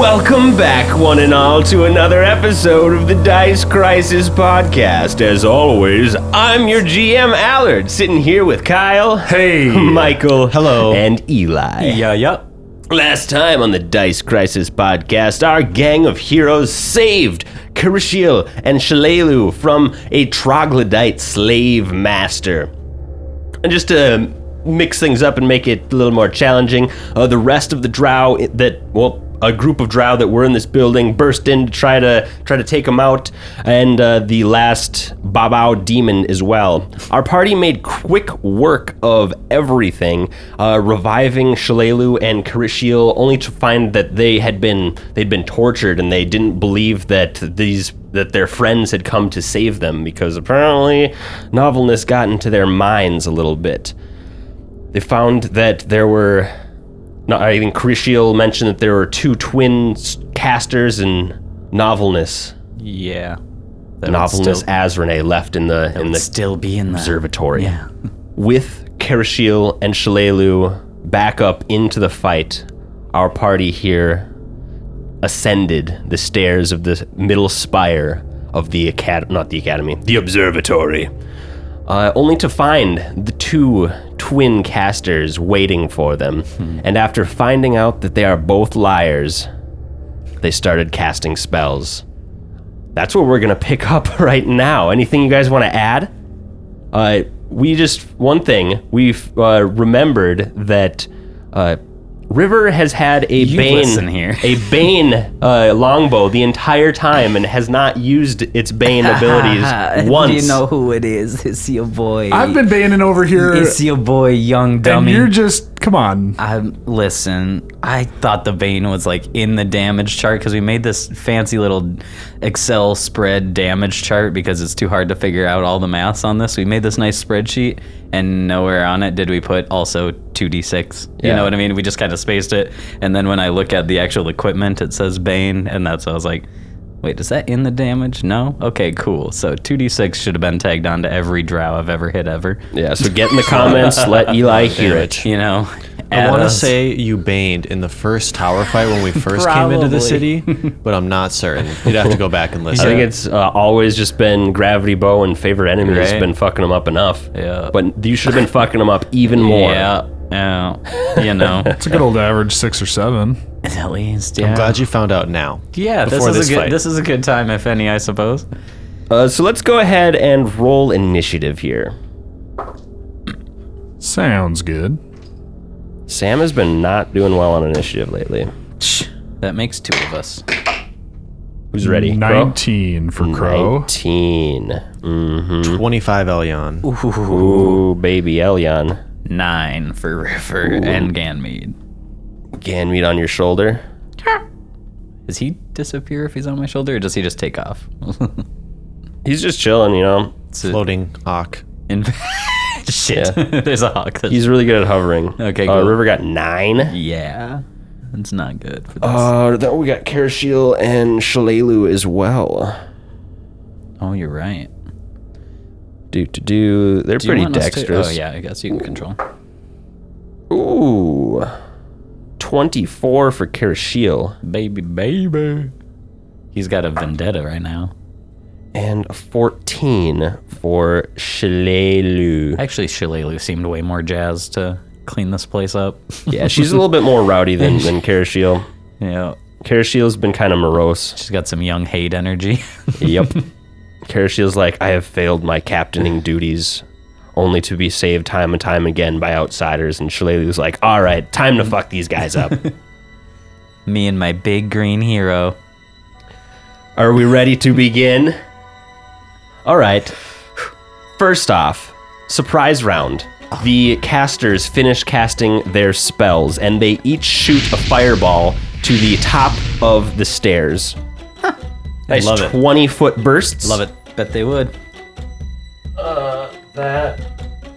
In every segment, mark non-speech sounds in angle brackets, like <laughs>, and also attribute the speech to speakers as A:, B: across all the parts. A: Welcome back, one and all, to another episode of the Dice Crisis Podcast. As always, I'm your GM Allard, sitting here with Kyle,
B: Hey.
A: <laughs> Michael,
C: Hello.
A: and Eli.
C: Yeah, yeah.
A: Last time on the Dice Crisis podcast, our gang of heroes saved Kirishiel and Shalelu from a troglodyte slave master. And just to mix things up and make it a little more challenging, uh, the rest of the drow i- that, well, a group of drow that were in this building burst in to try to try to take them out, and uh, the last Babao demon as well. Our party made quick work of everything, uh, reviving Shalelu and Karishiel, only to find that they had been they'd been tortured and they didn't believe that these that their friends had come to save them because apparently novelness got into their minds a little bit. They found that there were. No, I think Crishiel mentioned that there were two twin s- casters and novelness.
C: Yeah. That would
A: Novelness
C: still,
A: Azrene left in the in
C: would
A: the
C: still be in the
A: observatory
C: Yeah.
A: <laughs> with Kerishiel and Shalelu back up into the fight, our party here ascended the stairs of the middle spire of the acad not the academy, the observatory, uh, only to find the two twin casters waiting for them. And after finding out that they are both liars, they started casting spells. That's what we're gonna pick up <laughs> right now. Anything you guys want to add? Uh, we just one thing we've uh, remembered that uh, River has had a
C: You listen
A: bane,
C: here.
A: a bane uh, longbow the entire time and has not used
C: <laughs>
A: its bane
D: <laughs>
A: abilities once.
D: Ah, You know who it is. It's your boy.
B: I've been banning over here,
D: It's your boy, young
B: and
D: dummy.
B: you're just come on.
D: I'm Um, listen. I thought the vein was like in the damage chart because we made this fancy little Excel spread damage chart because it's too hard to figure out all the maths on this. We made this nice spreadsheet, and nowhere on it did we put also two d six. You
A: Yeah.
D: know what I mean? We just kind of spaced it, and then when I look at the actual equipment, it says Bane, and that's I was like, wait, is that in the damage? No. Okay, cool. So two d six should have been tagged onto every drow I've ever hit ever.
A: Yeah, so get in the comments, let Eli hear it.
D: You know.
E: I
D: Add
E: want to
D: us.
E: say you baned in the first tower fight
D: <laughs>
E: when we first came into the city,
D: Probably.
E: but I'm not certain. You'd have to go
D: <laughs>
E: back and
A: I
E: listen.
A: think it's uh, always just been gravity bow and favorite enemy has
D: Right.
A: been fucking them up enough.
D: Yeah.
A: But you should have been fucking them up even more.
D: <laughs> Yeah, yeah, you know,
A: <laughs>
B: It's a good old average six or seven.
D: at least. Yeah,
E: I'm glad you found out now.
D: yeah, this
E: before
D: is
E: this
D: a good.
E: fight.
D: This is a good time, if any, I suppose.
A: Uh, so let's go ahead and roll initiative here.
B: Sounds good.
A: Sam has been not doing well on initiative lately.
D: That makes two of us.
A: Who's ready? Crow?
B: Nineteen for Crow.
A: 19. Mm-hmm.
E: 25 Elyon.
A: Ooh, baby Elyon.
D: Nine for River and Ganmead.
A: Ganmeet on your shoulder.
D: Does he disappear if he's on my shoulder, or does he just take off?
A: He's just chilling, you know.
D: It's a-
E: Floating Ock.
A: <laughs>
D: in- <laughs> Shit, there's a hawk. That's,
A: He's really good at hovering.
D: Okay,
A: Uh,
D: cool.
A: River got nine.
D: yeah, that's not good for this.
A: Uh, then we got Karashiel and Shalelu as well.
D: oh, you're right.
A: Do to do. They're
D: Do you
A: pretty
D: want us to-
A: dexterous.
D: oh yeah, I guess you can control.
A: Ooh. 24 for Karashiel
D: Baby, baby. He's got a vendetta right now.
A: and 14 for Shalelu.
D: Actually, Shillelu seemed way more jazzed to clean this place up. <laughs>
A: Yeah, she's a little bit more rowdy than, than Karashiel.
D: yeah,
A: Karashiel's been kind of morose.
D: she's got some young hate energy. <laughs>
A: Yep. Karashiel's like, I have failed my captaining duties. Only to be saved time and time again by outsiders, and Shalelu's like, "All right, time to fuck these guys up."
D: Me and my big green hero.
A: Are we ready to begin? All right. First off, surprise round. The casters finish casting their spells, and they each shoot a fireball to the top of the stairs. Nice
E: Love it.
A: 20 foot bursts.
D: Love it. Bet they would.
A: That.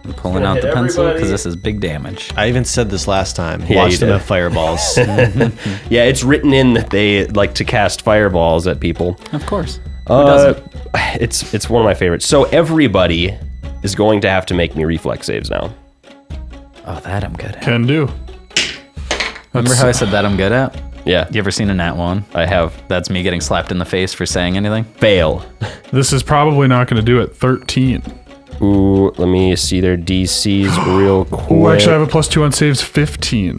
D: I'm pulling
A: Gonna
D: out the
A: hit
D: pencil because
A: everybody.
D: this is big damage.
E: I even said this last time.
A: Yeah, you
E: Watch them
A: did.
E: have
D: <laughs>
E: fireballs.
A: Yeah, it's written in that they like to cast fireballs at people.
D: Of course.
A: Uh, it's it's one of my favorites. So everybody is going to have to make me reflex saves now.
D: Oh, that I'm good at.
B: Can do.
D: Remember how I said that I'm good at?
A: Yeah.
D: You ever seen a nat one?
A: I have
D: That's me getting slapped in the face for saying anything.
A: fail.
B: This is probably not going to do it. 13.
A: Ooh, let me see their DCs real quick.
B: Ooh, actually, I have a plus two on saves 15.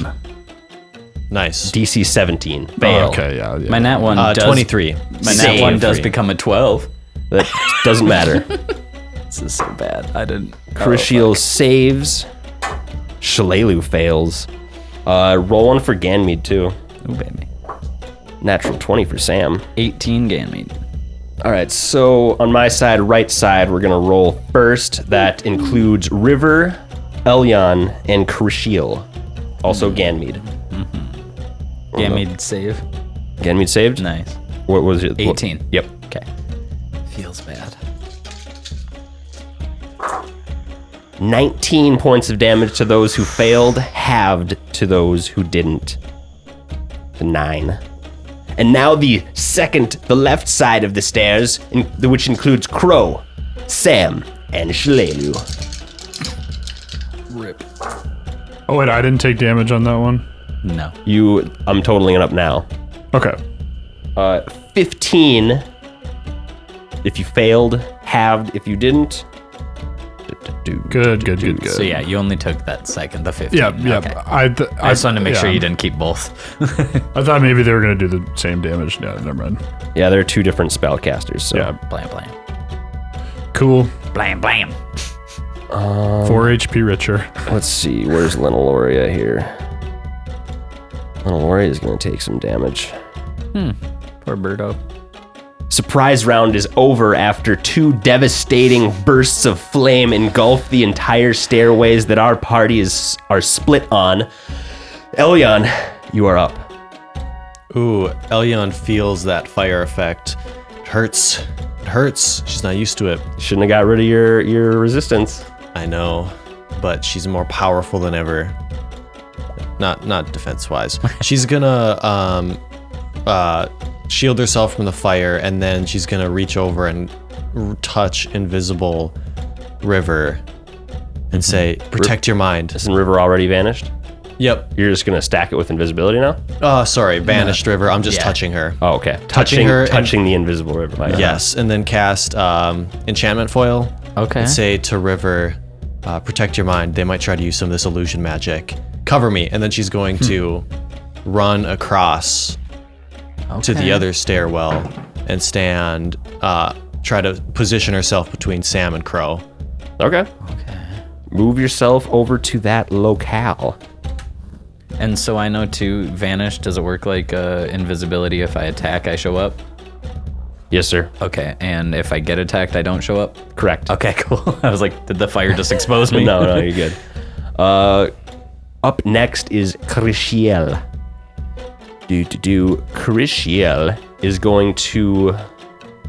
F: Nice.
A: DC 17. Fail.
B: Oh, okay, yeah. yeah.
D: My nat one
F: Uh,
D: does.
F: 23.
D: My nat
A: Save.
D: one does become Oh, a twelve.
A: That doesn't
D: <laughs>
A: matter.
D: This is so bad. I didn't.
A: Crucial saves. Shalalu fails. Uh, roll one for Ganymede, too.
D: Oh, baby.
A: Natural 20 for Sam.
D: Eighteen Ganymede.
A: All right, so on my side, right side, we're going to roll first. That includes River, Elyon, and Crucial. Also Ganymede.
D: Ganymede save.
A: Ganymede saved?
D: Nice.
A: What was it?
D: 18.
A: Yep.
D: Okay. Feels bad.
A: 19 points of damage to those who failed, halved to those who didn't. The nine. And now the second, the left side of the stairs, in, which includes Crow, Sam, and Shalelu.
B: oh, wait, I didn't take damage on that one.
D: No.
A: You, I'm totaling it up now.
B: Okay.
A: Uh, 15 if you failed, halved if you didn't.
B: Good, good, good, good.
D: So yeah, you only took that second, the fifteen.
B: Yeah, yeah.
D: Okay.
B: I, th-
D: I just wanted to make sure
B: yeah.
D: you didn't keep both.
B: I thought maybe they were going to do the same damage. Yeah, never mind.
A: Yeah, there are two different spellcasters. So.
B: Yeah,
D: blam blam.
B: cool.
D: Blam blam. Oh.
B: 4 HP richer.
A: Let's see, where's Lenaloria here? Lenaloria is going to take some damage.
D: Poor Birdo.
A: Surprise round is over after two devastating bursts of flame engulf the entire stairways that our party is are split on. Elyon, you are up.
F: Ooh, Elyon feels that fire effect. It hurts. It hurts. She's not used to it.
A: Shouldn't have got rid of your your resistance.
F: I know, but she's more powerful than ever. Not not defense wise. She's gonna um, uh, shield herself from the fire, and then she's gonna reach over and r- touch invisible River, and say, "Protect your mind."
A: Isn't River already vanished?
F: Yep.
A: You're just gonna stack it with invisibility now?
F: Oh, sorry, banished River. I'm just touching her.
A: Oh, okay. Touching
F: her and-
A: touching the invisible river. My bad.
F: Yes, and then cast um, enchantment foil.
D: Okay.
F: And say to River, uh, protect your mind. They might try to use some of this illusion magic. Cover me, and then she's going to run across to the other stairwell and stand. Uh, try to position herself between Sam and Crow.
A: Okay. Move yourself over to that locale.
D: And so I know to vanish. Does it work like uh, invisibility? If I attack, I show up.
A: Yes, sir. Uh,
D: Okay. And if I get attacked, I don't show up.
A: Correct.
D: Okay, <laughs> cool. I was like, did the fire just expose
F: <laughs>
D: me?
A: no, no, you're good. Uh, up next is Crishiel. Do do do. Crishiel is going to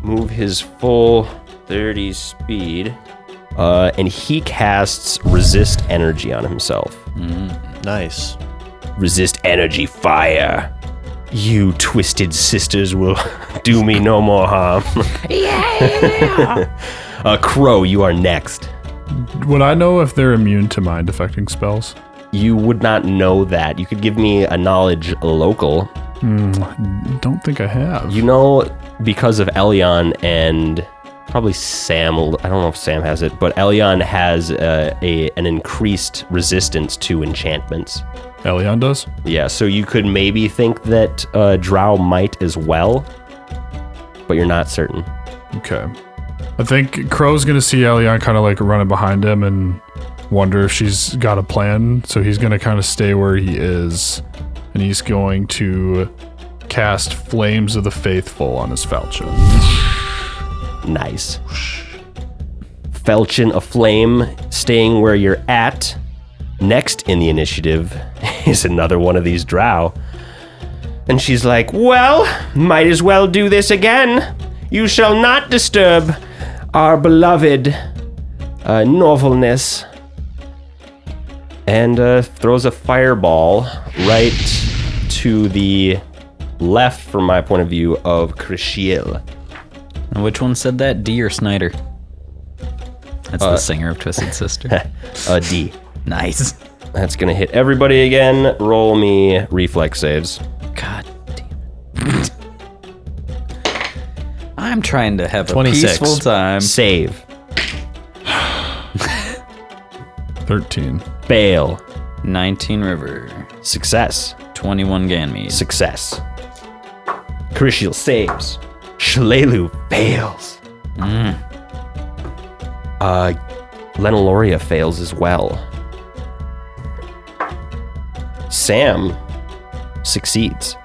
A: move his full 30 speed, uh, and he casts resist energy on himself.
F: Nice.
A: Resist energy fire. You twisted sisters will <laughs> do me no more harm. <laughs> uh, Crow, you are next.
B: Would I know if they're immune to mind affecting spells?
A: You would not know that. You could give me a knowledge local.
B: Don't think I have.
A: You know, because of Elyon and probably Sam. I don't know if Sam has it, but Elyon has uh, a an increased resistance to enchantments.
B: Elion does?
A: Yeah, so you could maybe think that uh, Drow might as well, but you're not certain.
B: Okay. I think Crow's gonna see Elion kind of like running behind him and wonder if she's got a plan. So he's gonna kind of stay where he is, and he's going to cast Flames of the Faithful on his falchion.
A: Nice. Felchin aflame, staying where you're at. Next in the initiative <laughs> is another one of these drow. And she's like, Well, might as well do this again. You shall not disturb our beloved uh, novelness. And uh, throws a fireball right to the left, from my point of view, of Krishiel.
D: And Which one said that? D or Snyder? That's
F: Uh,
D: the singer of Twisted
F: <laughs>
D: Sister.
A: A uh, D.
D: nice.
A: That's gonna hit everybody again. Roll me reflex saves.
D: God <laughs> I'm trying to have a
E: 26.
D: peaceful time.
A: Save.
B: Thirteen.
A: Fail.
D: 19 River,
A: Success.
D: 21 Ganymede.
A: Success. Carishiel saves. Shalelu fails. Uh, Lenaloria fails as well. Sam succeeds.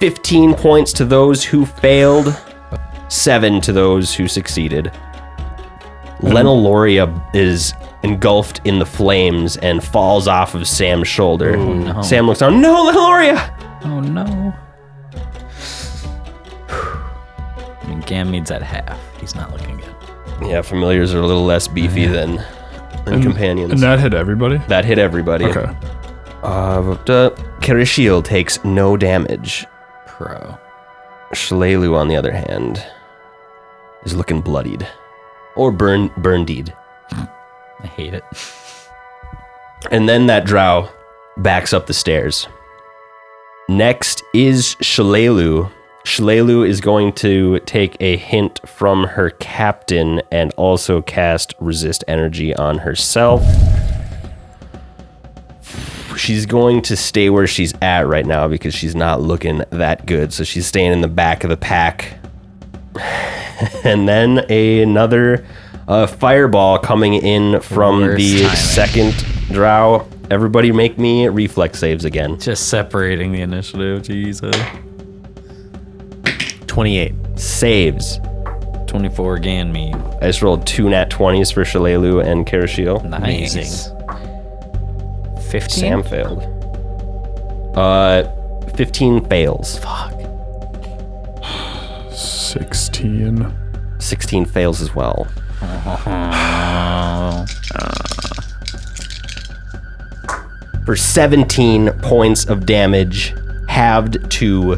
A: 15 points to those who failed, 7 to those who succeeded.
B: Mm-hmm.
A: Lenaloria is engulfed in the flames and falls off of Sam's shoulder. Sam looks down, No, Lenaloria!
D: Oh <sighs> no. I mean, Ganymede's at half. He's not looking good.
A: Yeah, familiars are a little less beefy than, than companions.
B: And that hit everybody.
A: That hit everybody.
B: Okay.
A: Uh, duh. Carishiel takes no damage.
D: Pro.
A: Shalelu, on the other hand, is looking bloodied. Or burn, burndied.
D: I hate it. <laughs>
A: And then that drow backs up the stairs. Next is Shalelu. Shalelu is going to take a hint from her captain and also cast resist energy on herself. She's going to stay where she's at right now because she's not looking that good. So she's staying in the back of the pack. <sighs> and then another uh, fireball coming in from
D: Worst
A: the
D: timing.
A: second drow. Everybody make me reflex saves again.
D: Just separating the initiative. Jesus.
E: 28.
A: Saves.
D: 24 Ganymede.
A: I just rolled two nat 20s for Shalelu and Karashiel.
D: Nice.
E: Amazing.
D: 15?
A: Sam failed. Uh, 15 fails.
D: Fuck.
B: Sixteen.
A: 16 fails as well.
D: Uh-huh.
A: For 17 points of damage, halved to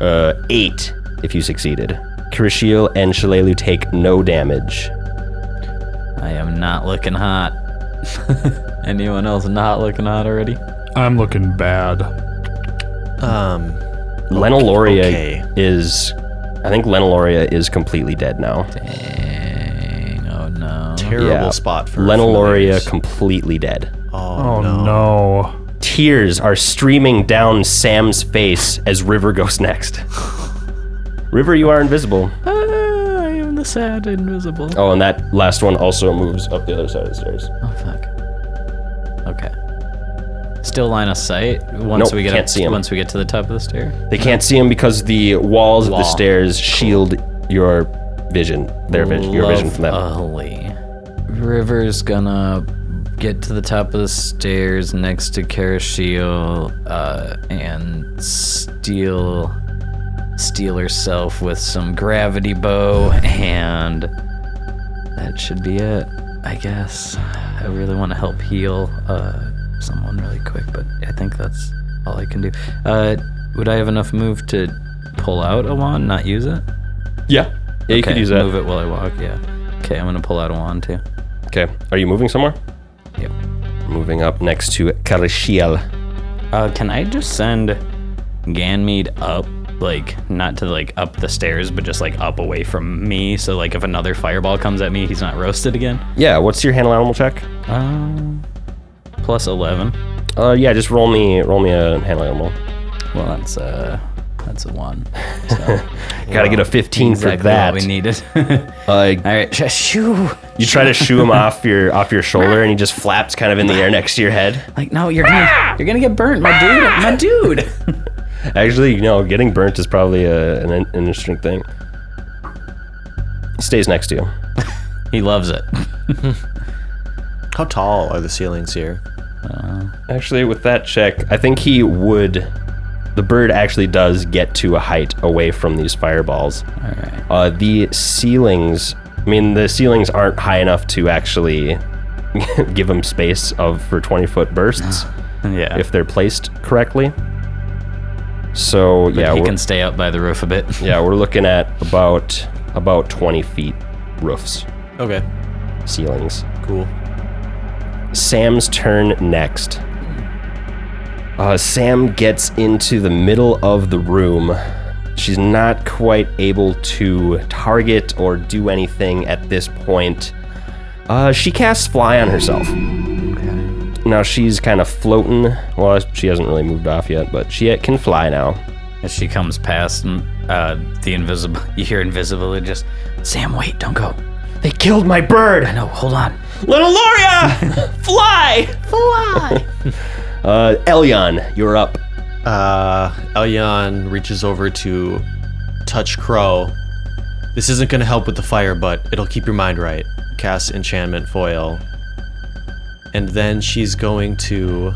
A: uh, 8 if you succeeded. Karashiel and Shalelu take no damage.
D: I am not looking hot. <laughs> Anyone else not looking hot already?
B: I'm looking bad.
E: Um,
A: Lenaloria
E: okay.
A: is. I think Lenaloria is completely dead now.
D: Dang. Oh no.
E: terrible spot for
A: Lenaloria
E: familiars.
A: completely dead.
E: Oh,
B: Oh no.
A: Tears are streaming down Sam's face as River goes <laughs> next. River, you are invisible.
D: Ah, I am the sad invisible.
A: Oh, and that last one also moves up the other side of the stairs.
D: Oh fuck. Okay. Still line of sight once
A: Nope,
D: we get
A: can't
D: up,
A: see 'em.
D: once we get to the top of the stair.
A: They can't see him because the walls of
D: Wall.
A: the stairs shield your vision, their vision, your vision from
D: uh,
A: them.
D: Lovely. River's gonna get to the top of the stairs next to Karashiel, uh, and steal steal herself with some gravity bow and that should be it, I guess. I really want to help heal uh, someone really quick, but I think that's all I can do. Uh, would I have enough move to pull out a wand, not use it?
A: Yeah, yeah, you
D: okay,
A: could use that.
D: Move it while I walk. Yeah. Okay, I'm gonna pull out a wand too.
A: Okay, are you moving somewhere?
D: Yep.
A: Moving up next to Karishiel.
D: Uh, can I just send Ganmede up, like not to like up the stairs, but just like up away from me, so like if another fireball comes at me, he's not roasted again.
A: Yeah, what's your handle animal check?
D: Um, plus eleven.
A: Uh, yeah, just roll me, roll me a handle animal.
D: Well, that's uh, that's a <laughs> one.
A: Gotta get a 15 for
D: Exactly
A: that.
D: what we needed. <laughs> All
A: Uh,
D: right, shoo.
A: You try to shoo <laughs> him off your off your shoulder, and he just flaps kind of in the air next to your head.
D: Like no, you're gonna you're gonna get burnt, my dude, my dude.
A: Actually, you know, getting burnt is probably a, an, an interesting thing. He stays next to you.
D: <laughs> He loves it.
E: How tall are the ceilings here?
A: Actually, with that check, I think he would. The bird actually does get to a height away from these fireballs.
D: All right.
A: Uh, the ceilings, I mean, the ceilings aren't high enough to actually <laughs> give him space of for twenty foot
D: <gasps>
A: bursts.
D: <laughs> Yeah.
A: if they're placed correctly. So yeah,
D: he
A: we're,
D: can stay up by the roof a bit.
A: yeah, we're looking at about about 20 feet roofs,
E: Okay,
A: ceilings.
E: cool.
A: Sam's turn next. Uh, Sam gets into the middle of the room. She's not quite able to target or do anything at this point. Uh, she casts Fly on herself. Now she's kind of floating. Well, she hasn't really moved off yet, but she can fly now.
D: As she comes past, mm, uh, the invisible, <laughs> you hear invisibility just, Sam, wait, don't go.
A: They killed my bird!
D: No, hold on.
A: Little <laughs> Loria! fly! Fly! <laughs> uh, Elyon, you're up.
E: Uh, Elyon reaches over to touch Crow. This isn't going to help with the fire, but it'll keep your mind right. Cast enchantment foil. And then she's going to,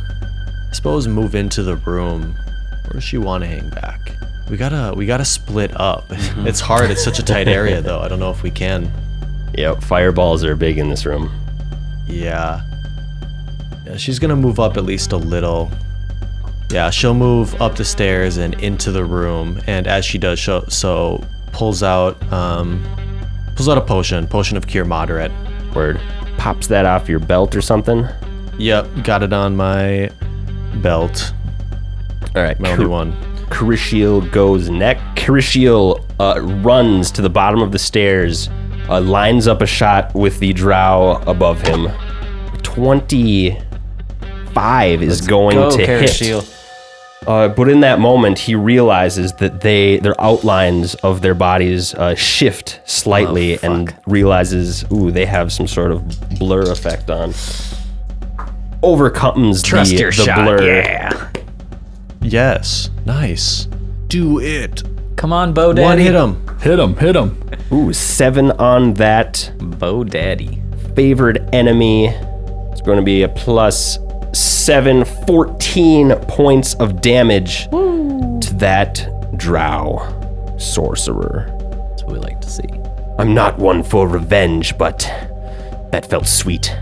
E: I suppose, move into the room. Or does she want to hang back? We gotta, we gotta split up. <laughs> It's hard. It's such a tight area, though. I don't know if we can.
A: Yep, fireballs are big in this room.
E: Yeah. Yeah, she's gonna move up at least a little. Yeah, she'll move up the stairs and into the room, and as she does so, so pulls out um, pulls out a potion, potion of cure moderate.
A: Word. Pops that off your belt or something.
E: Yep, got it on my belt,
A: All right,
E: my only one.
A: Carishiel goes next. Carishiel uh, runs to the bottom of the stairs, uh, lines up a shot with the drow above him. 25 is going
D: go,
A: to
D: Carishiel.
A: hit. Uh, but in that moment, he realizes that they their outlines of their bodies uh, shift
D: Oh,
A: slightly and realizes, ooh, they have some sort of blur effect on. Overcomes
D: Trust
A: the,
D: your
A: the
D: shot.
A: blur.
D: Yeah.
E: Yes, nice. Do it.
D: Come on, Bo Daddy.
E: One hit him.
B: Hit him, hit him.
A: Ooh, seven on that.
D: Bo Daddy.
A: favored enemy. It's going to be a plus 7, 14 points of damage to that drow sorcerer.
D: That's what we like to see.
A: I'm not one for revenge, but that felt <laughs> sweet.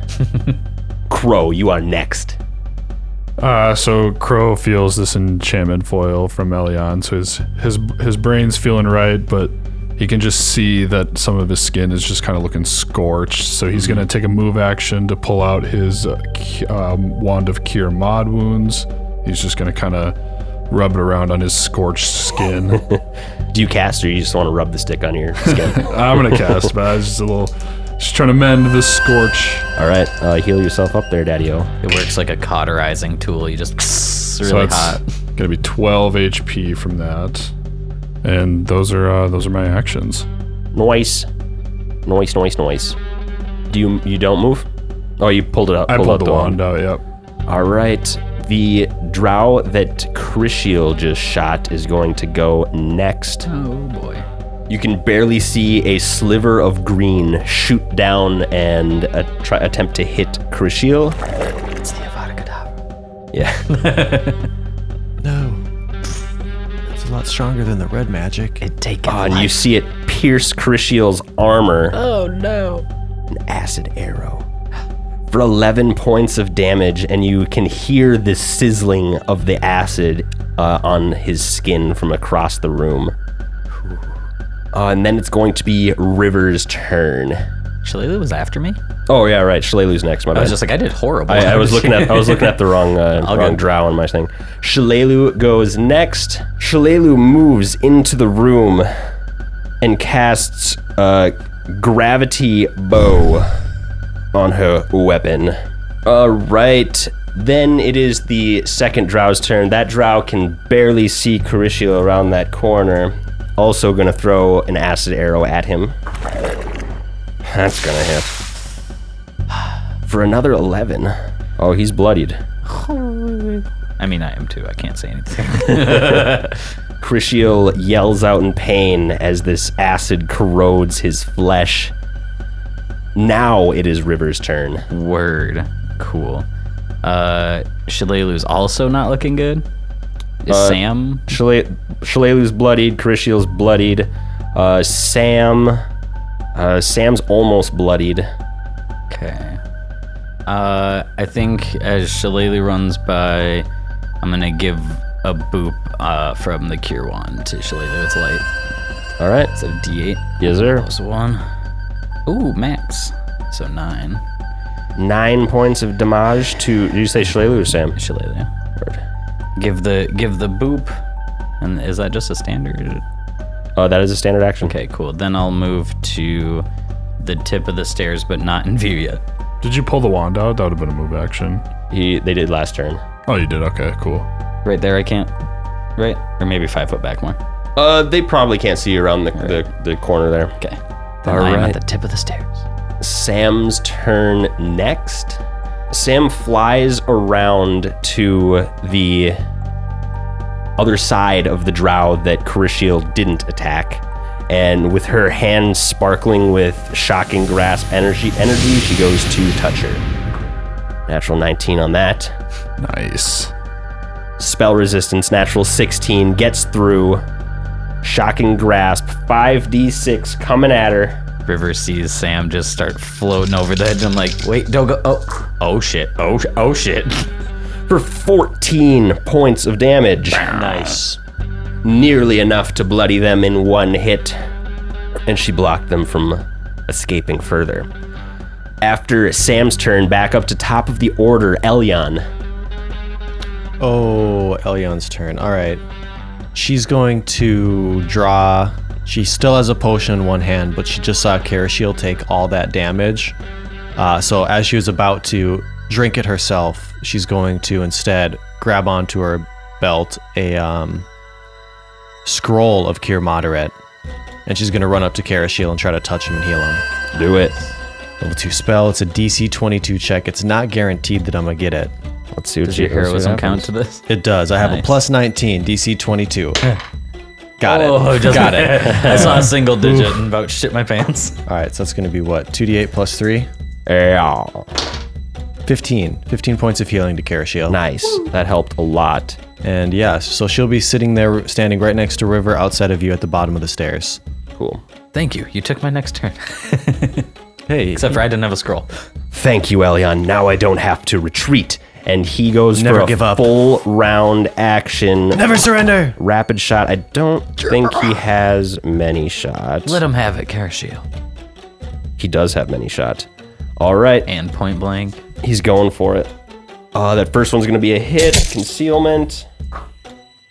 A: Crow, you are next.
B: Uh, so Crow feels this enchantment foil from Elion, so his his his brain's feeling right, but he can just see that some of his skin is just kind of looking scorched. So he's
D: Hmm.
B: gonna take a move action to pull out his uh, cu- um, wand of cure mod wounds. He's just gonna kind of rub it around on his scorched skin.
D: <laughs>
A: Do you cast or you just want to rub the stick on your skin?
B: I'm gonna cast, but I was just a little, just trying to mend the scorch.
A: <laughs> All right, uh, heal yourself up there, Daddy O.
D: It works like a cauterizing tool. You just <laughs> really
B: so it's
D: hot.
B: gonna be 12 HP from that, and those are uh, those are my actions.
A: Noise. Noise, noise, noise. Do you you don't move? Oh, you pulled it up.
B: I
A: pulled out
B: pulled the wand out. Yep.
A: All right. The drow that Crishiel just shot is going to go next.
D: Oh boy.
A: You can barely see a sliver of green shoot down and uh try, attempt to hit Crishiel.
D: It's the Avada Kedavra.
A: Yeah.
E: No, that's a lot stronger than the red magic.
D: It take
A: Uh, and you see it pierce Crishiel's armor.
D: Oh no.
A: acid arrow for 11 points of damage, and you can hear the sizzling of the acid uh, on his skin from across the room. Uh, and then it's going to be River's turn.
D: Shalila was after me.
A: Oh yeah, right. Shalalu's next. My
D: I
A: bad.
D: was just like, I did horrible.
A: I, I
D: <laughs>
A: was looking at I was looking at <laughs> the wrong uh, wrong
D: go.
A: drow on my thing. Shalelu goes next. Shalelu moves into the room and casts uh, gravity bow on her weapon. All right. Then it is the second drow's turn. That drow can barely see Carishio around that corner. Also gonna throw an acid arrow at him. That's gonna hit for another 11. Oh, he's bloodied.
D: I mean, I am too. I can't say anything. <laughs>
A: Crishiel yells out in pain as this acid corrodes his flesh. Now it is River's turn.
D: Word. Cool. Uh, Shalelu's also not looking good. Is
A: Uh,
D: Sam?
A: Shale- Shalelu's bloodied. Crishiel's bloodied. Uh, Sam. Uh, Sam's almost bloodied.
D: Okay. Uh, I think as Shalelu runs by, I'm gonna give a boop uh, from the cure wand to Shalelu. It's light.
A: All right.
D: It's a D8
A: Yes, sir.
D: plus one. Ooh, max. So nine.
A: Nine points of damage to. Did you say Shalelu or Sam?
D: Shalelu.
A: Word.
D: Give the give the boop, and is that just a standard?
A: Oh, that is a standard action.
D: Okay, cool. Then I'll move to the tip of the stairs, but not in view yet.
B: Did you pull the wand out? That would have been a move action.
A: He they did last turn.
B: Oh, you did. Okay, cool.
D: Right there, I can't. Right, or maybe five foot back more.
A: Uh, they probably can't see you around the the, the corner there.
D: Okay. Then
A: All
D: I am
A: right.
D: at the tip of the stairs.
A: Sam's turn next. Sam flies around to the other side of the drow that Carishiel didn't attack. And with her hand sparkling with shocking grasp energy, energy, she goes to touch her. Natural 19 on that
B: Nice.
A: spell resistance, natural 16, gets through. Shocking grasp, 5d6 coming at her.
D: River sees Sam just start floating over the edge. I'm like, wait, don't go. Oh, oh shit. Oh, sh- oh shit. <laughs>
A: For 14 points of damage.
F: Nice.
A: Nearly enough to bloody them in one hit. And she blocked them from escaping further. After Sam's turn, back up to top of the order, Elyon.
F: Oh, Elion's turn. All right. She's going to draw. She still has a potion in one hand, but she just saw Karashiel take all that damage. Uh, so as she was about to drink it herself, she's going to instead grab onto her belt a um, scroll of Cure Moderate. And she's going to run up to Karashiel and try to touch him and heal him.
A: Do it.
F: Level 2 spell. It's a DC 22 check. It's not guaranteed that I'm going to get it.
A: Let's see what
D: Does
A: you
D: your heroism count to this?
F: It does. I have a
D: Nice.
F: plus 19, DC 22.
D: <laughs>
F: Got
D: <laughs> Oh,
F: it.
D: just-
F: Got it.
D: I saw <laughs> a single digit and about shit my pants. <laughs>
F: All right, so that's going to be what? 2d8 plus 3?
A: Yeah.
F: 15. 15 points of healing to Karashiel.
A: Nice. That helped a lot.
F: And yeah, so she'll be sitting there, standing right next to River outside of you at the bottom of the stairs.
A: Cool.
D: Thank you. You took my next turn. <laughs>
F: Hey.
D: Except for I didn't have a scroll.
A: Thank you, Elion. Now I don't have to retreat. And he goes
F: Never
A: for a
F: give up.
A: full round action.
F: Never surrender!
A: Rapid shot. I don't think he has many shots.
D: Let him have it, Karashiel.
A: He does have many shot. All right.
D: And point blank.
A: He's going for it. Uh, that first one's going to be a hit. Concealment.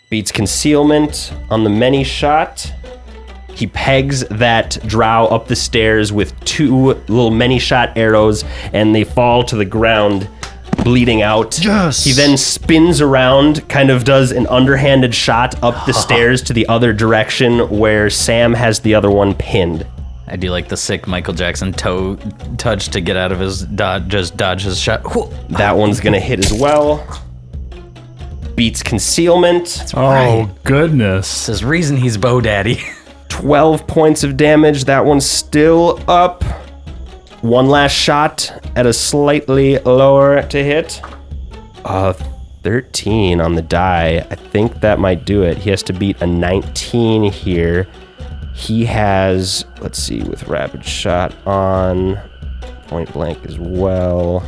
A: Beats concealment on the many shot. He pegs that drow up the stairs with two little many shot arrows, and they fall to the ground, bleeding out.
F: Yes.
A: He then spins around, kind of does an underhanded shot up the stairs to the other direction where Sam has the other one pinned.
D: I do like the sick Michael Jackson toe touch to get out of his dodge, just dodge his shot. Whew.
A: That one's gonna hit as well. Beats concealment.
B: Oh goodness.
D: This is reason he's Bo Daddy. <laughs>
A: 12 points of damage. That one's still up. One last shot at a slightly lower to hit. Uh, 13 on the die. I think that might do it. He has to beat a 19 here. He has, let's see, with rapid shot on point blank as well.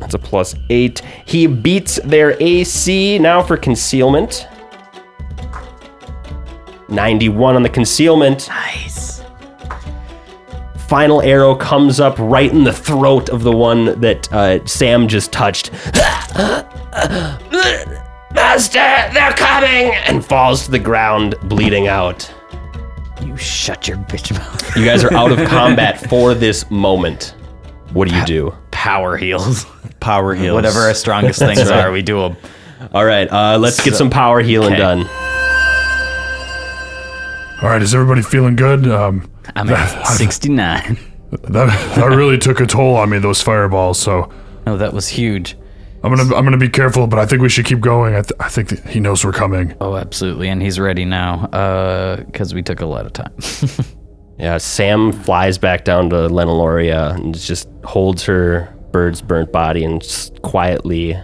A: That's a plus eight. He beats their AC now for concealment. 91 on the concealment.
D: Nice.
A: final arrow comes up right in the throat of the one that uh, Sam just touched. Master, they're coming! And falls to the ground, bleeding out.
D: You shut your bitch mouth.
A: You guys are out of <laughs> combat for this moment. What do you do?
D: Power heals. <laughs>
F: Power heals.
D: Whatever our strongest things are, we do them.
A: All right, uh, let's get some power healing
D: Okay.
A: done.
B: All right, is everybody feeling good? Um,
D: I'm at 69.
B: <laughs> that that really took a toll on me. Those fireballs. So
D: No, that was huge.
B: I'm gonna I'm gonna be careful, but I think we should keep going. I, th- I think that he knows we're coming.
D: Oh, absolutely. And he's ready now because we took a lot of time. <laughs>
A: Yeah, Sam flies back down to Lenaloria and just holds her bird's burnt body and just quietly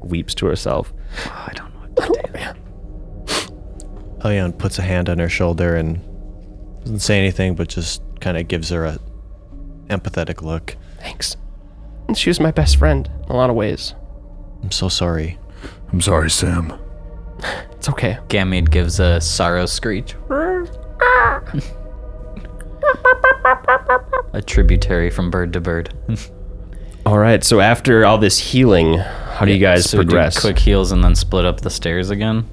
A: weeps to herself.
D: <sighs> I don't know what to do.
F: Elion puts a hand on her shoulder and doesn't say anything, but just kind of gives her a empathetic look.
A: Thanks. And she was my best friend in a lot of ways.
F: I'm so sorry.
B: I'm sorry, Sam.
A: It's okay.
D: Gamade gives a sorrow screech. <laughs> a tributary from bird to bird. <laughs>
A: All right. So after all this healing, How do you guys
D: so we do
A: progress?
D: quick heals and then split up the stairs again.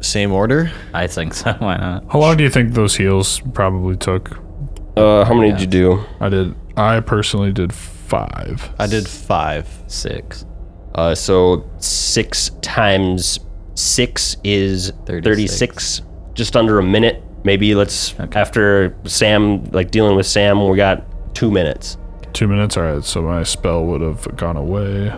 E: Same order.
D: I think so. <laughs> Why not?
B: How long do you think those heals probably took?
A: Uh, how many did you do?
B: I did. I personally did five.
E: I did five.
D: Six.
A: Uh, so six times six is 36.
D: 36.
A: just under a minute. Maybe let's, after Sam, like dealing with Sam, we got two minutes.
B: Two minutes. All right. So my spell would have gone away.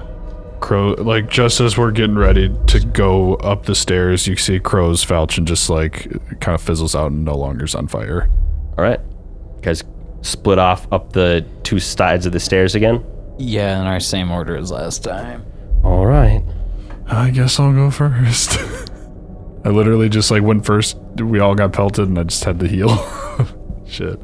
B: Crow, like just as we're getting ready to go up the stairs, you see Crow's falchion just like kind of fizzles out and no longer's on fire.
A: All right. You guys split off up the two sides of the stairs again.
D: Yeah, in our same order as last time.
A: All right.
B: I guess I'll go first. <laughs> I literally just like went first. We all got pelted, and I just had to heal. <laughs> Shit.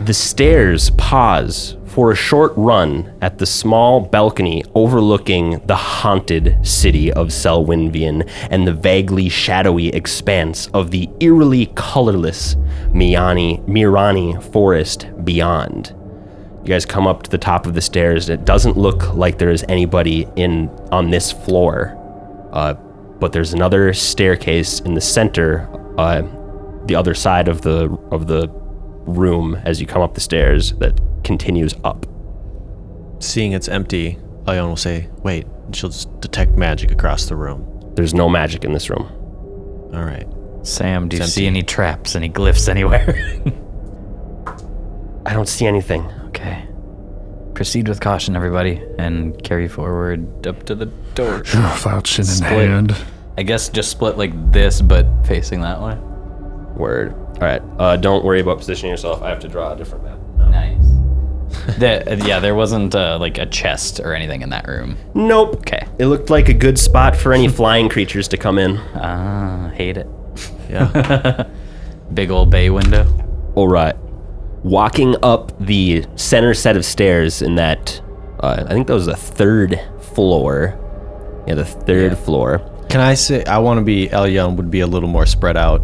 A: The stairs pause for a short run at the small balcony overlooking the haunted city of Selwynvian and the vaguely shadowy expanse of the eerily colorless Miani, Mirani forest beyond. You guys come up to the top of the stairs. It doesn't look like there is anybody in on this floor, uh, but there's another staircase in the center, uh, the other side of the of the room as you come up the stairs that continues up.
E: Seeing it's empty, Ion will say, "Wait." and She'll just detect magic across the room.
A: There's no magic in this room.
E: All right.
D: Sam, do you
E: It's
D: see
E: empty.
D: any traps, any glyphs anywhere? <laughs>
A: I don't see anything.
D: okay. Proceed with caution, everybody, and carry forward up to the door.
B: Falchion in
D: Split.
B: hand.
D: I guess just split like this, but facing that way.
A: Word. All right. Uh, don't worry about positioning yourself. I have to draw a different map.
D: Nice. <laughs> that, yeah, there wasn't uh, like a chest or anything in that room.
A: Nope.
D: Okay.
A: It looked like a good spot for <laughs> any flying creatures to come in.
D: Ah, hate it.
A: <laughs>
E: Yeah.
D: Big old bay window.
A: All right. Walking up the center set of stairs in that, uh, I think that was the third floor. Yeah, the third floor.
E: Can I say I want to be Elyon would be a little more spread out.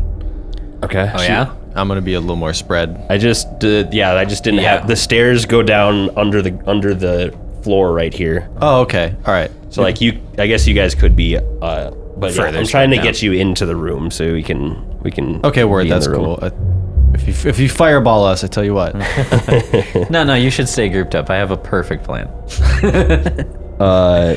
A: Okay.
D: Oh yeah.
E: I'm gonna be a little more spread.
A: I just did. Yeah, I just didn't
D: Yeah.
A: have the stairs go down under the under the floor right here.
E: Oh, okay. All right.
A: So like you, I guess you guys could be. Uh, but yeah,
E: Further
A: I'm trying to
E: down.
A: get you into the room so we can we can.
E: Okay,
A: be
E: word.
A: in the
E: That's
A: room.
E: cool. Uh, if you if you fireball us, I tell you
A: <laughs>
E: what.
D: No, no, you should stay grouped up. I have a perfect plan.
A: Uh,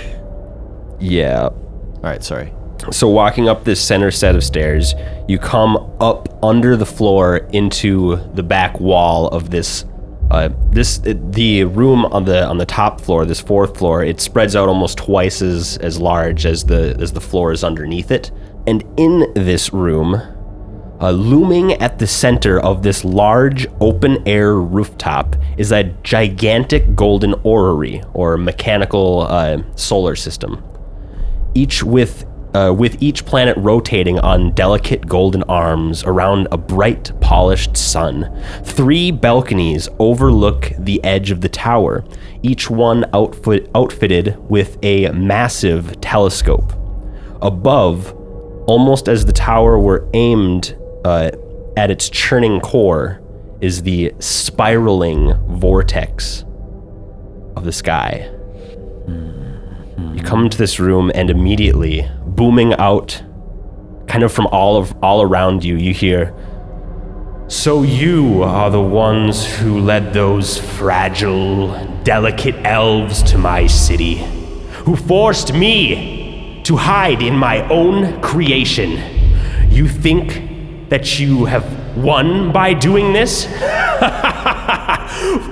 A: yeah.
E: All right. Sorry.
A: So walking up this center set of stairs, you come up under the floor into the back wall of this. Uh, this it, the room on the on the top floor, this fourth floor, it spreads out almost twice as as large as the as the floors underneath it. And in this room, Uh, looming at the center of this large open air rooftop is a gigantic golden orrery or mechanical uh, solar system. Each with uh, with each planet rotating on delicate golden arms around a bright, polished sun, three balconies overlook the edge of the tower, each one outfit, outfitted with a massive telescope. Above, almost as the tower were aimed uh, at its churning core, is the spiraling vortex of the sky. You come into this room, and immediately, booming out, kind of from all of all around you, you hear. So you are the ones who led those fragile, delicate elves to my city, who forced me to hide in my own creation. You think that you have won by doing this?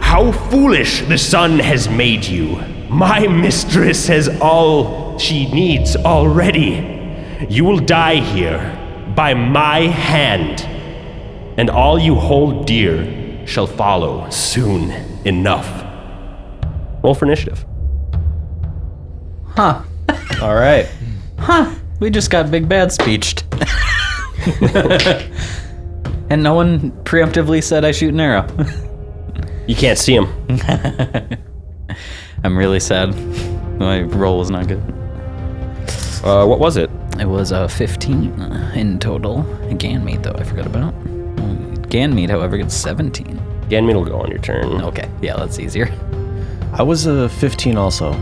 A: How foolish the sun has made you. My mistress has all she needs already. You will die here by my hand and all you hold dear shall follow soon enough. Roll for initiative.
E: All right.
D: We just got big bad speeched. <laughs> and no one preemptively said I shoot an arrow. <laughs>
A: You can't see
F: Hmm.
A: him.
D: I'm really sad. My roll was not good.
A: Uh, what was it?
D: It was uh, 15 in total. Ganmead, though, I forgot about. Ganmead, however, gets 17.
A: Ganymede will go on your turn.
D: Okay, yeah, that's easier.
E: I was a 15 also.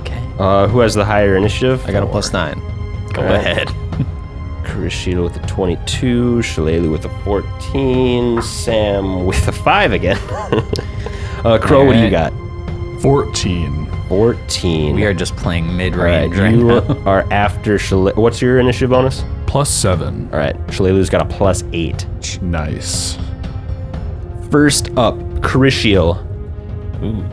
D: Okay.
A: Uh, who has the higher initiative?
F: I got a plus nine.
A: Go ahead. <laughs> Kurishida with a 22, Shillelagh with a 14, Sam with a 5 again. <laughs> uh, Crow, what do you
D: Alright.
A: got?
B: 14.
A: 14.
D: We are just playing mid
A: All right,
D: range right, uh,
A: you
D: now.
A: are after Shillelagh. What's your initiative bonus?
B: Plus 7.
A: All right, Shillelagh's got a plus 8.
B: Nice.
A: First up, Carishiel.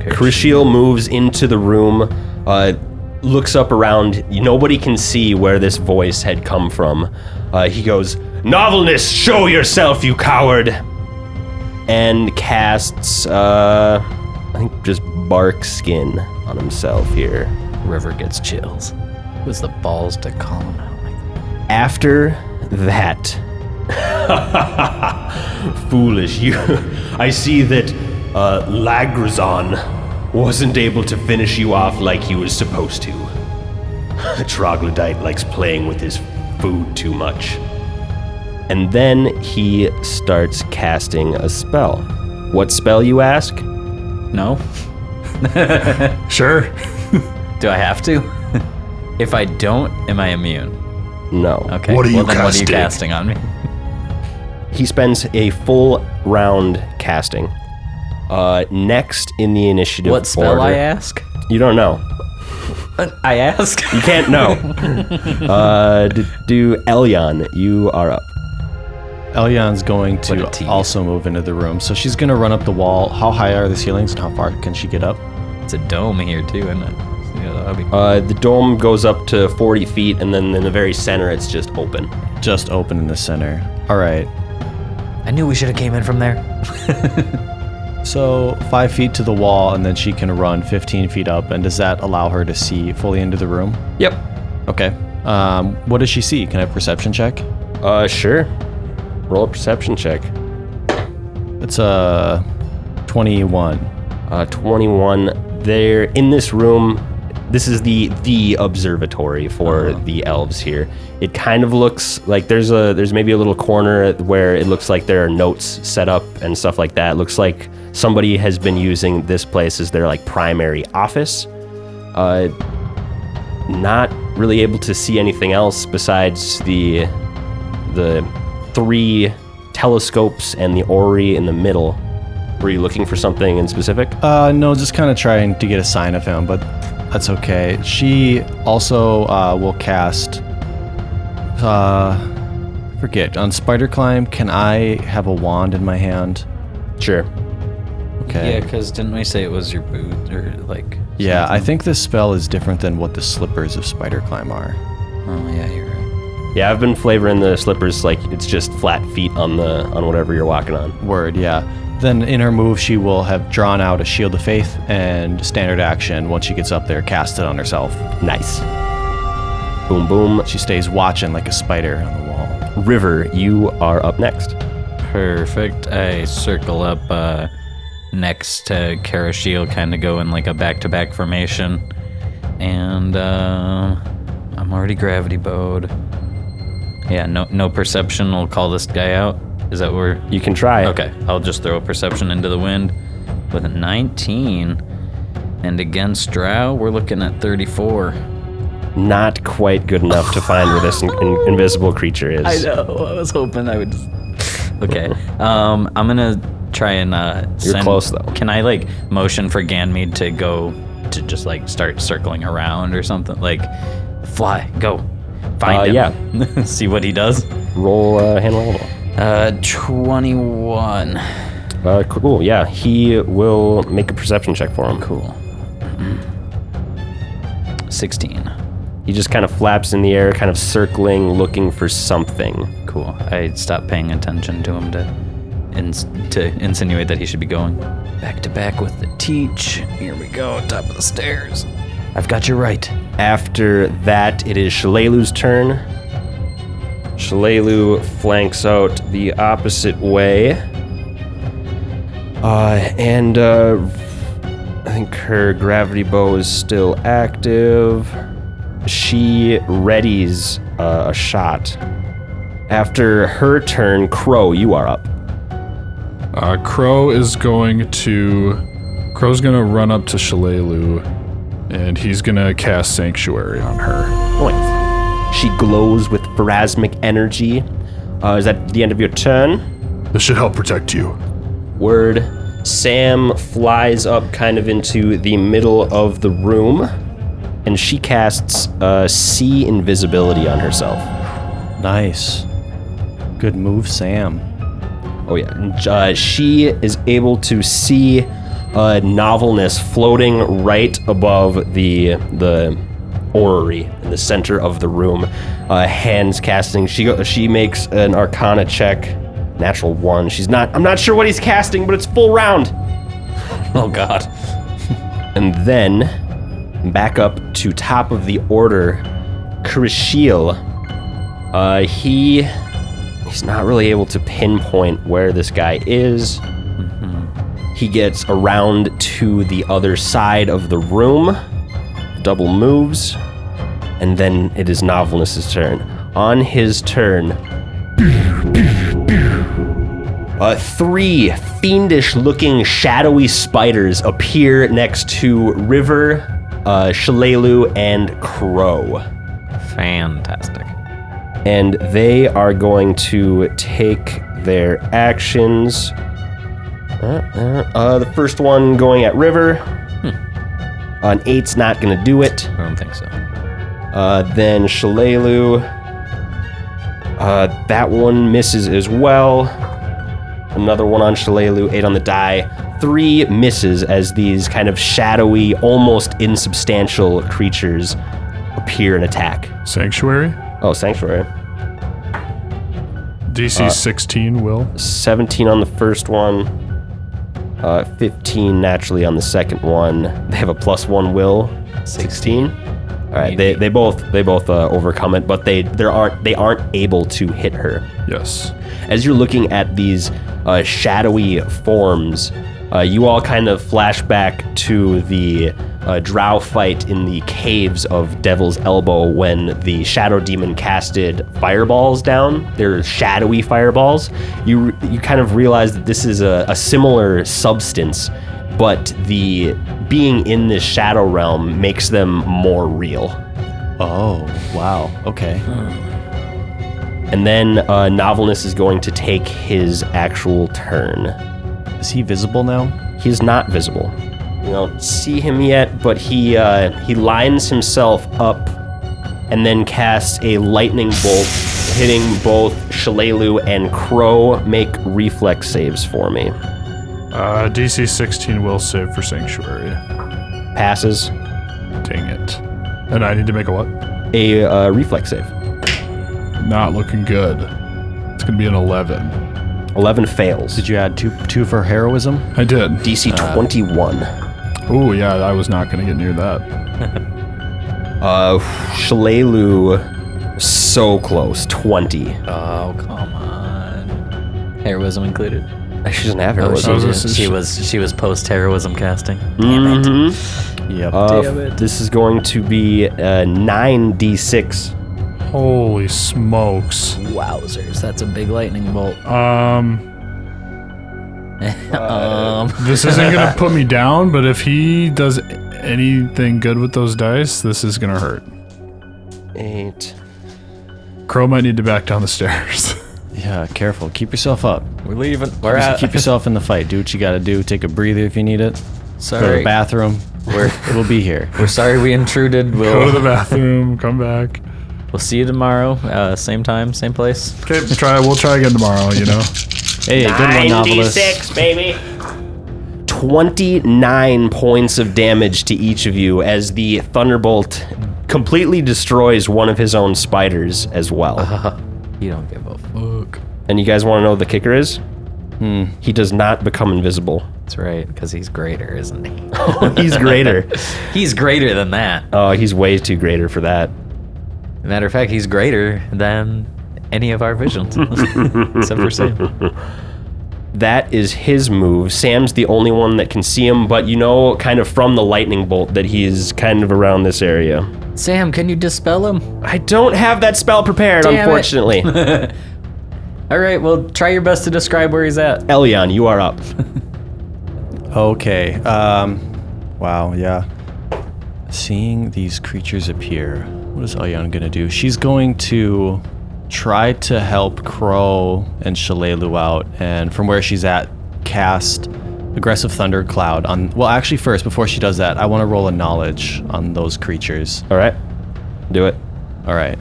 A: Carishiel moves into the room, uh, looks up around. Nobody can see where this voice had come from. Uh, he goes, Novelness, show yourself, you coward! And casts, uh, I think just bark skin on himself here.
D: <laughs> River gets chills. Who has the balls to call him out?
A: After that, <laughs> foolish you, I see that uh, Lagrazon wasn't able to finish you off like he was supposed to. The troglodyte likes playing with his food too much. And then he starts casting a spell. What spell, you ask?
D: No?
B: Sure.
D: Do I have to? <laughs> if I don't, am I immune?
A: No.
D: Okay.
B: What are you
D: well, then what are you
B: casting?
D: casting on me?
A: He spends a full round casting. Uh, next in the initiative.
D: What spell
A: order-
D: I ask?
A: You don't know.
D: Uh, I ask? <laughs>
A: You can't know. uh, d- do Elyon, you are up.
F: Elion's going
D: What
F: to
D: a tease.
F: also move into the room. So she's going to run up the wall. How high are the ceilings and how far can she get up?
D: it's a dome here too, isn't it? Yeah, that'll be-
A: Uh, the dome goes up to 40 feet, and then in the very center, it's just open.
F: Just open in the center. All right.
D: I knew we should have came in from there.
F: So five feet to the wall, and then she can run 15 feet up. And does that allow her to see fully into the room?
A: Yep.
F: Okay. Um, what does she see? Can I have a perception check?
A: Uh, sure. Roll a perception check.
F: It's uh, a 21.
A: Uh, 21. They're in this room. This is the the observatory for the elves here. It kind of looks like there's a there's maybe a little corner where it looks like there are notes set up and stuff like that. It looks like somebody has been using this place as their like primary office. Uh, not really able to see anything else besides the the three telescopes and the orrery in the middle. Were you looking for something in specific?
F: Uh, no, just kind of trying to get a sign of him, but that's okay. She also uh, will cast. Uh, forget on spider climb. Can I have a wand in my hand?
A: Sure.
F: Okay.
D: Yeah, because didn't we say it was your boot or like?
F: Yeah, I think this spell is different than what the slippers of spider climb are.
D: Oh yeah, you're right.
A: Yeah, I've been flavoring the slippers like it's just flat feet on the on whatever you're walking on.
F: Word, yeah. Then in her move, she will have drawn out a shield of faith and standard action. Once she gets up there, cast it on herself.
A: Nice. Boom boom.
F: She stays watching like a spider on the wall.
A: River, you are up next.
D: Perfect. I circle up uh, next to Karashiel, kind of go in like a back-to-back formation, and uh, I'm already gravity bowed. Yeah, no, no perception. We'll call this guy out. Is that where?
A: You can try.
D: Okay, I'll just throw a perception into the wind with a 19. And against Drow, we're looking at 34.
A: Not quite good enough to find where this in- in- invisible creature is.
D: know. I was hoping I would just. Okay. Um, I'm gonna try and. Uh,
A: You're close, though.
D: Can I like motion for Ganmead to go to just like start circling around or something? Like, fly, go, find
A: Uh,
D: him. Yeah. <laughs> See what he does.
A: Roll uh, hand rollable.
D: Uh, 21.
A: Uh, cool. Yeah, he will make a perception check for him.
D: Cool. 16.
A: He just kind of flaps in the air, kind of circling, looking for something.
D: Cool. I stopped paying attention to him to ins- to insinuate that he should be going back to back with the teach. Here we go, top of the stairs. I've got you right.
A: After that, it is Shalalu's turn. Shalalu flanks out the opposite way. Uh, and uh, I think her gravity bow is still active. She readies uh, a shot. After her turn, Crow, you are up.
B: Uh, Crow is going to. Crow's going to run up to Shalalu and he's gonna cast Sanctuary on her.
A: Points. She glows with phrasmic energy. Uh, is that the end of your turn?
B: This should help protect you.
A: Word. Sam flies up kind of into the middle of the room, and she casts uh, C invisibility on herself.
F: Nice. Good move, Sam.
A: Oh yeah, And, uh, she is able to see uh, novelness floating right above the the orrery in the center of the room. Uh, hands casting. She go, she makes an Arcana check, natural one. She's not. I'm not sure what he's casting, but it's full round.
D: <laughs> Oh God.
A: <laughs> And then back up to top of the order, Krishiel. Uh, he he's not really able to pinpoint where this guy is. He gets around to the other side of the room, double moves, and then it is Novelness's turn. On his turn, uh, three fiendish looking shadowy spiders appear next to River, uh, Shalelu, and Crow.
D: Fantastic.
A: And they are going to take their actions. Uh, uh, uh, the first one going at River. An eight's not going to do it.
D: I don't think so.
A: Uh, then Shalelu. Uh, that one misses as well. Another one on Shalelu, eight on the die. Three misses as these kind of shadowy, almost insubstantial creatures appear and attack.
B: Sanctuary.
A: Oh, Sanctuary.
B: DC 16 will.
A: 17 on the first one, uh, 15 naturally on the second one. <laughs> They have a plus one will. 16. All right, they, they both they both uh, overcome it, but they there aren't they aren't able to hit her.
B: Yes.
A: As you're looking at these uh, shadowy forms, uh, you all kind of flash back to the uh, drow fight in the caves of Devil's Elbow when the shadow demon casted fireballs down. They're shadowy fireballs. You you kind of realize that this is a, a similar substance, but the being in this shadow realm makes them more real.
F: Oh, wow. Okay.
A: And then uh, Novelness is going to take his actual turn.
F: Is he visible now?
A: He's not visible. You don't see him yet, but he uh, he lines himself up and then casts a lightning bolt, hitting both Shalelu and Crow. Make reflex saves for me.
B: Uh, DC 16 will save for Sanctuary.
A: Passes
B: Dang it. And I need to make a what?
A: a uh, reflex save.
B: Not looking good. It's gonna be an 11.
A: Eleven fails.
F: Did you add two two for heroism?
B: I did.
A: DC 21.
B: Oh yeah, I was not gonna get near that.
A: Uh, Shalelu, so close. 20.
D: Oh come on. Heroism included.
A: She doesn't have
D: Oh,
A: heroism.
D: she,
B: was
D: was,
B: just-
D: she was she was post heroism casting.
F: Yep.
A: Uh, This is going to be uh, 9d6.
B: Holy smokes.
D: Wowzers, that's a big lightning bolt.
B: Um,
D: Um, <laughs>
B: this isn't <laughs> gonna put me down, but if he does anything good with those dice, this is gonna hurt.
A: Eight.
B: Crow might need to back down the stairs. <laughs>
F: Yeah, careful. Keep yourself up.
D: we're leaving. We're
F: Just
D: out.
F: keep yourself in the fight. Do what you gotta do. Take a breather if you need it. Go to
D: Sorry,
F: the bathroom.
D: we're
F: It'll be here.
D: we're sorry we intruded.
B: Go to the
D: We'll
B: bathroom. Come back.
D: we'll see you tomorrow. Uh, same time, same place.
B: Okay, we'll try. We'll try again tomorrow. You know.
F: Hey, good one, novelist.
A: baby. 29 points of damage to each of you as the Thunderbolt completely destroys one of his own spiders as well.
D: You don't give a fuck.
A: And you guys want to know what the kicker is? He does not become invisible.
D: That's right, because he's greater, isn't he? <laughs>
A: he's greater.
D: He's greater than that.
A: <laughs> Oh, he's way too greater for that.
D: Matter of fact, he's greater than any of our visions, <laughs> except for
B: <laughs>
D: Sam.
A: That is his move. Sam's the only one that can see him, but you know, kind of from the lightning bolt, that he is kind of around this area.
D: Sam, can you dispel him?
A: I don't have that spell prepared,
D: Damn it.
A: unfortunately.
D: All right, well, try your best to describe where he's at.
A: Elion, you are up.
F: Okay. Um, wow. Yeah. Seeing these creatures appear, what is Elyon gonna do? She's going to try to help Crow and Shalelu out, and from where she's at, cast aggressive thundercloud on. Well, actually, first before she does that, I want to roll a knowledge on those creatures.
A: All right, do it.
F: All right,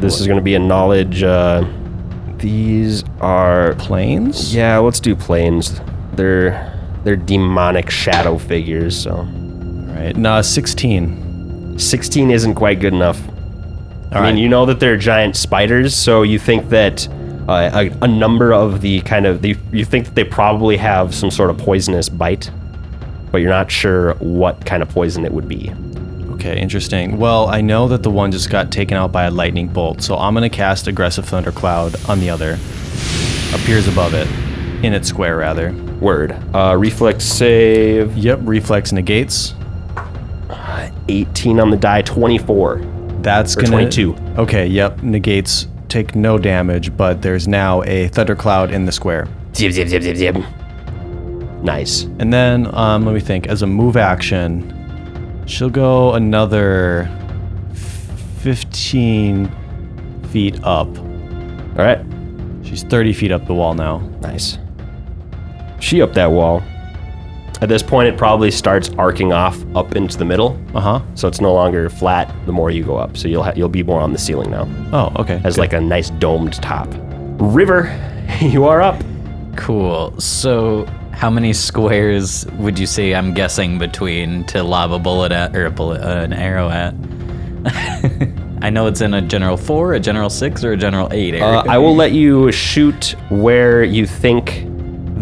A: This is going to be a knowledge. Uh, these are
F: planes.
A: yeah. Let's do planes. They're they're demonic shadow figures. So
F: All right, nah, sixteen.
A: sixteen isn't quite good enough. I
F: All right.
A: mean, you know that they're giant spiders, so you think that uh, a, a number of the kind of the, you think that they probably have some sort of poisonous bite, but you're not sure what kind of poison it would be.
F: Okay, interesting. Well, I know that the one just got taken out by a lightning bolt, so I'm gonna cast aggressive thundercloud on the other. Appears above it, in its square rather.
A: Word. Uh, reflex save
F: Yep, reflex negates.
A: 18 on the die, 24.
F: That's
A: Or
F: gonna
A: 22.
F: Okay, yep, negates. Take no damage, but there's now a thundercloud in the square.
A: Zip, zip, zip, zip, zip. Nice.
F: And then, um, let me think. As a move action, she'll go another f- 15 feet up.
A: All right.
F: She's 30 feet up the wall now.
A: Nice. She up that wall. At this point, it probably starts arcing off up into the middle,
F: Uh huh.
A: so it's no longer flat. The more you go up, so you'll ha- you'll be more on the ceiling now,
F: Oh, okay.
A: as
F: good.
A: like a nice domed top. River, <laughs> you are up.
D: Cool. So, how many squares would you say I'm guessing between to lob a bullet at or a bullet, uh, an arrow at? <laughs> I know it's in a general four, a general six, or a general eight area.
A: Uh, I will let you shoot where you think,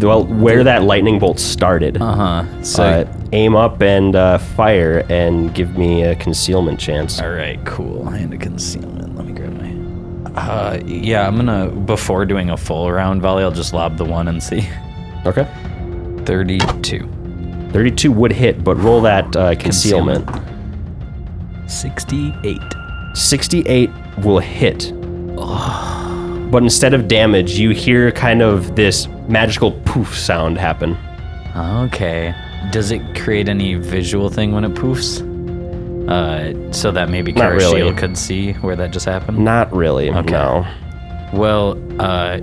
A: well, where that lightning bolt started.
D: huh. So,
A: Uh, aim up and uh, fire and give me a concealment chance.
D: all right, cool. And a concealment. Let me grab my. Uh, yeah, I'm gonna before doing a full round volley, I'll just lob the one and see. <laughs>
A: Okay.
D: Thirty-two.
A: 32 would hit, but roll that uh, concealment.
D: 68.
A: 68 will hit. But instead of damage, you hear kind of this magical poof sound happen.
D: Okay. Does it create any visual thing when it poofs? Uh, so that maybe
A: Not
D: Karashiel
A: really.
D: could see where that just happened?
A: Not really. No.
D: Well, uh,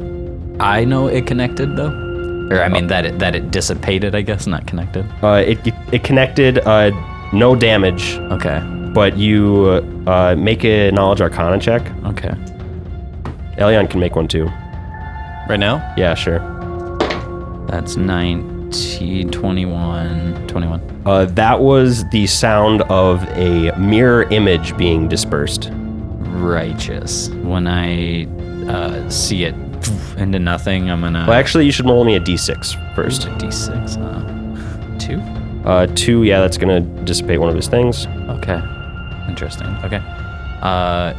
D: I know it connected though. Or I mean that it that it dissipated, I guess, not connected.
A: Uh, it, it connected, uh, no damage,
D: Okay.
A: but you uh, make a knowledge arcana check.
D: Okay.
A: Elion can make one too.
F: right now.
A: Yeah, sure.
D: That's 19, 21, 21.
A: Uh, that was the sound of a mirror image being dispersed.
D: Righteous. When I uh, see it poof into nothing, I'm gonna
A: Well, actually, you should roll me a d6 first.
D: d6. Uh, two.
A: Uh, two, yeah, that's gonna dissipate one of his things.
D: Okay. Interesting. Okay. Uh,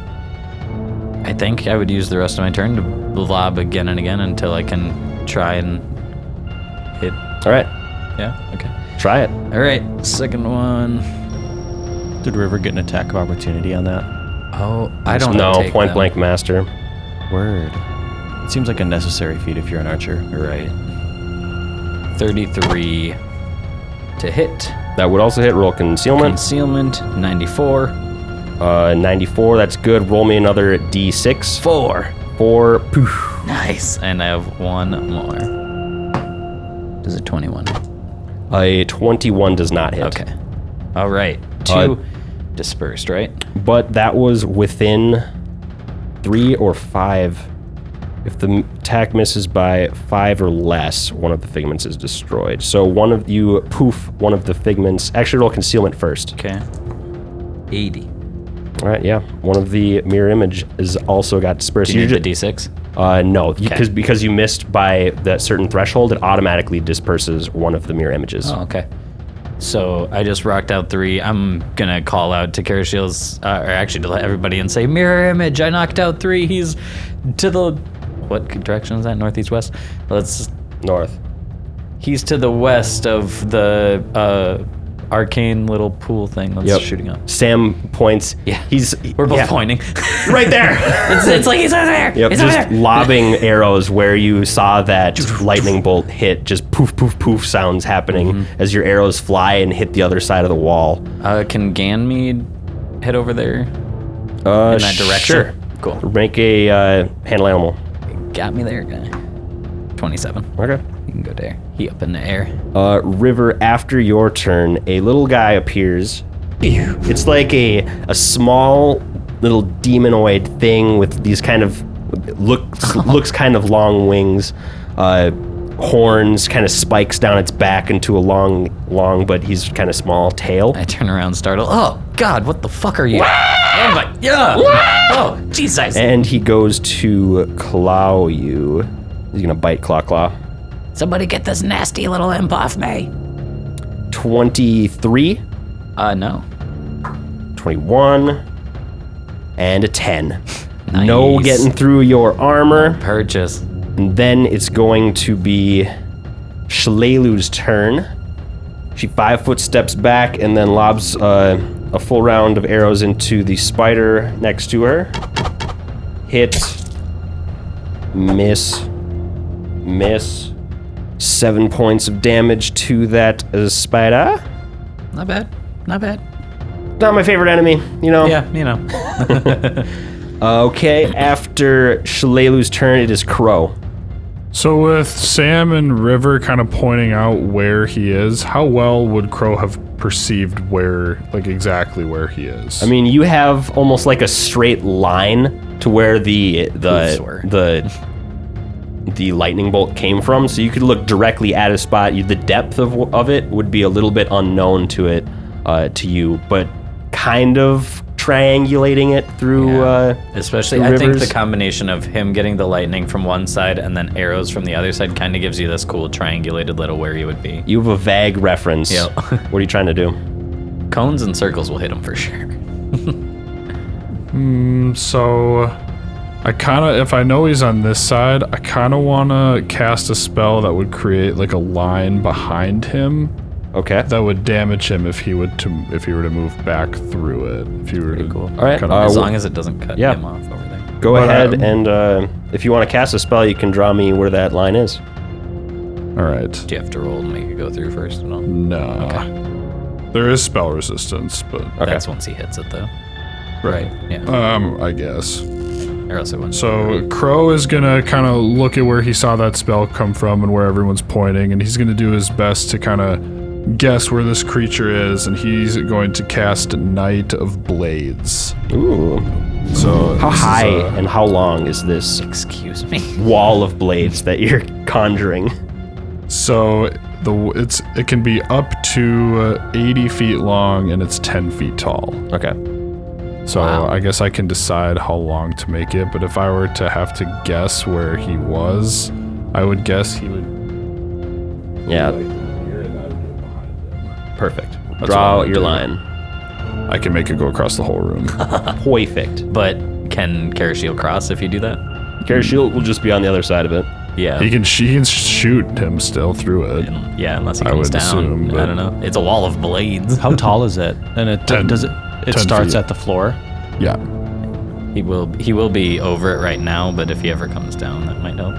D: I think I would use the rest of my turn to lob again and again until I can try and hit.
A: All right,
D: Yeah. Okay.
A: try it.
D: All right. Second one.
F: Did River get an attack of opportunity on that?
D: Oh, I don't
A: no,
D: take
A: point
D: them.
A: blank master.
F: Word. It seems like a necessary feat if you're an archer.
D: Right. Thirty-three to hit.
A: That would also hit roll concealment.
D: Concealment. Ninety-four.
A: Uh, 94, that's good. Roll me another d6.
D: Four.
A: Four. Poof.
D: Nice. And I have one more. Does a twenty-one?
A: A 21 does not hit.
D: Okay. All right. Two
A: Uh,
D: dispersed. Right.
A: But that was within three or five. If the m- attack misses by five or less, one of the figments is destroyed. So one of you poof one of the figments. Actually, roll concealment first.
D: Okay. 80.
A: All right, yeah. One of the mirror image is also got dispersed.
D: Do you
A: You
D: need the
A: ju-
D: D6?
A: Uh, no, because because you missed by that certain threshold, it automatically disperses one of the mirror images.
D: Oh, okay. So I just rocked out three. I'm gonna call out to Karashiel's, uh, or actually to let everybody and say, "Mirror image! I knocked out three. He's to the what direction is that? Northeast west. Let's.
A: North.
D: He's to the west of the uh, arcane little pool thing that's
A: Yep.
D: shooting up.
A: Sam points.
D: Yeah.
A: He's
D: We're both
A: yeah. <laughs>
D: pointing. <laughs>
A: right there.
D: it's, it's like he's over there.
A: Yep,
D: he's over
A: just
D: there.
A: lobbing <laughs> arrows where you saw that lightning bolt hit. Just poof, poof, poof sounds happening
D: Mm-hmm.
A: as your arrows fly and hit the other side of the wall.
D: Uh, can Ganmede head over there
A: Uh,
D: in that direction?
A: Sure.
D: Cool.
A: Make a uh, handle animal.
D: Got me there, guy. 27.
A: Okay.
D: You can go there. He up in the air.
A: Uh, River, after your turn, a little guy appears. It's like a a small little demonoid thing with these kind of looks looks kind of long wings, uh, horns, kind of spikes down its back into a long long, but he's kind of small tail.
D: I turn around, startled. Oh God, what the fuck are you? I'm like, yeah. Oh Jesus.
A: And he goes to claw you. He's gonna bite claw claw.
D: Somebody get this nasty little imp off me.
A: Twenty three.
D: Uh, no.
A: 21 and a 10 no
D: Nice.
A: getting through your armor
D: Purchase.
A: and then it's going to be shalelu's turn she five foot steps back and then lobs uh, a full round of arrows into the spider next to her hit miss miss seven points of damage to that uh, spider
D: Not bad. Not bad.
A: not my favorite enemy you know
D: Yeah, you know.
A: Okay, after Shalelu's turn, it is Crow.
B: So with Sam and River kind of pointing out where he is, how well would Crow have perceived where, like exactly where he is?
A: I mean, you have almost like a straight line to where the the
D: Oops, sorry.
A: the the lightning bolt came from, so you could look directly at a spot. You, the depth of of it would be a little bit unknown to it uh, to you, but kind of triangulating it through. Uh,
D: Especially,
A: The
D: I think the
A: rivers.
D: combination of him getting the lightning from one side and then arrows from the other side kind of gives you this cool triangulated little where you would be.
A: you have a vague reference.
D: Yep.
A: <laughs> what are you trying to do?
D: Cones and circles will hit him for sure.
B: so I kind of, if I know he's on this side, I kind of want to cast a spell that would create like a line behind him
A: Okay.
B: that would damage him if he would to if he were to move back through it. If he were to cool.
A: All right, uh,
D: As
A: w-
D: long as it doesn't cut
A: yeah.
D: him off over there.
A: Go
B: But,
A: ahead
B: um,
A: and uh, if you want to cast a spell, you can draw me where that line is. uh,
B: All right.
D: Do you have to roll to make it go through first and all?
B: Nah. There is spell resistance, but
D: That's once he hits it though.
B: right.
D: Yeah.
B: Um, I guess.
D: or else it wouldn't.
B: So Crow is gonna kind of look at where he saw that spell come from and where everyone's pointing, and he's gonna do his best to kind of guess where this creature is, and he's going to cast Knight of Blades.
A: Ooh.
B: So
A: How
B: this is,
A: high
B: uh,
A: and how long is this
D: Excuse me. <laughs>
A: wall of blades that you're <laughs> conjuring?
B: so the it's it can be up to uh, 80 feet long and it's 10 feet tall.
A: Okay.
B: So I guess I can decide how long to make it, but if I were to have to guess where he was, I would guess he would.
A: Yeah. Perfect. Draw your line.
B: I can make it go across the whole room.
A: Perfect.
D: But can Karashiel cross if you do that?
A: Karashiel will just be on the other side of it.
D: Yeah.
B: He can she can shoot him still through it.
D: yeah, unless he
B: I
D: comes
B: would
D: down.
B: assume,
D: I
B: but-
D: don't know. It's a wall of blades.
F: How tall is it? And it
B: Ten-
F: does it. It
B: ten
F: starts
B: feet.
F: at the floor.
B: Yeah.
D: He will he will be over it right now, but if he ever comes down, that might help.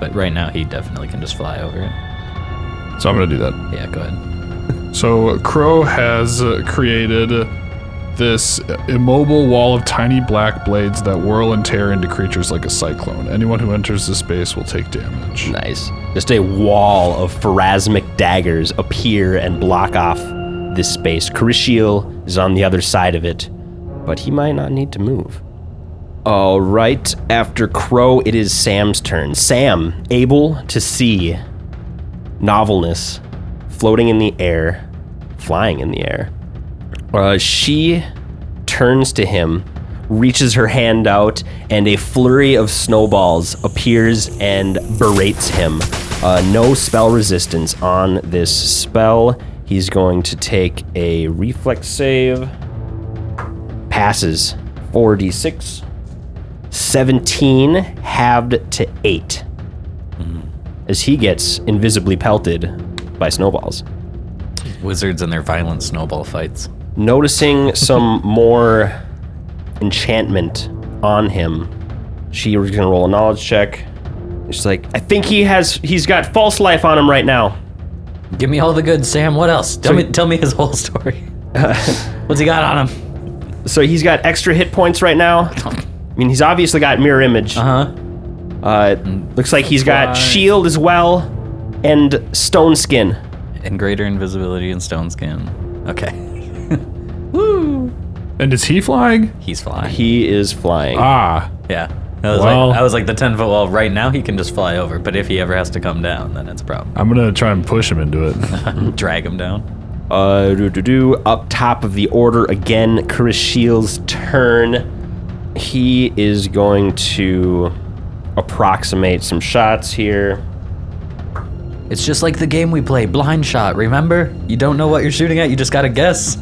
D: But right now, he definitely can just fly over it.
B: So I'm gonna do that.
D: Yeah, go ahead.
B: So Crow has uh, created this immobile wall of tiny black blades that whirl and tear into creatures like a cyclone. Anyone who enters the space will take damage.
A: Nice. Just a wall of pharasmic daggers appear and block off this space. Karashiel is on the other side of it, but he might not need to move. All right. After Crow, it is Sam's turn. Sam, able to see novelness floating in the air, flying in the air. Uh, she turns to him, reaches her hand out, and a flurry of snowballs appears and berates him. Uh, no spell resistance on this spell. He's going to take a reflex save. Passes 4d6. 17 halved to 8. As he gets invisibly pelted by snowballs.
D: Wizards and their violent snowball fights.
A: Noticing some <laughs> more enchantment on him, she was gonna roll a knowledge check. She's like, I think he has he's got false life on him right now.
D: Give me all the good, Sam. What else? Tell me, tell me his whole <laughs>
B: <laughs>
D: story. What's he got on him?
A: So he's got extra hit points right now. I mean, he's obviously got mirror image.
D: Uh huh.
A: Uh, looks like he's got shield as well, and stone skin.
D: And greater invisibility and stone skin. Okay, <laughs>
B: And is he flying?
D: he's flying.
A: He is flying.
B: Ah,
D: yeah. I was,
B: Well-
D: like, I was like the ten foot wall. Right now, he can just fly over. But if he ever has to come down, then it's a problem.
B: I'm gonna try and push him into <laughs> it.
D: Drag him down.
A: Uh, do do do. Up top of the order again. Chris Shields' turn. He is going to approximate some shots here.
D: It's just like the game we play, blind shot. Remember? You don't know what you're shooting at. You just gotta guess.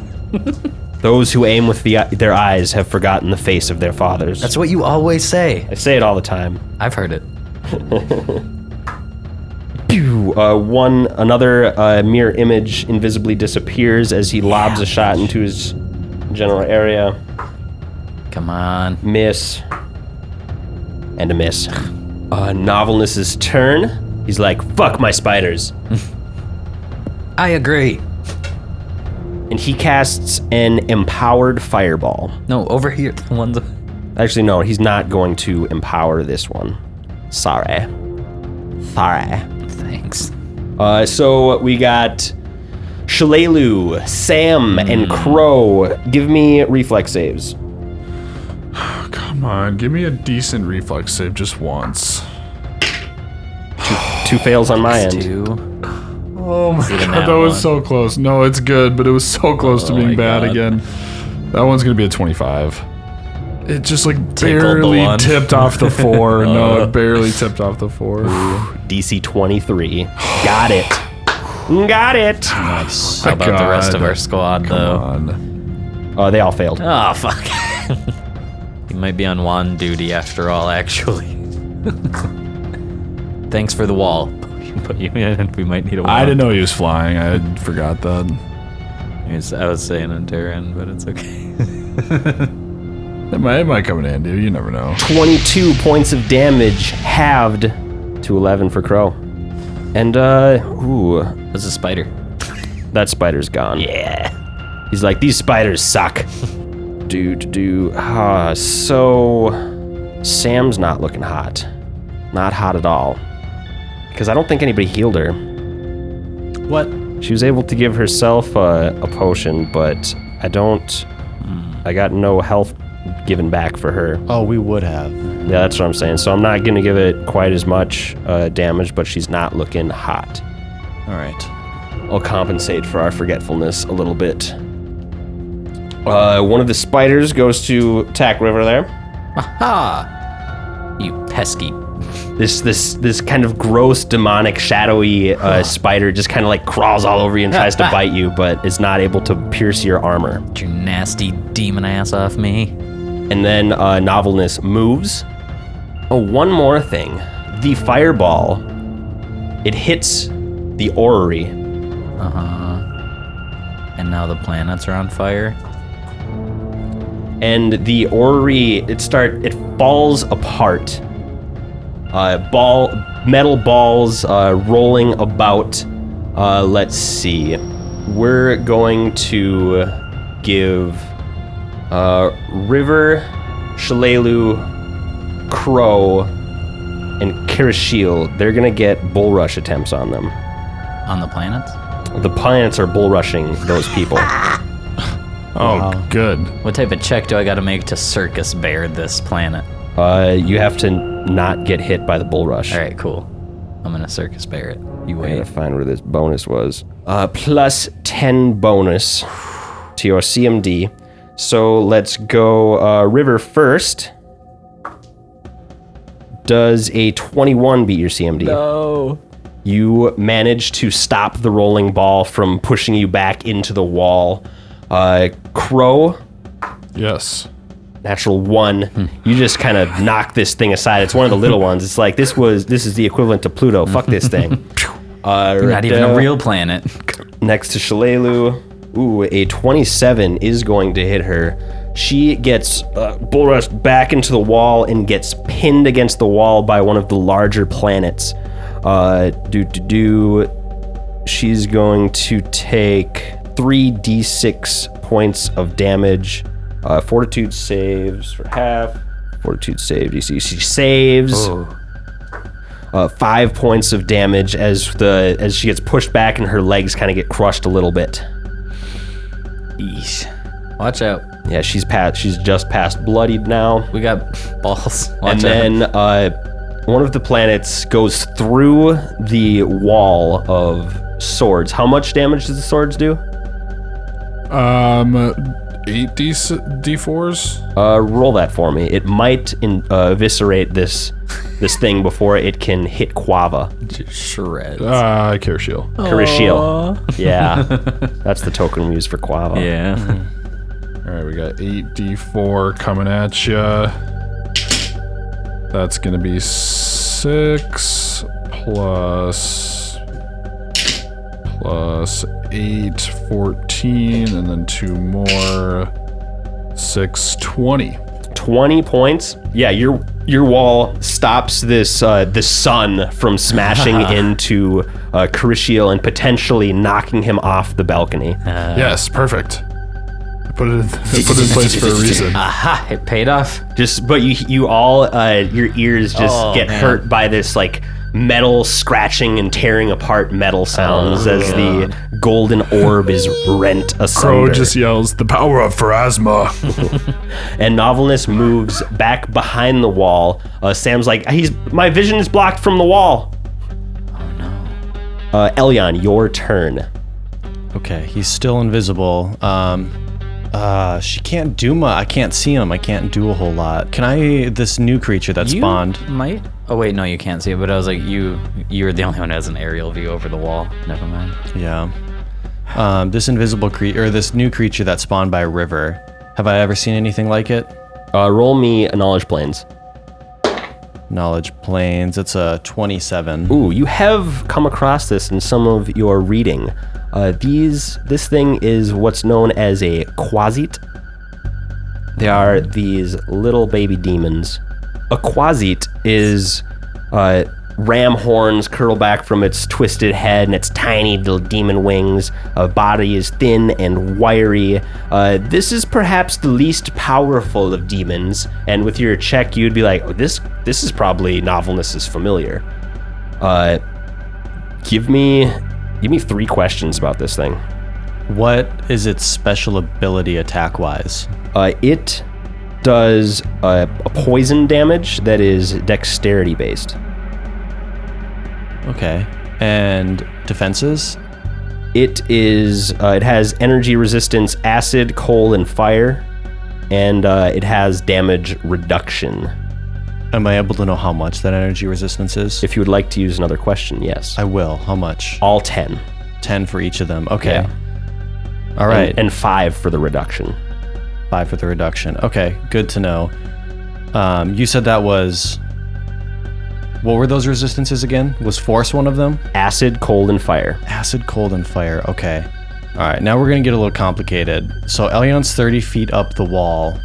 A: Those who aim with the, their eyes have forgotten the face of their fathers.
D: That's what you always say.
A: I say it all the time.
D: I've heard it.
A: Pew! Uh, one another uh, mirror image invisibly disappears as he lobs a shot into his general area.
D: Come on.
A: miss, and a miss. <sighs> Uh, Novelness's turn. He's like, fuck my spiders.
D: I agree.
A: And he casts an empowered fireball.
D: No, over here. <laughs> The ones.
A: Actually, no, he's not going to empower this one. Sorry. Sorry.
D: Thanks.
A: Uh, so we got Shalelu, Sam, and Crow. Give me reflex saves.
B: Oh, Come on, give me a decent reflex save just once.
A: Two fails on my end.
D: Two.
B: Oh my
D: Even
B: god,
D: that
B: that was
D: one.
B: so close. No, it's good, but it was so close to
D: Oh my
B: being bad
D: God.
B: again. That one's gonna be a 25. It just like
D: Tickled the
B: barely
D: one.
B: tipped off
D: <laughs>
B: the four. no, it barely tipped off the four. How
A: DC 23. Got it. Got it.
D: How about the rest of our squad, though?
A: Uh, they all failed.
D: Oh fuck. <laughs> he might be on one duty after all, actually. <laughs> Thanks for the wall. <laughs> But you, we might need a wall.
B: I didn't know he was flying. I had forgot that.
D: I was, I was saying on Terran, but it's okay. <laughs>
B: It might, it might come in handy. You never know.
A: 22 points of damage halved to 11 for Crow. And, uh, ooh,
D: That's a spider.
A: that spider's gone. Yeah. He's like, these spiders suck. <laughs> do, do, do. Ah, so, Sam's not looking hot. Not hot at all. Because I don't think anybody healed her.
E: What?
A: She was able to give herself a, a potion, but I don't. I got no health given back for her.
E: Hmm. Oh, we would have.
A: Yeah, that's what I'm saying. So I'm not going to give it quite as much uh, damage, but she's not looking hot.
E: All right.
A: I'll compensate for our forgetfulness a little bit. Uh, one of the spiders goes to attack River there.
D: Ha! You pesky.
A: This this this kind of gross, demonic, shadowy uh, spider just kind of like crawls all over you and tries to bite you, but is not able to pierce your armor.
D: Get your nasty demon ass off me.
A: And then uh, Novelness moves. Oh, one more thing. The fireball, it hits the orrery
D: Uh huh. Uh-huh. And now the planets are on fire.
A: and the orrery it start it falls apart. Uh, ball metal balls uh, rolling about. Uh, let's see. We're going to give uh, River, Shalelu, Crow, and Kirishil. They're gonna get bull rush attempts on them.
D: On the planets?
A: The planets are bull rushing those
D: <laughs>
A: people.
B: Oh, good.
D: What type of check do I gotta make to circus bear this planet?
A: Uh, you have to not get hit by the bull rush.
D: All right, cool. I'm gonna circus bear it. You
A: I gotta
D: wait.
A: find where this bonus was. Uh, plus 10 bonus to your CMD. So let's go uh, River first. Does a 21 beat your CMD? No. You manage to stop the rolling ball from pushing you back into the wall. Uh, Crow,
B: Yes.
A: natural
D: Hmm.
A: one. You just kind of knock this thing aside. It's one of the
D: <laughs>
A: little ones. It's like
D: <laughs>
A: this was this is the equivalent to Pluto. Fuck this thing. Uh,
D: Not even
A: Redo-
D: a real planet. <laughs>
A: next to Shalelu. Ooh, a 27 is going to hit her. She gets uh, bull rushed back into the wall and gets pinned against the wall by one of the larger planets. Uh, do do do. She's going to take 3d6 points of damage. Uh, fortitude saves for half. Fortitude save DC. She saves uh, five points of damage as the as she gets pushed back and her legs kind of get crushed a little bit.
D: Watch out.
A: Yeah, she's past. She's just past bloodied now.
D: We got balls. Watch
A: and
D: out.
A: then uh, one of the planets goes through the wall of swords. How much damage does the swords do?
B: Um, eight D d4s.
A: Uh, roll that for me. It might in, uh, eviscerate this this thing before it can hit Quava.
D: shred.
B: Uh, care shield.
A: Oh. Carishiel. Yeah, that's the token we use for Quava.
D: Yeah.
B: All right, we got eight d4 coming at you. That's gonna be six plus plus eight, 14, and then two more, six, 20.
A: 20 points. Yeah, your your wall stops this uh, the sun from smashing into uh, Carishiel and potentially knocking him off the balcony.
B: yes, perfect. I put it in, <laughs> I put it in place for a reason.
D: Aha! It paid off.
A: Just but you you all uh, your ears just get hurt by this like metal scratching and tearing apart metal sounds as the golden orb is rent
B: Crow
A: asunder.
B: just yells, "The power of Pharasma!"
A: and Novelness moves back behind the wall. Uh, Sam's like, he's my vision is blocked from the wall. Oh no. Uh, Elyon, your turn.
F: Okay, he's still invisible. Um, uh, she can't do my. I can't see him. I can't do a whole lot. Can I? This new creature that
D: You
F: spawned.
D: might. Oh wait, no, you can't see it. But I was like, you. You were the only one who has an aerial view over the wall. Never mind.
F: Yeah. Um, this invisible creature, or this new creature that spawned by a river. Have I ever seen anything like it?
A: Uh, roll me a knowledge planes.
F: Knowledge planes. It's a 27.
A: Ooh, you have come across this in some of your reading. Uh, these, this thing is what's known as a quasit. They are these little baby demons. A quasit is uh, ram horns curl back from its twisted head and its tiny little demon wings. A body is thin and wiry. Uh, this is perhaps the least powerful of demons, and with your check, you'd be like, oh, "This, this is probably Novelness's familiar." Uh, give me, give me three questions about this thing.
F: What is its special ability attack wise?
A: Uh, it does uh, a poison damage that is dexterity based.
F: Okay. And defenses?
A: It is. Uh, it has energy resistance, acid, coal, and fire, and uh, it has damage reduction.
F: Am I able to know how much that energy resistance is?
A: If you would like to use another question, yes.
F: I will. How much?
A: All ten.
F: 10 for each of them. Okay.
A: Yeah.
F: All right.
A: And, and five for the reduction.
F: five for the reduction. Okay, good to know. Um, you said that was. What were those resistances again? Was force one of them?
A: Acid, cold, and fire.
F: Acid, cold, and fire. Okay. All right, now we're going to get a little complicated. So Elyon's 30 feet up the wall,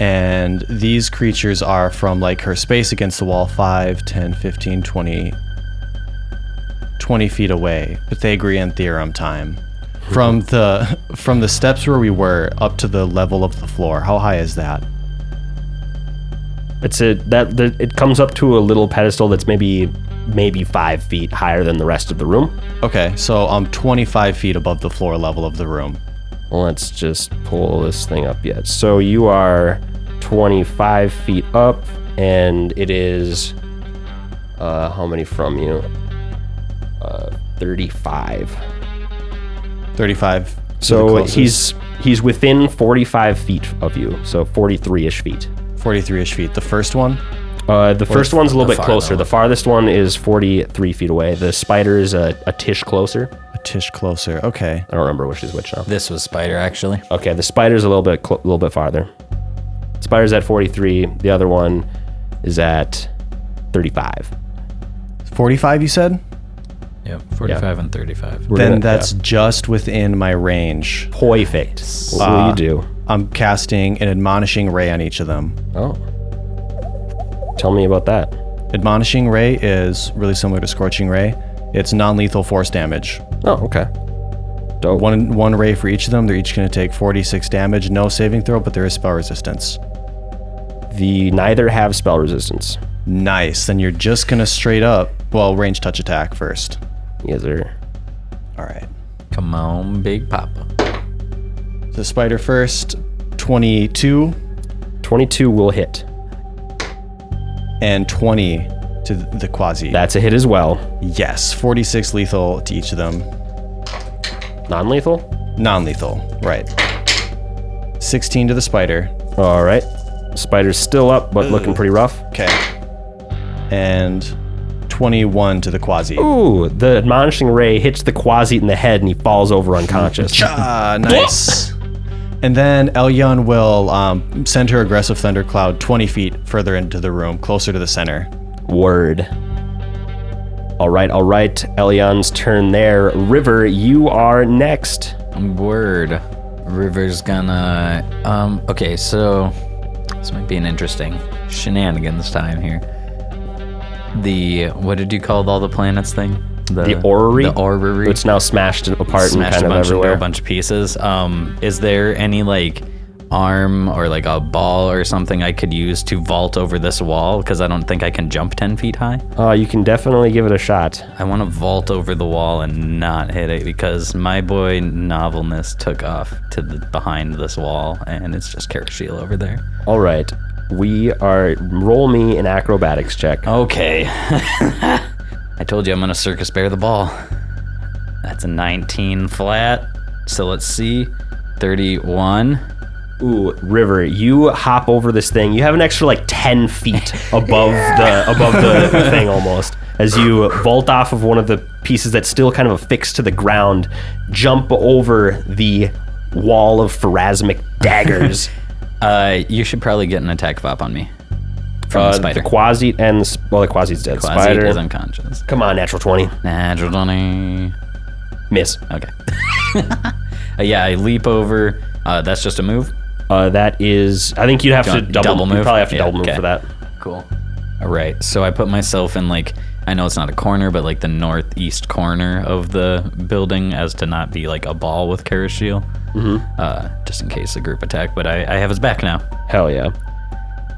F: and these creatures are from like her space against the wall 5, 10, 15, 20, 20 feet away. Pythagorean
A: <laughs>
F: theorem time. From the from the steps where we were up to the level of the floor. How high is that?
A: It's a that the, it comes up to a little pedestal that's maybe maybe five feet higher than the rest of the room.
F: Okay, so I'm 25 feet above the floor level of the room.
A: Let's just pull this thing up yet. So you are 25 feet up, and it is uh, how many from you? Uh, 35.
F: 35. to the
A: So
F: closest.
A: he's he's within 45 feet of you, so 43-ish feet.
F: 43ish feet. The first one?
A: Uh, the first one's a little bit
D: far
A: closer. The farthest one is 43 feet away. The spider is a, a tish closer.
F: A tish closer. Okay.
A: I don't remember which is which now.
D: This was spider actually.
A: Okay, the spider's a little bit cl- little bit farther. Spider's at 43. The other one is at 35.
F: 45 you said
C: Yep. 45 and 35.
A: We're
F: Then
A: gonna-
F: that's just within my range.
A: yeah. perfect. What will
F: Ah.
A: you do?
F: I'm casting an admonishing ray on each of them.
A: Oh,
F: Oh.
A: tell me about that.
F: Admonishing ray is really similar to scorching ray. It's non-lethal force damage.
A: Oh, okay. Dope.
F: One one ray for each of them. They're each going to take 46 damage. No saving throw, but there is spell resistance.
A: The neither have spell resistance.
F: Nice. Then you're just going to straight up. Well, range touch attack first.
A: Yes, sir.
F: All right.
D: Come on, Big Papa.
F: So spider first, 22
A: Twenty-two will hit.
F: and 20 to th- the quasi.
A: That's a hit as well.
F: yes, 46 lethal to each of them.
A: Non-lethal.
F: Non-lethal. Right. 16 to the spider.
A: All right. Spider's still up, but looking pretty rough.
F: Okay. And 21 to the quasi.
A: Ooh, the admonishing ray hits the quasi in the head, and he falls over unconscious.
F: Ah, <laughs> nice. and then Elyon will um, send her aggressive thundercloud 20 feet further into the room, closer to the center.
A: Word. All right, all right. Elion's turn there. River, you are next.
D: Word. River's gonna. Um. Okay. So this might be an interesting shenanigans time here. The what did you call all the planets thing?
A: The orrery.
D: The orrery.
A: It's now smashed apart
D: smashed
A: and kind
D: a bunch
A: of everywhere.
D: into a bunch of pieces. Um, is there any like arm or like a ball or something I could use to vault over this wall? Because I don't think I can jump ten feet high.
A: Uh, you can definitely give it a shot.
D: I want to vault over the wall and not hit it because my boy novelness took off to the behind this wall and it's just Karashiel over there.
A: All right. We are. Roll me an acrobatics check.
D: Okay. <laughs> I told you I'm gonna circus bear the ball. That's a 19 flat. So let's see, 31.
A: Ooh, River, you hop over this thing. You have an extra like ten feet above the above the thing almost as you vault off of one of the pieces that's still kind of affixed to the ground, jump over the wall of pharasmic
D: <laughs>
A: daggers.
D: Uh, you should probably get an attack vop on me from
A: Uh,
D: the spider.
A: The quasi and the, s- well, the quasi's dead.
D: Quasi
A: spider
D: is unconscious.
A: Come on, natural twenty,
D: Natural 20.
A: miss.
D: Okay. <laughs> Uh, yeah, I leap over. Uh, that's just a move.
A: Uh, that is. I think you'd have to
D: want
A: double,
D: double
A: You
D: move?
A: probably have to
D: Yeah,
A: double move
D: okay.
A: for that.
D: Cool. All right. So I put myself in like I know it's not a corner, but like the northeast corner of the building, as to not be like a ball with Karashiel, mm-hmm. uh, just in case a group attack. But I, I have his back now.
A: Hell yeah.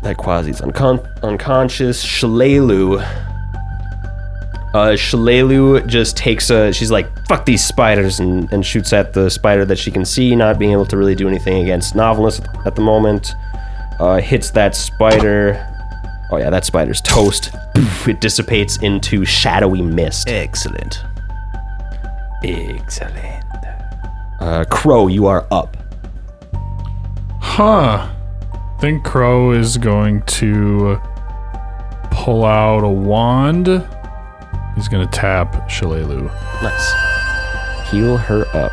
A: That Quasi's uncon- unconscious. Shalelu. Uh, Shalelu just takes a. She's like, fuck these spiders, and, and shoots at the spider that she can see, not being able to really do anything against Novelist at the moment. Uh, hits that spider. Oh, yeah, that spider's toast. Poof, it dissipates into shadowy mist.
F: Excellent.
D: Excellent.
A: Uh, Crow, you are up.
B: Huh. I think Crow is going to pull out a wand. He's going to tap Shalelu.
A: Nice. Heal her up.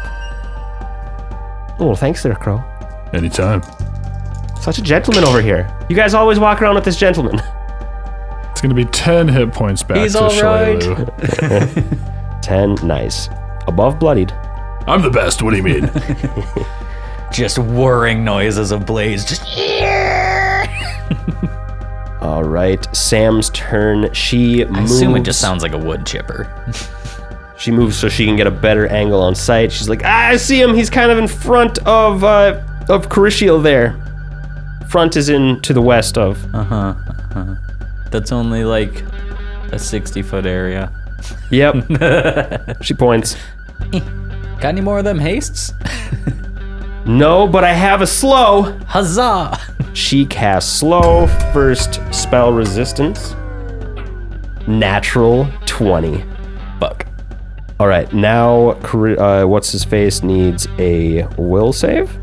A: Oh, thanks there, Crow.
B: Anytime.
A: Such a gentleman over here. You guys always walk around with this gentleman. <laughs>
B: It's going to be 10 hit points back to Shalelu.
A: Ten, nice. Above bloodied.
B: I'm the best. What do you mean?
D: Just whirring noises of blaze. Just
A: All right. Sam's turn. She
D: I
A: moves.
D: assume it just sounds like a wood chipper.
A: She moves so she can get a better angle on sight. She's like, ah, I see him. He's kind of in front of uh, of Carishiel there. Front is in to the west of.
D: That's only like a sixty foot area.
A: Yep.
D: <laughs>
A: she points.
D: Got any more of them hastes? <laughs>
A: No, but I have a slow.
D: Huzzah!
A: She casts slow first spell resistance. Natural twenty.
D: Fuck.
A: All right, now Kar- uh, what's his face needs a will save.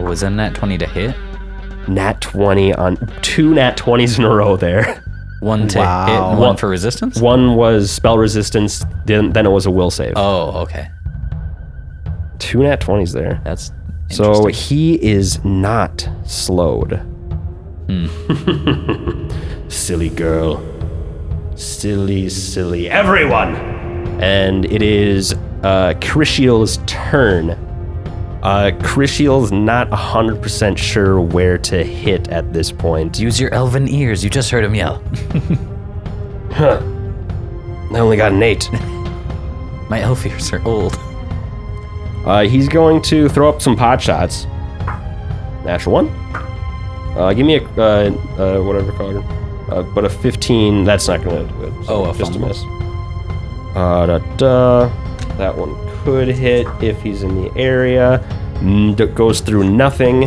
D: Was in Oh, that twenty to hit?
A: Nat twenty on two nat twenties in a row. There, <laughs>
D: One to hit, and one for resistance.
A: one was spell resistance. Then then it was a will save.
D: Oh, okay.
A: two nat twenties there.
D: That's
A: So he is not slowed. silly girl. Silly, silly. Everyone! and it is uh, Crishiel's turn. Uh, Crishiel's not 100% sure where to hit at this point.
D: Use your elven ears. You just heard him yell. <laughs>
A: I only got an 8.
D: My elf ears are old.
A: Uh, he's going to throw up some pot shots. Natural one. Uh, give me a uh, uh, whatever card. Uh, but a 15, that's not going to do it.
D: Oh, a
A: just
D: fumble.
A: a miss. Uh, da, da. That one could hit if he's in the area. Mm, d- goes through nothing.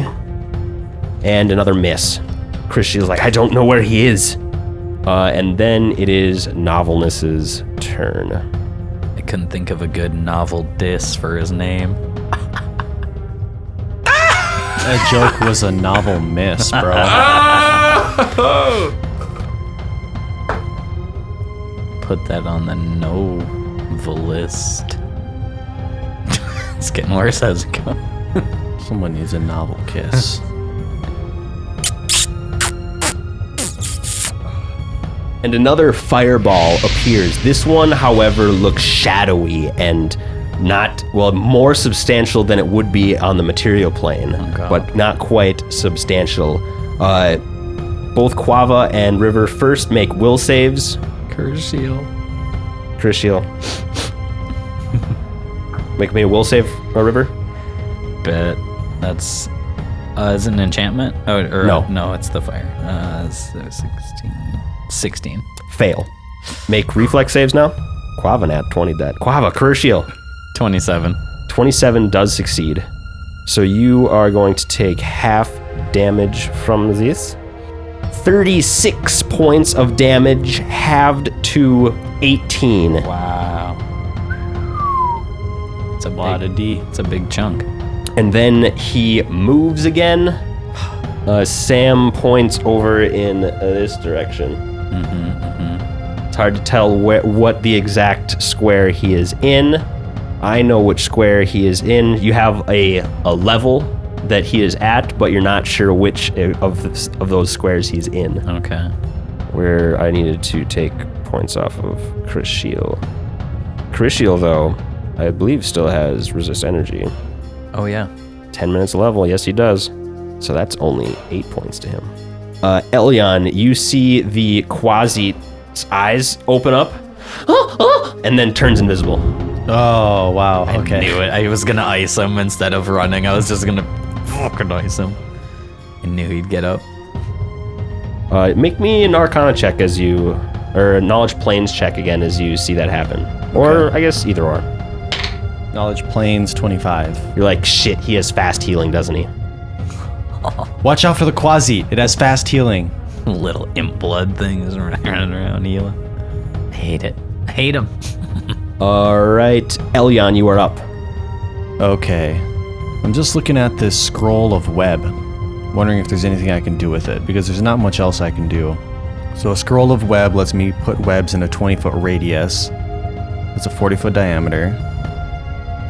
A: And another miss. Christian's like, I don't know where he is. Uh, and then it is Novelness's turn.
D: I couldn't think of a good novel diss for his name.
F: That joke was a novel miss, <laughs> bro.
D: Put that on the novelist. <laughs> it's getting worse as it goes.
F: Someone needs a novel kiss.
A: and another fireball appears. This one, however, looks shadowy and not, well, more substantial than it would be on the material plane, but not quite substantial. Uh, both Quava and River first make will saves. Crucial. make me a will save, uh, River.
D: Bet that's uh, is it an enchantment? Oh, or,
A: No.
D: no, it's the fire. Uh, it's- uh, sixteen. Sixteen.
A: Fail. Make reflex saves now. Quava nat 20 that. Quava, Crucial.
D: Twenty-seven.
A: 27 does succeed. So you are going to take half damage from this. 36 points of damage halved to 18.
D: Wow. It's a lot
F: of D.
D: It's a big chunk.
A: And then he moves again. Uh, Sam points over in uh, this direction. It's hard to tell where, what the exact square he is in. I know which square he is in. You have a, a level that he is at, but you're not sure which uh, of, the, of those squares he's in.
D: Okay.
A: Where I needed to take points off of Crishiel. Crishiel, though, I believe still has resist energy.
D: Oh yeah.
A: 10 minutes level. Yes, he does. So that's only eight points to him. Uh, Elion, you see the Quasit's eyes open up <gasps> and then turns invisible.
F: <laughs> Oh wow.
D: I
F: Okay.
D: knew it. I was gonna ice him instead of running. I was just gonna fucking ice him. I knew he'd get up. <laughs>
A: Uh, make me an Arcana check as you, or a Knowledge Planes check again as you see that happen. Or I guess either or.
F: Knowledge planes 25.
A: You're like, shit, he has fast healing, doesn't he?
F: Watch out for the quasi. It has fast healing.
D: Little imp blood thing is <laughs> running around healing. I hate it. I hate him.
A: All right, Elion, you are up.
F: Okay. I'm just looking at this scroll of web, wondering if there's anything I can do with it, because there's not much else I can do. So, a scroll of web lets me put webs in a 20 foot radius. That's a 40 foot diameter.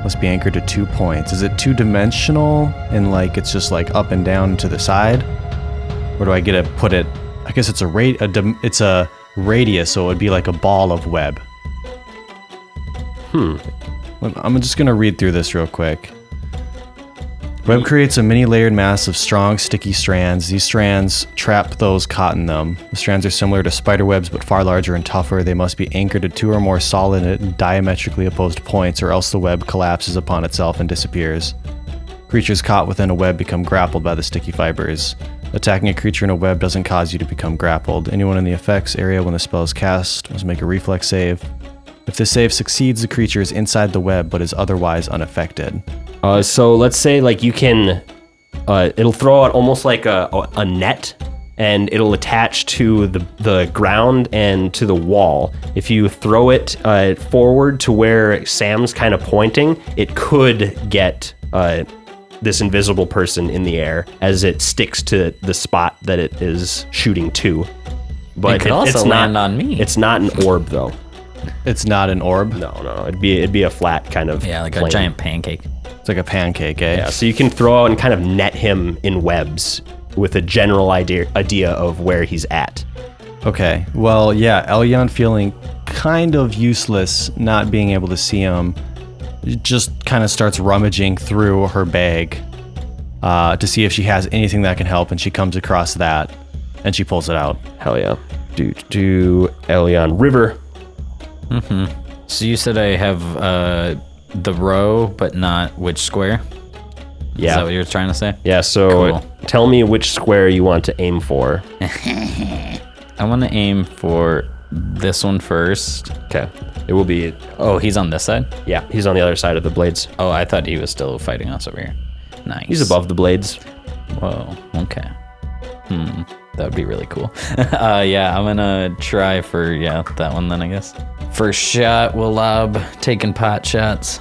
F: Must be anchored to two points. Is it two dimensional and like it's just like up and down to the side? Or do I get to put it? I guess it's a, ra- a dim- it's a radius, so it would be like a ball of web. Look, I'm just going to read through this real quick. Web creates a mini layered mass of strong, sticky strands. These strands trap those caught in them. The strands are similar to spider webs, but far larger and tougher. They must be anchored to two or more solid and diametrically opposed points, or else the web collapses upon itself and disappears. Creatures caught within a web become grappled by the sticky fibers. Attacking a creature in a web doesn't cause you to become grappled. Anyone in the effects area when the spell is cast must make a reflex save. If the save succeeds, the creature is inside the web but is otherwise unaffected.
A: Uh, so let's say like you can, uh, it'll throw out almost like a, a- a net, and it'll attach to the the ground and to the wall. If you throw it uh, forward to where Sam's kind of pointing, it could get uh, this invisible person in the air as it sticks to the spot that it is shooting to. But
D: It could also
A: it's
D: land
A: not,
D: on me.
A: It's not an orb though.
F: It's not an orb.
A: No, no, it'd be it'd be a flat kind of
D: Yeah, like a
A: plane.
D: giant pancake.
F: It's like a pancake, eh?
A: Yeah, so you can throw out and kind of net him in webs with a general idea idea of where he's at.
F: Okay. Well, yeah, Elyon feeling kind of useless not being able to see him, just kind of starts rummaging through her bag uh, to see if she has anything that can help, and she comes across that, and she pulls it out.
A: Hell yeah. Do do Elion River.
D: So you said I have uh, the row, but not which square. Is that
A: Yeah.
D: what you're trying to say?
A: yeah, so
D: Cool.
A: tell me which square you want to aim for.
D: I want to aim for this one first.
A: Okay. It will be
D: Oh, he's on this side.
A: yeah, he's on the other side of the blades.
D: Oh, I thought he was still fighting us over here. Nice.
A: He's above the blades.
D: Whoa. Okay. Hmm. That would be really cool. <laughs> uh, yeah, I'm gonna try for yeah that one then I guess. First shot, we'll lob taking pot shots.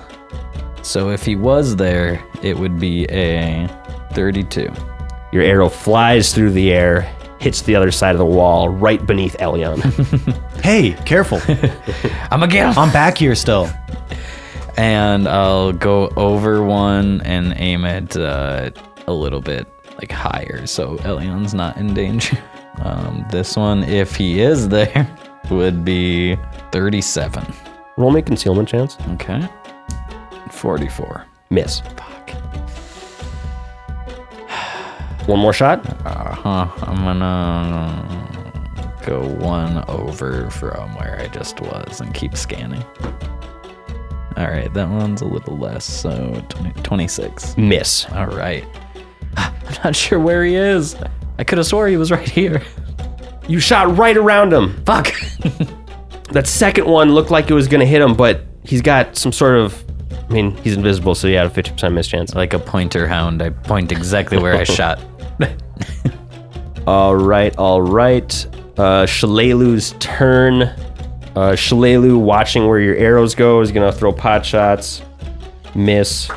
D: So if he was there, it would be a 32.
A: Your arrow flies through the air, hits the other side of the wall, right beneath Elion.
F: Hey, careful!
D: I'm a get him.
F: I'm back here still.
D: and I'll go over one and aim it uh, a little bit like higher, so Elion's not in danger. <laughs> Um, this one, if he is there, <laughs> would be 37.
A: Roll me a concealment chance.
D: Okay, 44.
A: Miss. One more shot.
D: Uh huh. I'm gonna go one over from where I just was and keep scanning. All right, that one's a little less, so 20, 26.
A: Miss.
D: All right. <laughs> I'm not sure where he is. I could have swore he was right here. <laughs>
A: You shot right around him.
D: Fuck.
A: That second one looked like it was going to hit him, but he's got some sort of. I mean, he's invisible, so he had a 50% miss chance.
D: <laughs> like a pointer hound, I point exactly <laughs> where I shot.
A: All right, all right. Uh, Shalalu's turn. Uh, Shalalu, watching where your arrows go, is gonna throw pot shots. Miss.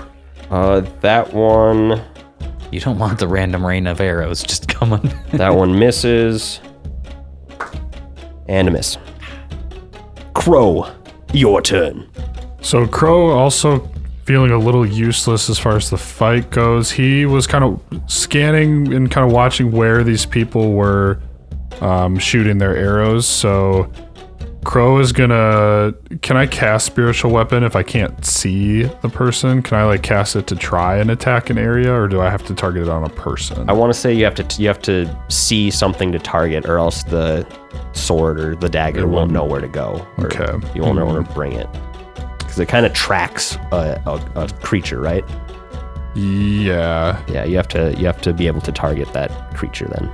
A: Uh, that one.
D: You don't want the random rain of arrows just <laughs> coming.
A: That <laughs> one misses. And a miss. Crow, your turn.
B: So Crow also feeling a little useless as far as the fight goes. He was kind of scanning and kind of watching where these people were um, shooting their arrows. So Crow is gonna. Can I cast spiritual weapon if I can't see the person? Can I like cast it to try and attack an area, or do I have to target it on a person?
A: I want to say you have to you have to see something to target, or else the sword or the dagger won't Hmm. know where to go. or
B: Okay.
A: You won't know where to bring it because it kind of tracks a, a, a creature, right?
B: yeah.
A: Yeah, you have to you have to be able to target that creature then.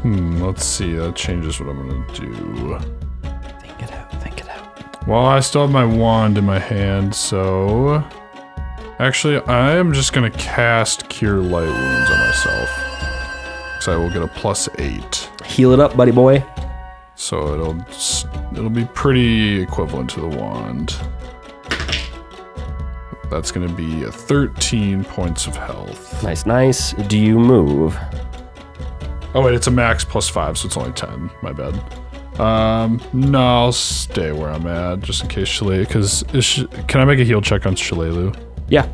B: Hmm, let's see. That changes what I'm gonna do.
D: think it out, think it out.
B: Well, I still have my wand in my hand, so. Actually, I am just gonna cast Cure Light Wounds on myself. Because I will get a plus eight.
A: Heal it up, buddy boy.
B: So it'll s- it'll be pretty equivalent to the wand. That's gonna be 13 points of health.
A: Nice, nice. Do you move?
B: Oh wait, it's a max plus five, so it's only 10. My bad. Um, no, I'll stay where I'm at just in case Shalalu. Because can I make a heal check on Shalalu?
A: Yeah.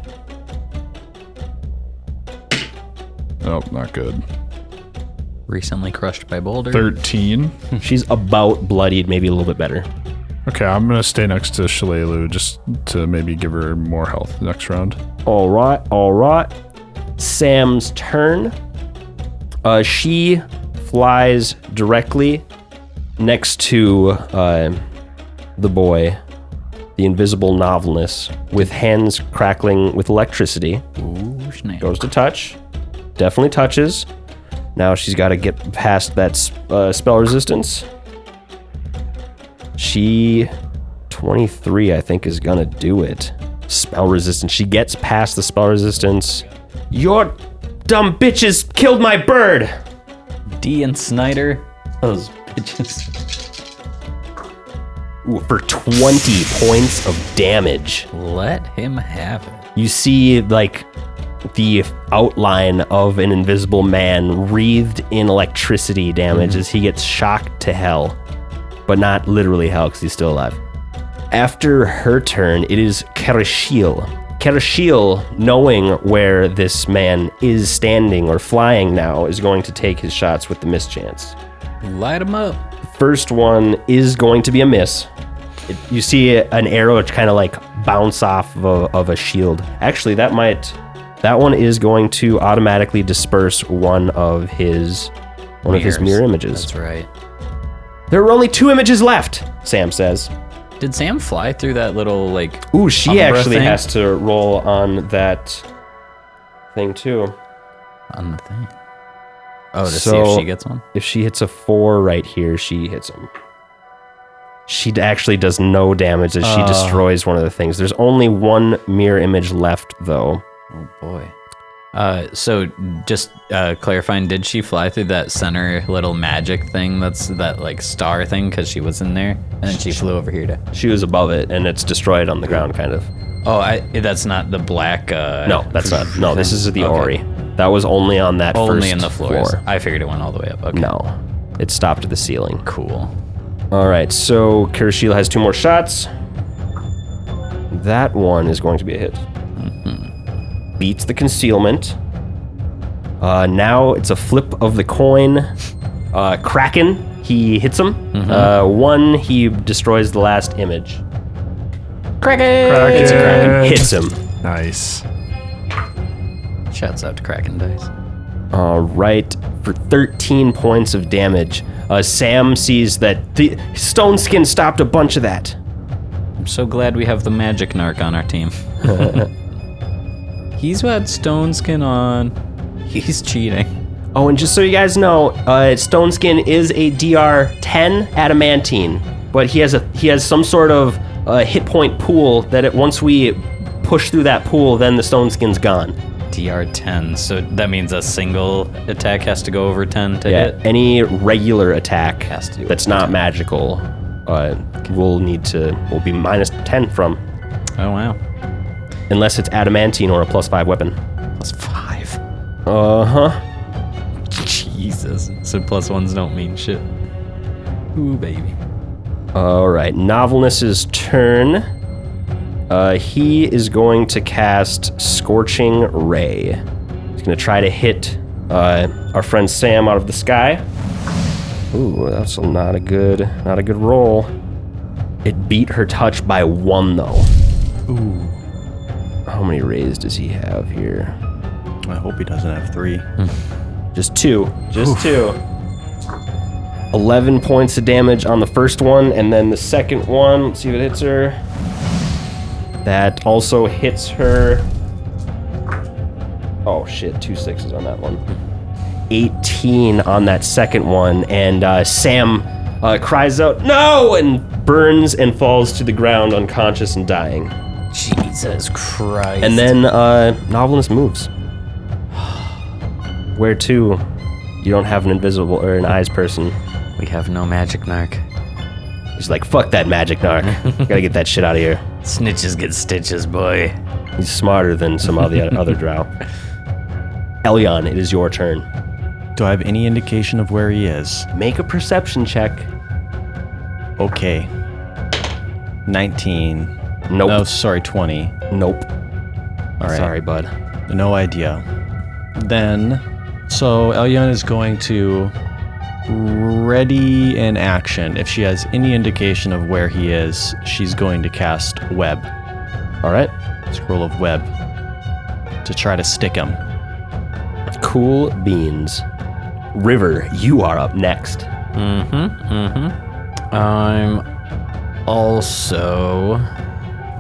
B: Oh, not good.
D: Recently crushed by boulder.
B: 13.
A: She's about bloodied, maybe a little bit better.
B: Okay, I'm going to stay next to Shalelu just to maybe give her more health next round.
A: All right, all right. Sam's turn. Uh, she flies directly next to uh, the boy, the invisible novelist, with hands crackling with electricity.
D: Ooh, snap.
A: Goes to touch. Definitely touches. Now she's got to get past that s- uh, spell resistance. She, 23, I think, is going to do it. Spell resistance. She gets past the spell resistance. Your dumb bitches killed my bird!
D: D and Snyder. Those bitches.
A: Ooh, for 20 points of damage.
D: Let him have it.
A: You see, like, the outline of an invisible man wreathed in electricity damage as he gets shocked to hell. But not literally hell, because he's still alive. After her turn, it is Kerashil. Kerashil, knowing where this man is standing or flying now, is going to take his shots with the mischance.
D: Light him up.
A: first one is going to be a miss. It, you see an arrow kind of like bounce off of a, of a shield. Actually, that might. That one is going to automatically disperse one of his one of his
D: Mirrors.
A: mirror images.
D: That's right.
A: There are only two images left. Sam says.
D: Did Sam fly through that little like?
A: Ooh, she
D: Umbra
A: actually
D: thing?
A: has to roll on that thing too.
D: on the thing. Oh, to see
A: So-
D: if she gets one.
A: If she hits a four right here, she hits him. She d- actually does no damage as she destroys one of the things. There's only one mirror image left, though.
D: Oh boy. Uh, so just uh, clarifying, did she fly through that center little magic thing? That's that like star thing because she was in there, and then she flew over here to.
A: She was above it, and it's destroyed on the ground, kind of.
D: Oh, I, that's not the black. Uh,
A: No, that's not. No, this is the
D: Okay.
A: Ori. That was only on that
D: only
A: first
D: in the floors.
A: floor.
D: I figured it went all the way up. Okay,
A: No, it stopped at the ceiling.
D: cool.
A: All right, so Kirishila has two more shots. That one is going to be a hit. Beats the concealment. Uh, now it's a flip of the coin. Uh, Kraken, he hits him. Uh, one, he destroys the last image.
B: It's
A: Hits him.
B: Nice.
D: Shouts out to Kraken Dice.
A: All right, for 13 points of damage. Uh, Sam sees that the stone skin stopped a bunch of that.
D: I'm so glad we have the magic narc on
A: <laughs>
D: our team. He's had stone skin on. He's cheating.
A: Oh, and just so you guys know, uh, Stone Skin is a DR 10 adamantine, but he has a he has some sort of uh, hit point pool that it, once we push through that pool, then the Stone Skin's gone.
D: DR 10, so that means a single attack has to go over 10 to
A: Yeah,
D: hit.
A: Uh, any regular attack
D: Has to do
A: that's not magical uh, will need to will be minus 10 from,
D: Oh, wow.
A: unless it's adamantine or a plus five weapon.
D: Plus five.
A: Uh
D: Uh-huh.
A: huh.
D: Jesus. So plus ones don't mean shit. Ooh, baby.
A: All right, Novelness's turn. Uh, he is going to cast Scorching Ray. He's going to try to hit uh, our friend Sam out of the sky. Ooh, that's not a good, not a good roll. It beat her touch by one though. Ooh. How many rays does he have here?
F: I hope he doesn't have three.
A: Just two. Just two. 11 points of damage on the first one, and then the second one. Let's see if it hits her. That also hits her. Oh shit, two sixes on that one. 18 on that second one, and uh, Sam uh, cries out, No! and burns and falls to the ground unconscious and dying.
D: Jesus Christ.
A: And then uh, novelist moves. Where to? You don't have an invisible or an eyes person.
D: we have no magic narc.
A: He's like, fuck that magic
D: <laughs>
A: narc. Gotta get that shit out of here.
D: Snitches get stitches, boy.
A: He's smarter than some of
D: <laughs>
A: the other drow. Elion, it is your turn.
F: Do I have any indication of where he is?
A: Make a perception check.
F: Okay. 19.
A: Nope.
F: No, sorry, 20.
A: Nope.
F: All right.
A: Sorry, bud.
F: No idea. Then, so Elyon is going to ready in action. If she has any indication of where he is, she's going to cast web,
A: All right.
F: scroll of web, to try to stick him.
A: Cool beans. River, you are up next.
D: I'm also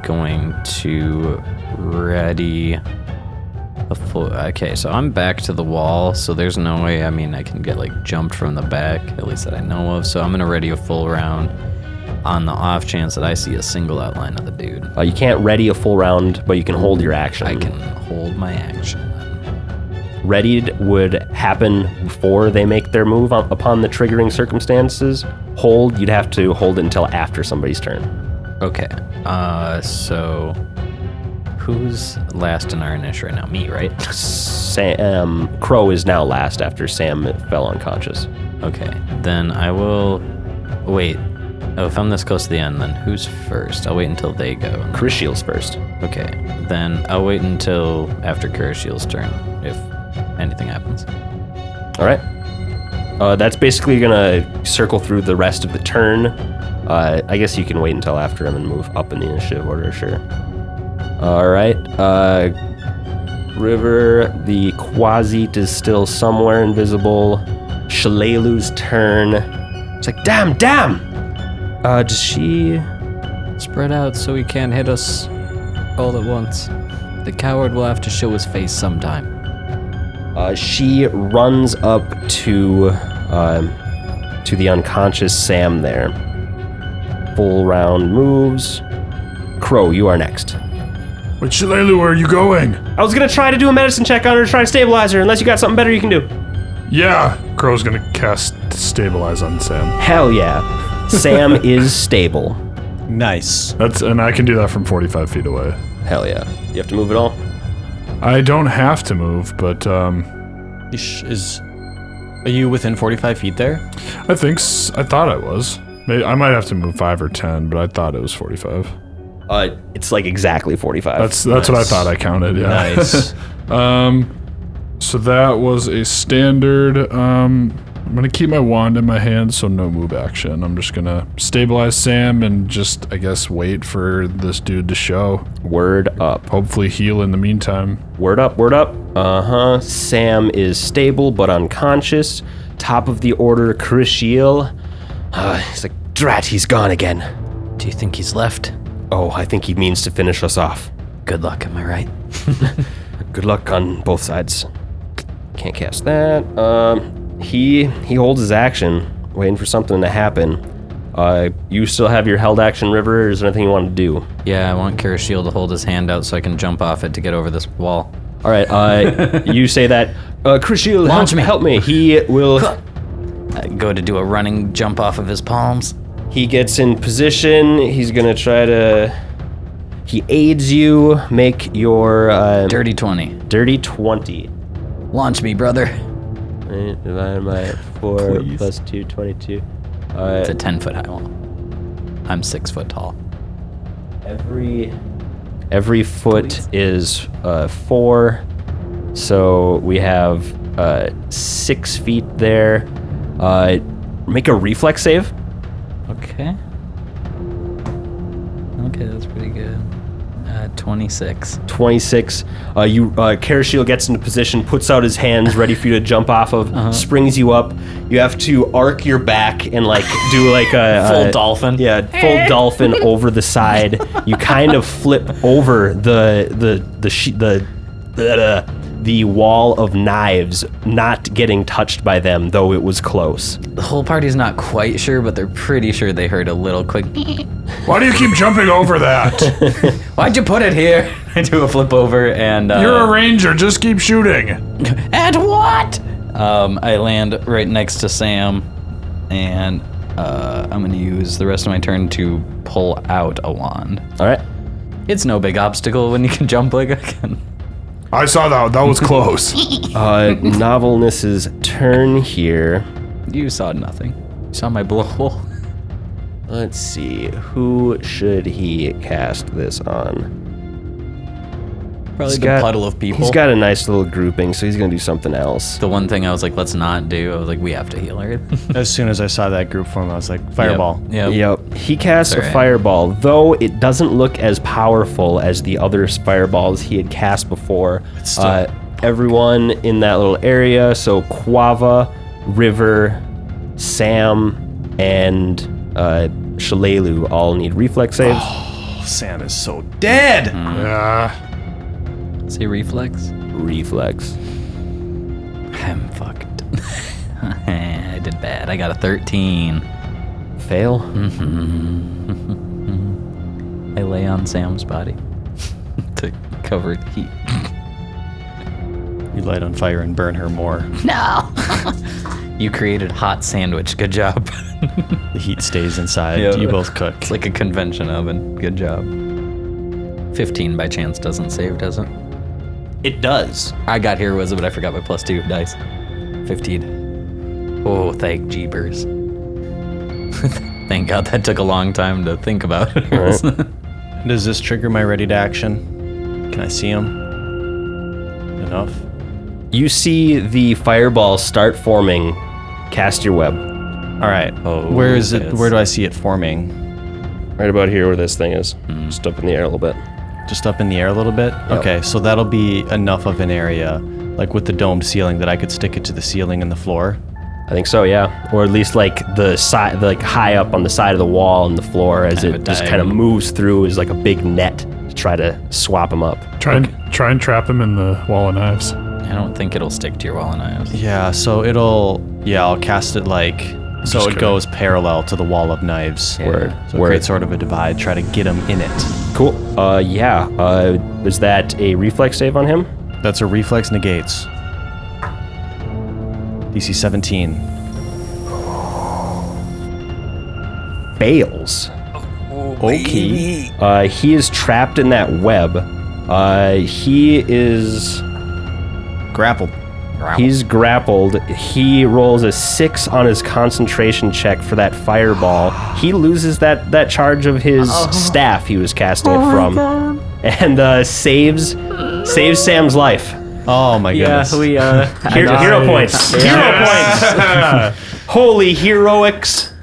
D: going to ready a full. Okay, so I'm back to the wall, so there's no way. I mean, I can get like jumped from the back, at least that I know of. So I'm gonna ready a full round on the off chance that I see a single outline of the dude.
A: Uh, you can't ready a full round, but you can hold your action.
D: I can hold my action.
A: readied would happen before they make their move up- upon the triggering circumstances. Hold, you'd have to hold it until after somebody's turn.
D: Okay. Uh, so who's last in our initiative right now? Me, right? <laughs>
A: Sam um, Crow is now last after Sam fell unconscious.
D: Okay, then I will wait. Oh, if I'm this close to the end, then who's first? I'll wait until they go. and then-
A: Chris Shields first.
D: Okay, then I'll wait until after Kurashil's turn, if anything happens.
A: All right. Uh, that's basically gonna circle through the rest of the turn. Uh, I guess you can wait until after him and move up in the initiative order, sure. All right. Uh, River, the Quasit is still somewhere invisible. Shalalu's turn. It's like, damn, damn! Uh, does she.
G: Spread out so he can't hit us all at once. The coward will have to show his face sometime.
A: Uh, she runs up to um, to the unconscious Sam there. Full round moves. Crow, you are next.
B: Wait, Shillelagh, where are you going?
A: I was gonna try to do a medicine check on her to try to stabilize her, unless you got something better you can do.
B: Yeah, Crow's gonna cast Stabilize on Sam.
A: Hell yeah. Sam <laughs> is stable.
E: Nice.
B: That's and I can do that from 45 feet away.
A: Hell yeah. You have to move it all?
B: I don't have to move, but um,
E: Ish- Is are you within 45 feet there?
B: I think s- I thought I was. May I might have to move five or ten, but I thought it was 45.
A: Uh, it's like exactly 45.
B: That's that's what I thought I counted. Yeah. <laughs>
E: Nice.
B: Um, So that was a standard. Um, I'm gonna keep my wand in my hand, so no move action. I'm just gonna stabilize Sam and just, I guess, wait for this dude to show.
A: word up.
B: Hopefully, heal in the meantime.
A: Word up, word up. Uh huh. Sam is stable but unconscious. Top of the order, Krishiel. Uh, he's like, drat, he's gone again.
G: Do you think he's left?
A: Oh, I think he means to finish us off.
G: Good luck, am I right?
A: <laughs> Good luck on both sides. Can't cast that. Um, he he holds his action, waiting for something to happen. Uh, you still have your held action, River. Is there anything you want to do?
D: Yeah, I want Karashiel to hold his hand out so I can jump off it to get over this wall.
A: All right. Uh, you say that. Uh, Krishiel,
D: Launch
A: help
D: me.
A: Help me. He will.
D: I go to do a running jump off of his palms.
A: He gets in position. He's gonna try to. He aids you. Make your uh,
D: Dirty 20.
A: dirty twenty.
D: Launch me, brother.
A: Right, divided by four plus two, 22. All
D: It's a
A: right.
D: 10 foot high wall. I'm six foot tall.
A: Every every foot is uh, four, so we have uh, six feet there. Uh, make a reflex save.
D: Okay. Okay, that's pretty good. Uh, 26.
A: 26. Uh, you, uh, Karashiel gets into position, puts out his hands, ready for you to jump off of,
D: Uh-huh.
A: springs you up. You have to arc your back and like do like a
D: Full
A: a-
D: dolphin.
A: Yeah, full dolphin over the side. You kind of flip over the the the she, the the, the wall of knives, not getting touched by them, though it was close.
D: The whole party's not quite sure, but they're pretty sure they heard a little quick. <laughs>
B: Why do you keep jumping over that?
D: Why'd you put it here? <laughs> I do a flip over and. Uh,
B: You're a ranger. Just keep shooting.
D: And what? Um, I land right next to Sam, and uh, I'm gonna use the rest of my turn to pull out a wand.
A: All right.
D: It's no big obstacle when you can <laughs> jump like I can.
B: I saw that. That was close.
A: Uh,
D: <laughs>
A: Novelness's turn here.
D: You saw nothing. You saw my blowhole.
A: Let's see. Who should he cast this on?
D: <laughs> Probably the
A: got-
D: puddle of people.
A: He's got a nice little grouping, so he's gonna do something else.
D: the one thing I was like, let's not do. I was like, we have to heal her. <laughs>
E: as soon as I saw that group form, I was like, fireball.
D: Yep. yep.
A: Yep. He casts a
D: Alright.
A: fireball, though it doesn't look as powerful as the other fireballs he had cast before. Uh, everyone in that little area, so Quava, River, Sam, and uh, Shalelu all need reflex saves.
D: Oh.
F: Oh,
E: Sam is so dead.
B: yeah.
D: See reflex.
A: Reflex.
D: I'm fucked. <laughs> I did bad. I got a 13.
A: Fail.
D: Mm-hmm. <laughs> I lay on Sam's body <laughs> to cover the heat.
E: You light on fire and burn her more.
D: No. you created hot sandwich. Good job. <laughs>
E: The heat stays inside.
D: Yeah.
E: You both cook.
D: it's like a convention oven. Good job. 15 by chance doesn't save, does it?
A: It does.
D: I got here was it, but I forgot my plus two dice. 15. Oh, thank jeebers. <laughs> thank God that took a long time to think about. <laughs>
E: Does this trigger my ready to action? Can I see him? Enough.
A: You see the fireball start forming Cast your web.
F: All right.
D: Oh,
F: where is it?
D: yes.
F: Where do I see it forming?
A: Right about here where this thing is.
D: Hmm.
A: Just up in the air a little bit.
F: Just up in the air a little bit. Okay, so that'll be enough of an area, like with the domed ceiling, that I could stick it to the ceiling and the floor.
A: I think so, yeah. Or at least like the side, like high up on the side of the wall and the floor as
D: Kind of
A: it
D: a
A: just kind of
D: diagonal.
A: moves through as like a big net to try to swap them up.
B: Try and try and trap him in the wall of knives.
D: I don't think it'll stick to your wall and knives.
F: Yeah. So it'll. Yeah, I'll cast it like. So
B: Just
F: it
B: kidding.
F: goes parallel to the wall of knives.
A: Word.
F: So
A: Word.
F: create sort of a divide. Try to get him in it.
A: Cool. Uh, yeah. Uh, was that a reflex save on him?
F: That's a reflex negates. DC 17.
A: Fails.
F: Okay.
A: Uh, he is trapped in that web. Uh, he is.
F: Grappled.
A: He's grappled. He rolls a six on his concentration check for that fireball. He loses that that charge of his staff he was casting it from, and uh, saves saves Sam's life.
F: Oh my goodness.
D: uh,
A: Hero, hero points. Hero points. Holy heroics.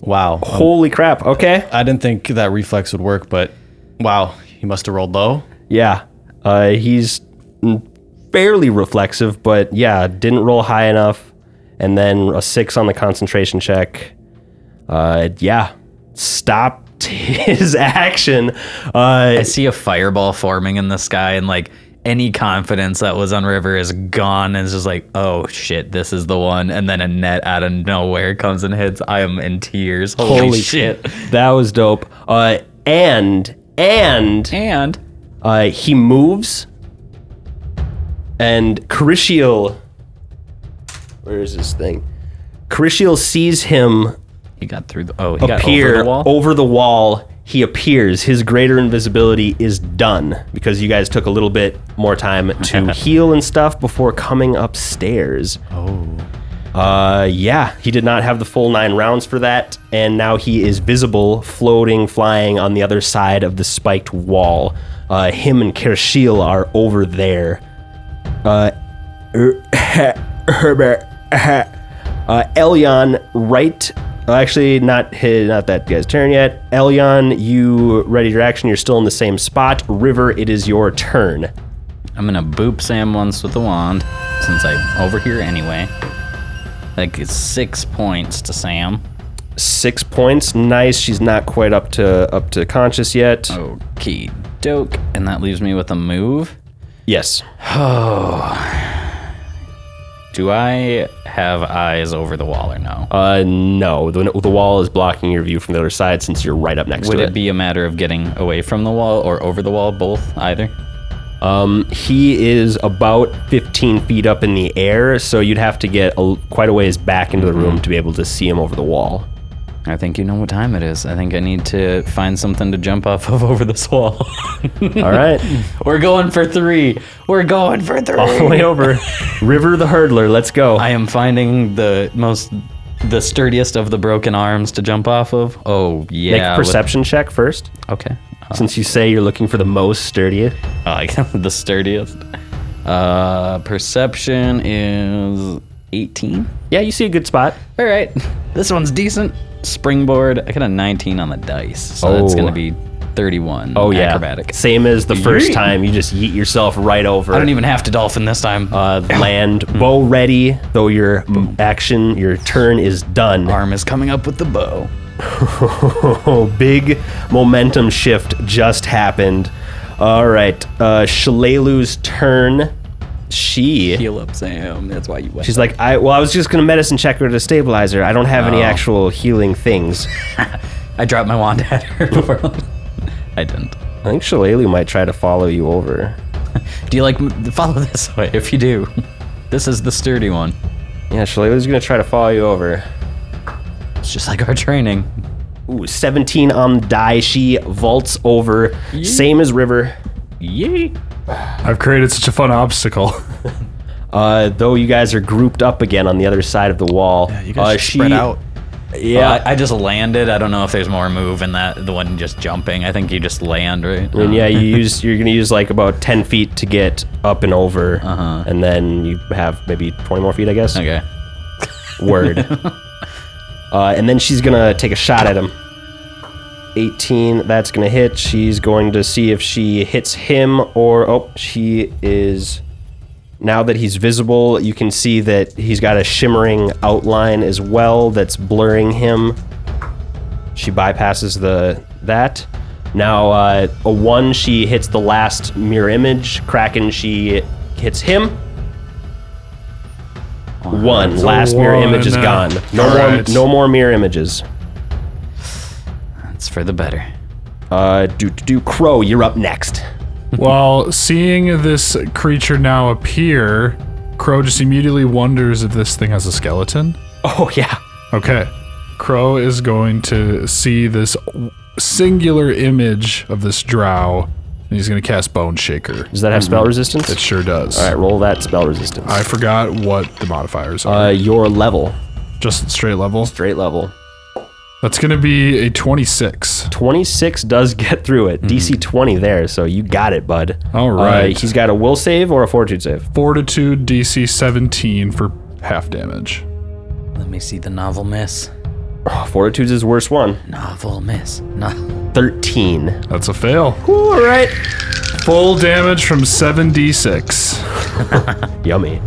F: wow. Um,
A: Holy crap. Okay.
F: I didn't think that reflex would work, but wow, he must have rolled low.
A: Yeah. Uh, he's mm, fairly reflexive, but yeah, didn't roll high enough. And then a six on the concentration check. Uh, yeah. Stopped <laughs> his action. Uh,
D: I see a fireball forming in the sky, and like any confidence that was on River is gone. And it's just like, oh shit, this is the one. And then a net out of nowhere comes and hits. I am in tears. Holy, shit.
A: that was dope. Uh, and, and,
D: And
A: uh, he moves. And Carishiel. Where is this thing? Carishiel sees him
D: he got through the oh he got
A: appear
D: over the wall.
A: over the wall. He appears. His greater invisibility is done because you guys took a little bit more
D: <laughs>
A: time to heal and stuff before coming upstairs. Oh. Uh, yeah. He did not have the full nine rounds for that, and now he is visible, floating, flying on the other side of the spiked wall. Uh, him and Kershil are over there. Uh, er, <laughs> Herbert. <laughs> Uh, Elyon, right? uh, Actually, not his, not that guy's turn yet. Elyon, you ready your action? You're still in the same spot. River, it is your turn.
D: I'm gonna boop Sam once with the wand, since I'm over here anyway. Like it's six points to Sam.
A: Six points. Nice. She's not quite up to up to conscious yet.
D: Oh. Okay, doke, and that leaves me with a move.
A: Yes.
D: Do I have eyes over the wall or no?
A: Uh, no. The, the wall is blocking your view from the other side since you're right up next
D: Would
A: to it.
D: it be a matter of getting away from the wall or over the wall, both, either?
A: Um, he is about 15 feet up in the air, so you'd have to get a, quite a ways back into the room to be able to see him over the
D: <laughs>
A: wall.
D: I think you know what time it is. I think I need to find something to jump off of <laughs> over this wall.
A: All
D: <laughs>
A: right.
D: We're going for three. We're going for three.
A: all the way over. River the hurdler, let's go.
D: I am finding the most, the sturdiest of the broken arms to jump off of. Oh yeah.
A: Make a
D: with- Oh,
A: perception check first,
D: okay.
A: since you say you're looking for the most sturdiest.
D: Uh, <laughs> the sturdiest. Uh, perception is 18.
A: Yeah, you see a good spot.
D: All right, this one's decent. Springboard. I got a 19 on the dice, so that's
A: Oh.
D: gonna be 31.
A: Oh yeah,
D: acrobatic.
A: Same as the first time, you just yeet yourself right over.
D: I don't even Hmm. have to dolphin this time.
A: uh,
D: <coughs>
A: land bow ready, though your m- action, your turn is done.
D: Arm is coming up with the bow.
A: Oh, big momentum shift just happened. All right, uh, Shalelu's turn. She.
D: Heal up, Sam. That's why you. Went
A: She's like, I well, I was just gonna medicine check her to stabilize her. I don't have any
D: Oh.
A: actual healing things.
D: I dropped my wand at her. <laughs> before. I didn't.
A: I think Shalelu might try to follow you over.
D: Do you like m- <laughs> follow this way? If you do, <laughs> this is the sturdy one.
A: Yeah, Shalelu's gonna try to follow you over.
D: It's just like our training.
A: Ooh, 17 on the die. She vaults over, same as River.
D: Yay!
B: I've created such a fun obstacle. <laughs>
A: Uh, though you guys are grouped up again on the other side of the wall. Yeah,
F: You guys
A: uh,
F: spread
A: she-
F: out. Uh,
A: Yeah,
D: I, I just landed. I don't know if there's more move in that. The one just jumping. I think you just land, right?
A: and yeah, you use you're gonna use like about 10 feet to get up and over,
D: Uh-huh.
A: and then you have maybe 20 more feet, I guess.
D: Oh, Okay.
A: Word.
F: <laughs>
A: uh, and then she's gonna take a shot at him. 18. That's gonna hit. She's going to see if she hits him or oh, she is. Now that he's visible, you can see that he's got a shimmering outline as well that's blurring him. She bypasses the that. Now uh, a one, she hits the last mirror image. Kraken, she hits him. One
B: a
A: last mirror
B: one
A: image is
B: now.
A: gone. No
B: All
A: more,
B: right.
A: no more mirror images.
D: It's for the better.
A: Uh, do do do. Crow, you're up
B: <laughs>
A: next.
B: While seeing this creature now appear, Crow just immediately wonders if this thing has a skeleton.
A: Oh yeah.
B: Okay. Crow is going to see this singular image of this drow, and he's going to cast Bone Shaker.
A: Does that have spell resistance?
B: It sure does.
A: All right, roll that spell resistance.
B: Hmm. I forgot what the modifiers are.
A: Uh, your level,
B: Just straight level.
A: straight level.
B: That's going to be a 26.
A: 26 does <laughs> get through it. DC 20 there, so you got it, bud.
B: Hmm. All right.
A: Uh, he's got a will save or a fortitude save. <sighs>
B: Fortitude DC 17 for half damage.
D: Let me see the novel miss.
A: Oh, fortitude's his worst one.
D: Novel miss. No.
A: 13.
B: That's a fail.
A: All right.
B: Full damage from 7d6.
A: Yummy.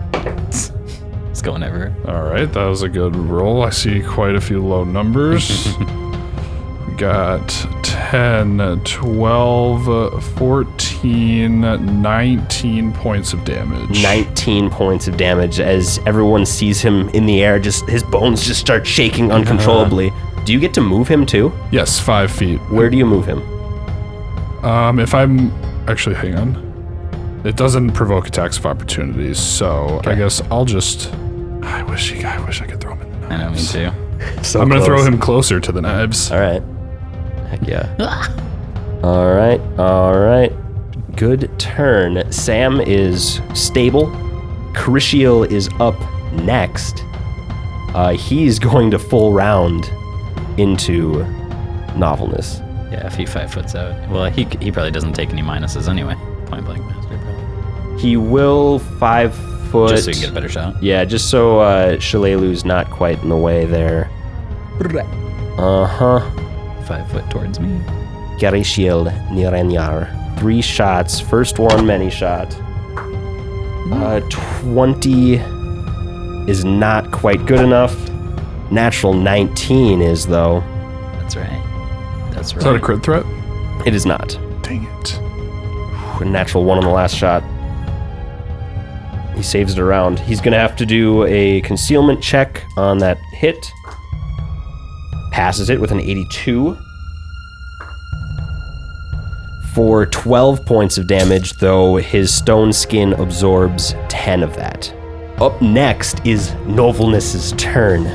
D: <laughs> It's going ever.
B: All right, that was a good roll. I see quite a few
A: <laughs>
B: low numbers. we got 10, 12, 14, 19 points of damage.
A: 19 points of damage as everyone sees him in the air. Just his bones just start shaking
B: Uh-huh.
A: uncontrollably. Do you get to move him too?
B: Yes, five feet.
A: Where do you move him?
B: Um, if I'm actually, hang on. It doesn't provoke attacks of opportunities, so I guess I'll just. I wish he, I wish I could throw him in the
D: I know, me too.
A: So
B: I'm gonna throw
A: close.
B: him closer to the knives.
A: All right. Heck <laughs> yeah. all right. All right. Good turn. Sam is stable. Crishiel is up next. Uh, he's going to full round into novelness.
D: Yeah, if he five foots out. Well, he, he probably doesn't take any minuses anyway. Point blank master. Probably.
A: He will five foot.
D: Just so you can get a better shot.
A: Yeah, just so uh, Shalalu's not quite in the way there. Uh huh.
D: Five foot towards me.
A: Garishiel Niranyar. Three shots. First one, many shot. Uh, 20 is not quite good enough. Natural 19 is, though.
D: That's right. That's right.
B: Is that a crit threat?
A: It is not.
B: Dang it.
A: Natural one on the last shot. He saves it around. He's going to have to do a concealment check on that hit. Passes it with an 82. For 12 points of damage, though, his stone skin absorbs 10 of that. Up next is Novelness's turn.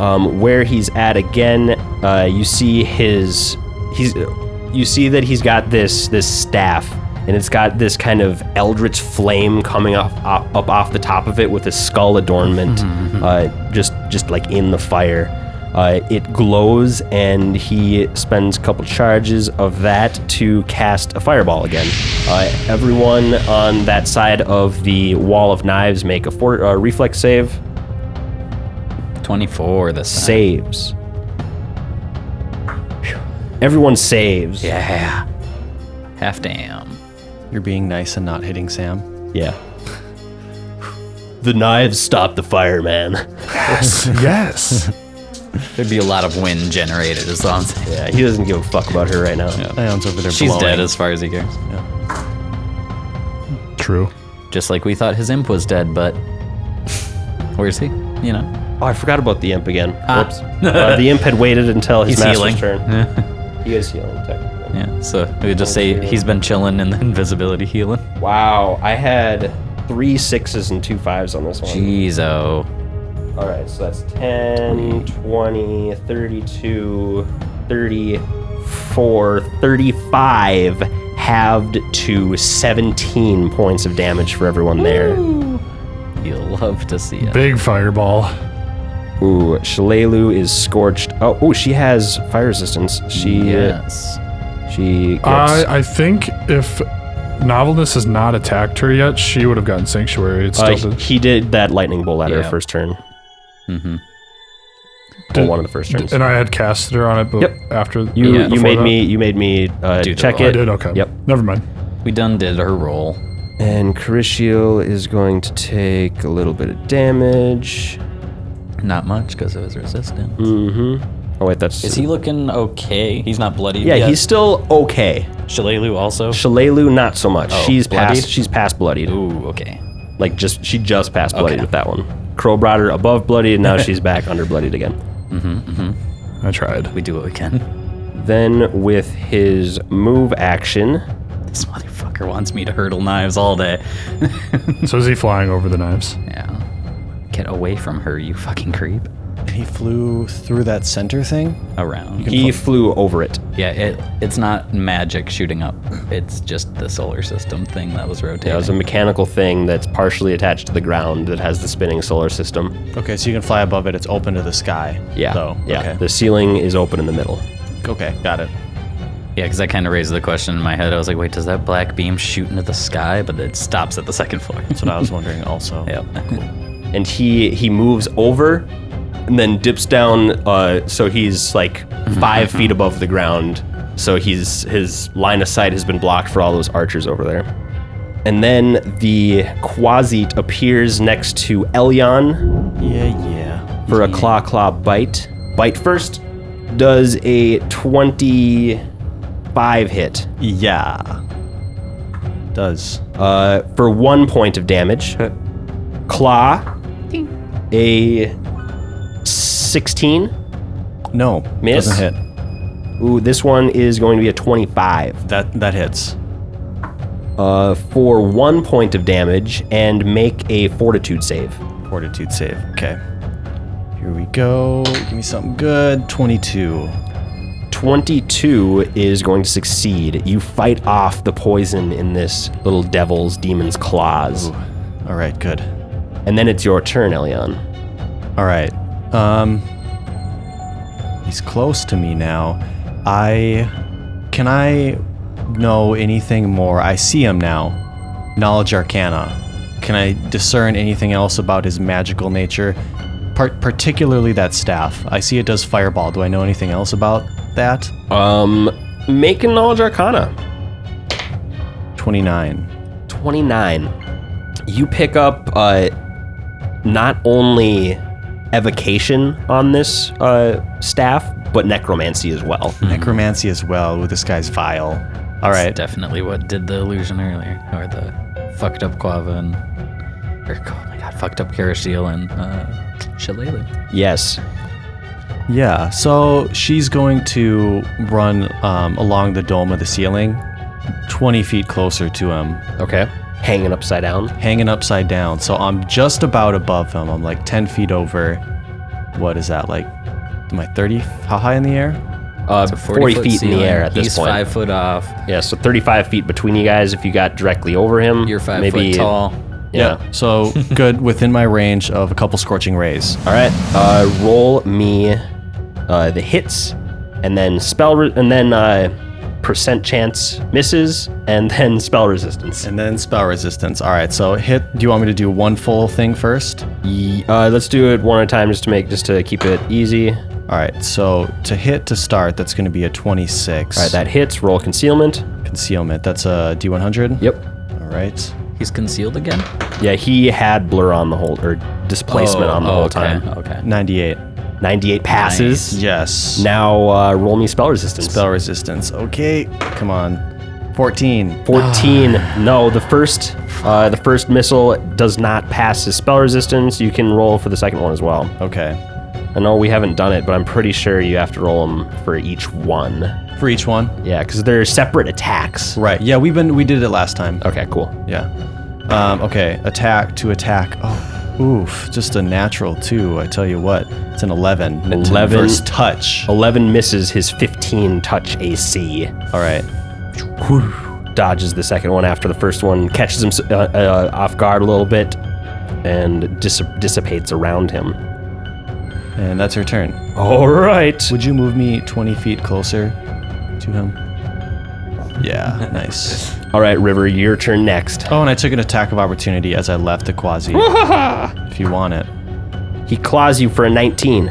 A: Um, where he's at again, uh, you see his he's you see that he's got this this staff and it's got this kind of eldritch flame coming up up, up off the top of it with a skull adornment uh, just just like in the fire. Uh, it glows and he spends a couple charges of that to cast a fireball again. Uh, everyone on that side of the wall of knives make a for- uh, reflex save
D: 24 this time.
A: saves. Everyone saves.
D: Yeah. Half damn.
F: You're being nice and not hitting Sam.
A: Yeah. The knives stop the fire, man. <laughs>
B: yes.
D: There'd be a lot of wind generated as long as
A: Yeah, he doesn't give a fuck about her right now.
F: Ion's over there
D: she's
F: blowing.
D: dead as far as he cares.
B: True.
D: Just like we thought his imp was dead, but <laughs> where's he? You know.
A: Oh, I forgot about the imp again.
D: <laughs>
A: Whoops. Uh, the imp had waited until his
D: Ah. He's
A: master's
D: healing.
A: turn.
D: Yeah.
A: He is healing, technically.
D: <laughs> yeah. So we would just say he's been chilling in the <laughs> invisibility healing.
A: Wow, I had three sixes and two fives on this one.
D: Jeez, oh.
A: All right, so that's 10, 20, 32, 34, 35, halved to 17 points of damage for everyone there.
D: You'll love to see it.
B: Big fireball.
A: Ooh, Shalelu is scorched. Oh, ooh, she has fire resistance. She
D: Yes.
A: she gets
B: I I think if Novelness has not attacked her yet. She would have gotten Sanctuary. It's
A: Uh,
B: still
A: he- he did that lightning bolt at her
D: Yeah.
A: first turn. Mm-hmm. Well,
B: Did-
A: one of the first turns.
B: And I had cast her on it, but
A: Yep.
B: after
A: You,
D: Yeah.
A: you
B: before
A: made
B: that?
A: me you made me uh,
D: Do the
A: check
D: roll.
B: I
A: it.
B: did. Okay.
A: Yep.
B: Never mind.
D: We done did her roll.
A: And Carishiel is going to take a little bit of damage.
D: Not much because it was resistant.
A: Oh wait, that's
D: Is he looking okay? He's not bloody.
A: yeah, he's still okay.
D: Shalelu also.
A: Shalelu, not so much. she's
D: bloodied?
A: past. She's past bloodied.
D: Ooh, okay.
A: Like just she just passed bloodied
D: Okay.
A: with that one. Crow brought her above bloodied, and now she's back under bloodied again.
B: I tried.
D: We do what we can.
A: Then with his move action,
D: This motherfucker wants me to hurdle knives all day.
B: So is he flying over the knives?
D: Yeah. Get away from her, you fucking creep.
F: He flew through that center thing.
D: Around.
A: <laughs> he flew over it.
D: Yeah, it, it's not magic shooting up. It's just the solar system thing that was rotating.
A: It was a mechanical thing that's partially attached to the ground that has the spinning solar system.
F: Okay, so you can fly above it. It's open to the sky.
A: Yeah.
F: Though.
A: yeah.
F: Oh, Okay.
A: The ceiling is open in the middle.
F: Okay. Got it.
D: yeah, because that kind of raised the question in my head. I was like, wait, does that black beam shoot into the sky? But it stops at the
A: <laughs>
D: second floor.
F: That's what I was wondering also.
D: yep.
A: and he he moves over and then dips down uh, so he's like five feet above the ground so he's his line of sight has been blocked for all those archers over there and then the quasit appears next to Elyon
F: Yeah. Yeah.
A: for a claw claw bite bite first does a 25 hit
F: Yeah. Does.
A: uh, for one point of damage claw a 16
F: No.
A: Miss?
F: Doesn't hit.
A: Ooh, this one is going to be a 25
F: That that hits.
A: uh, for one point of damage and make a fortitude save.
F: Fortitude save. Okay. Here we go. Give me something good. 22.
A: 22 is going to succeed. You fight off the poison in this little devil's demon's claws.
F: All right, good.
A: And then it's your turn, Elion.
F: All right. Um He's close to me now. I can I know anything more? I see him now. Knowledge arcana. Can I discern anything else about his magical nature? Par- particularly that staff. I see it does fireball. Do I know anything else about that?
A: Um, make a knowledge arcana.
F: 29.
A: 29 you pick up uh, not only evocation on this uh, staff but necromancy as well
D: Hmm.
F: Necromancy as well. Ooh, this guy's vile. All
D: That's
F: right.
D: Definitely what did the illusion earlier, or the fucked up Quava and or oh my god, fucked up Carashiel and uh, Shillelagh.
A: yes
F: Yeah, so she's going to run um, along the dome of the ceiling, 20 feet closer to him,
A: okay hanging upside down
F: hanging upside down. So I'm just about above him. I'm like 10 feet over. What is that, like, am I 30? How high in the air?
A: uh, 40, feet in the air at
D: He's
A: this point
D: five foot off.
A: yeah so 35 feet between you guys if you got directly over him
D: You're five
A: maybe
D: foot tall.
A: yeah <laughs>
F: So good within my range of a couple scorching rays.
A: all right uh, roll me uh, the hits and then spell re- and then uh, percent chance misses and then <laughs> spell resistance
F: And then spell resistance. All right, so hit. Do you want me to do one full thing first?
A: Ye- Uh, let's do it one at a time just to make just to keep it easy. All
F: All right, so to hit to start, that's going to be a 26. All
A: right, that hits. Roll concealment.
F: concealment. That's a D100?
A: Yep.
F: All right.
D: He's concealed again.
A: Yeah, he had blur on the whole or displacement
D: Oh,
A: on the
D: oh,
A: whole
D: okay,
A: time.
D: Okay.
F: 98.
A: Ninety-eight passes.
F: Yes.
A: Now uh, roll me spell resistance.
F: Spell resistance. Okay. Come on. 14.
A: Fourteen.
D: Ah.
A: no, the first uh, the first missile does not pass his spell resistance. You can roll for the second one as well.
F: Okay.
A: I know we haven't done it, but I'm pretty sure you have to roll them for each one.
F: For each one.
A: Yeah, because they're separate attacks.
F: Right. Yeah, we've been we did it last time.
A: Okay, cool.
F: Yeah. Um, okay. Attack to attack. Oh. Oof. Just a natural too. I tell you what. It's an 11.
A: 11.
F: versus touch.
A: 11 misses his 15 touch AC.
F: All right.
A: Dodges the second one after the first one, catches him uh, uh, off guard a little bit, and dis- dissipates around him.
F: And that's her turn.
A: All right.
F: Would you move me 20 feet closer to him? <laughs> Yeah, nice.
A: All right, River, your turn next.
F: Oh, and I took an attack of opportunity as I left the quasi. if you want it.
A: He claws you for a 19.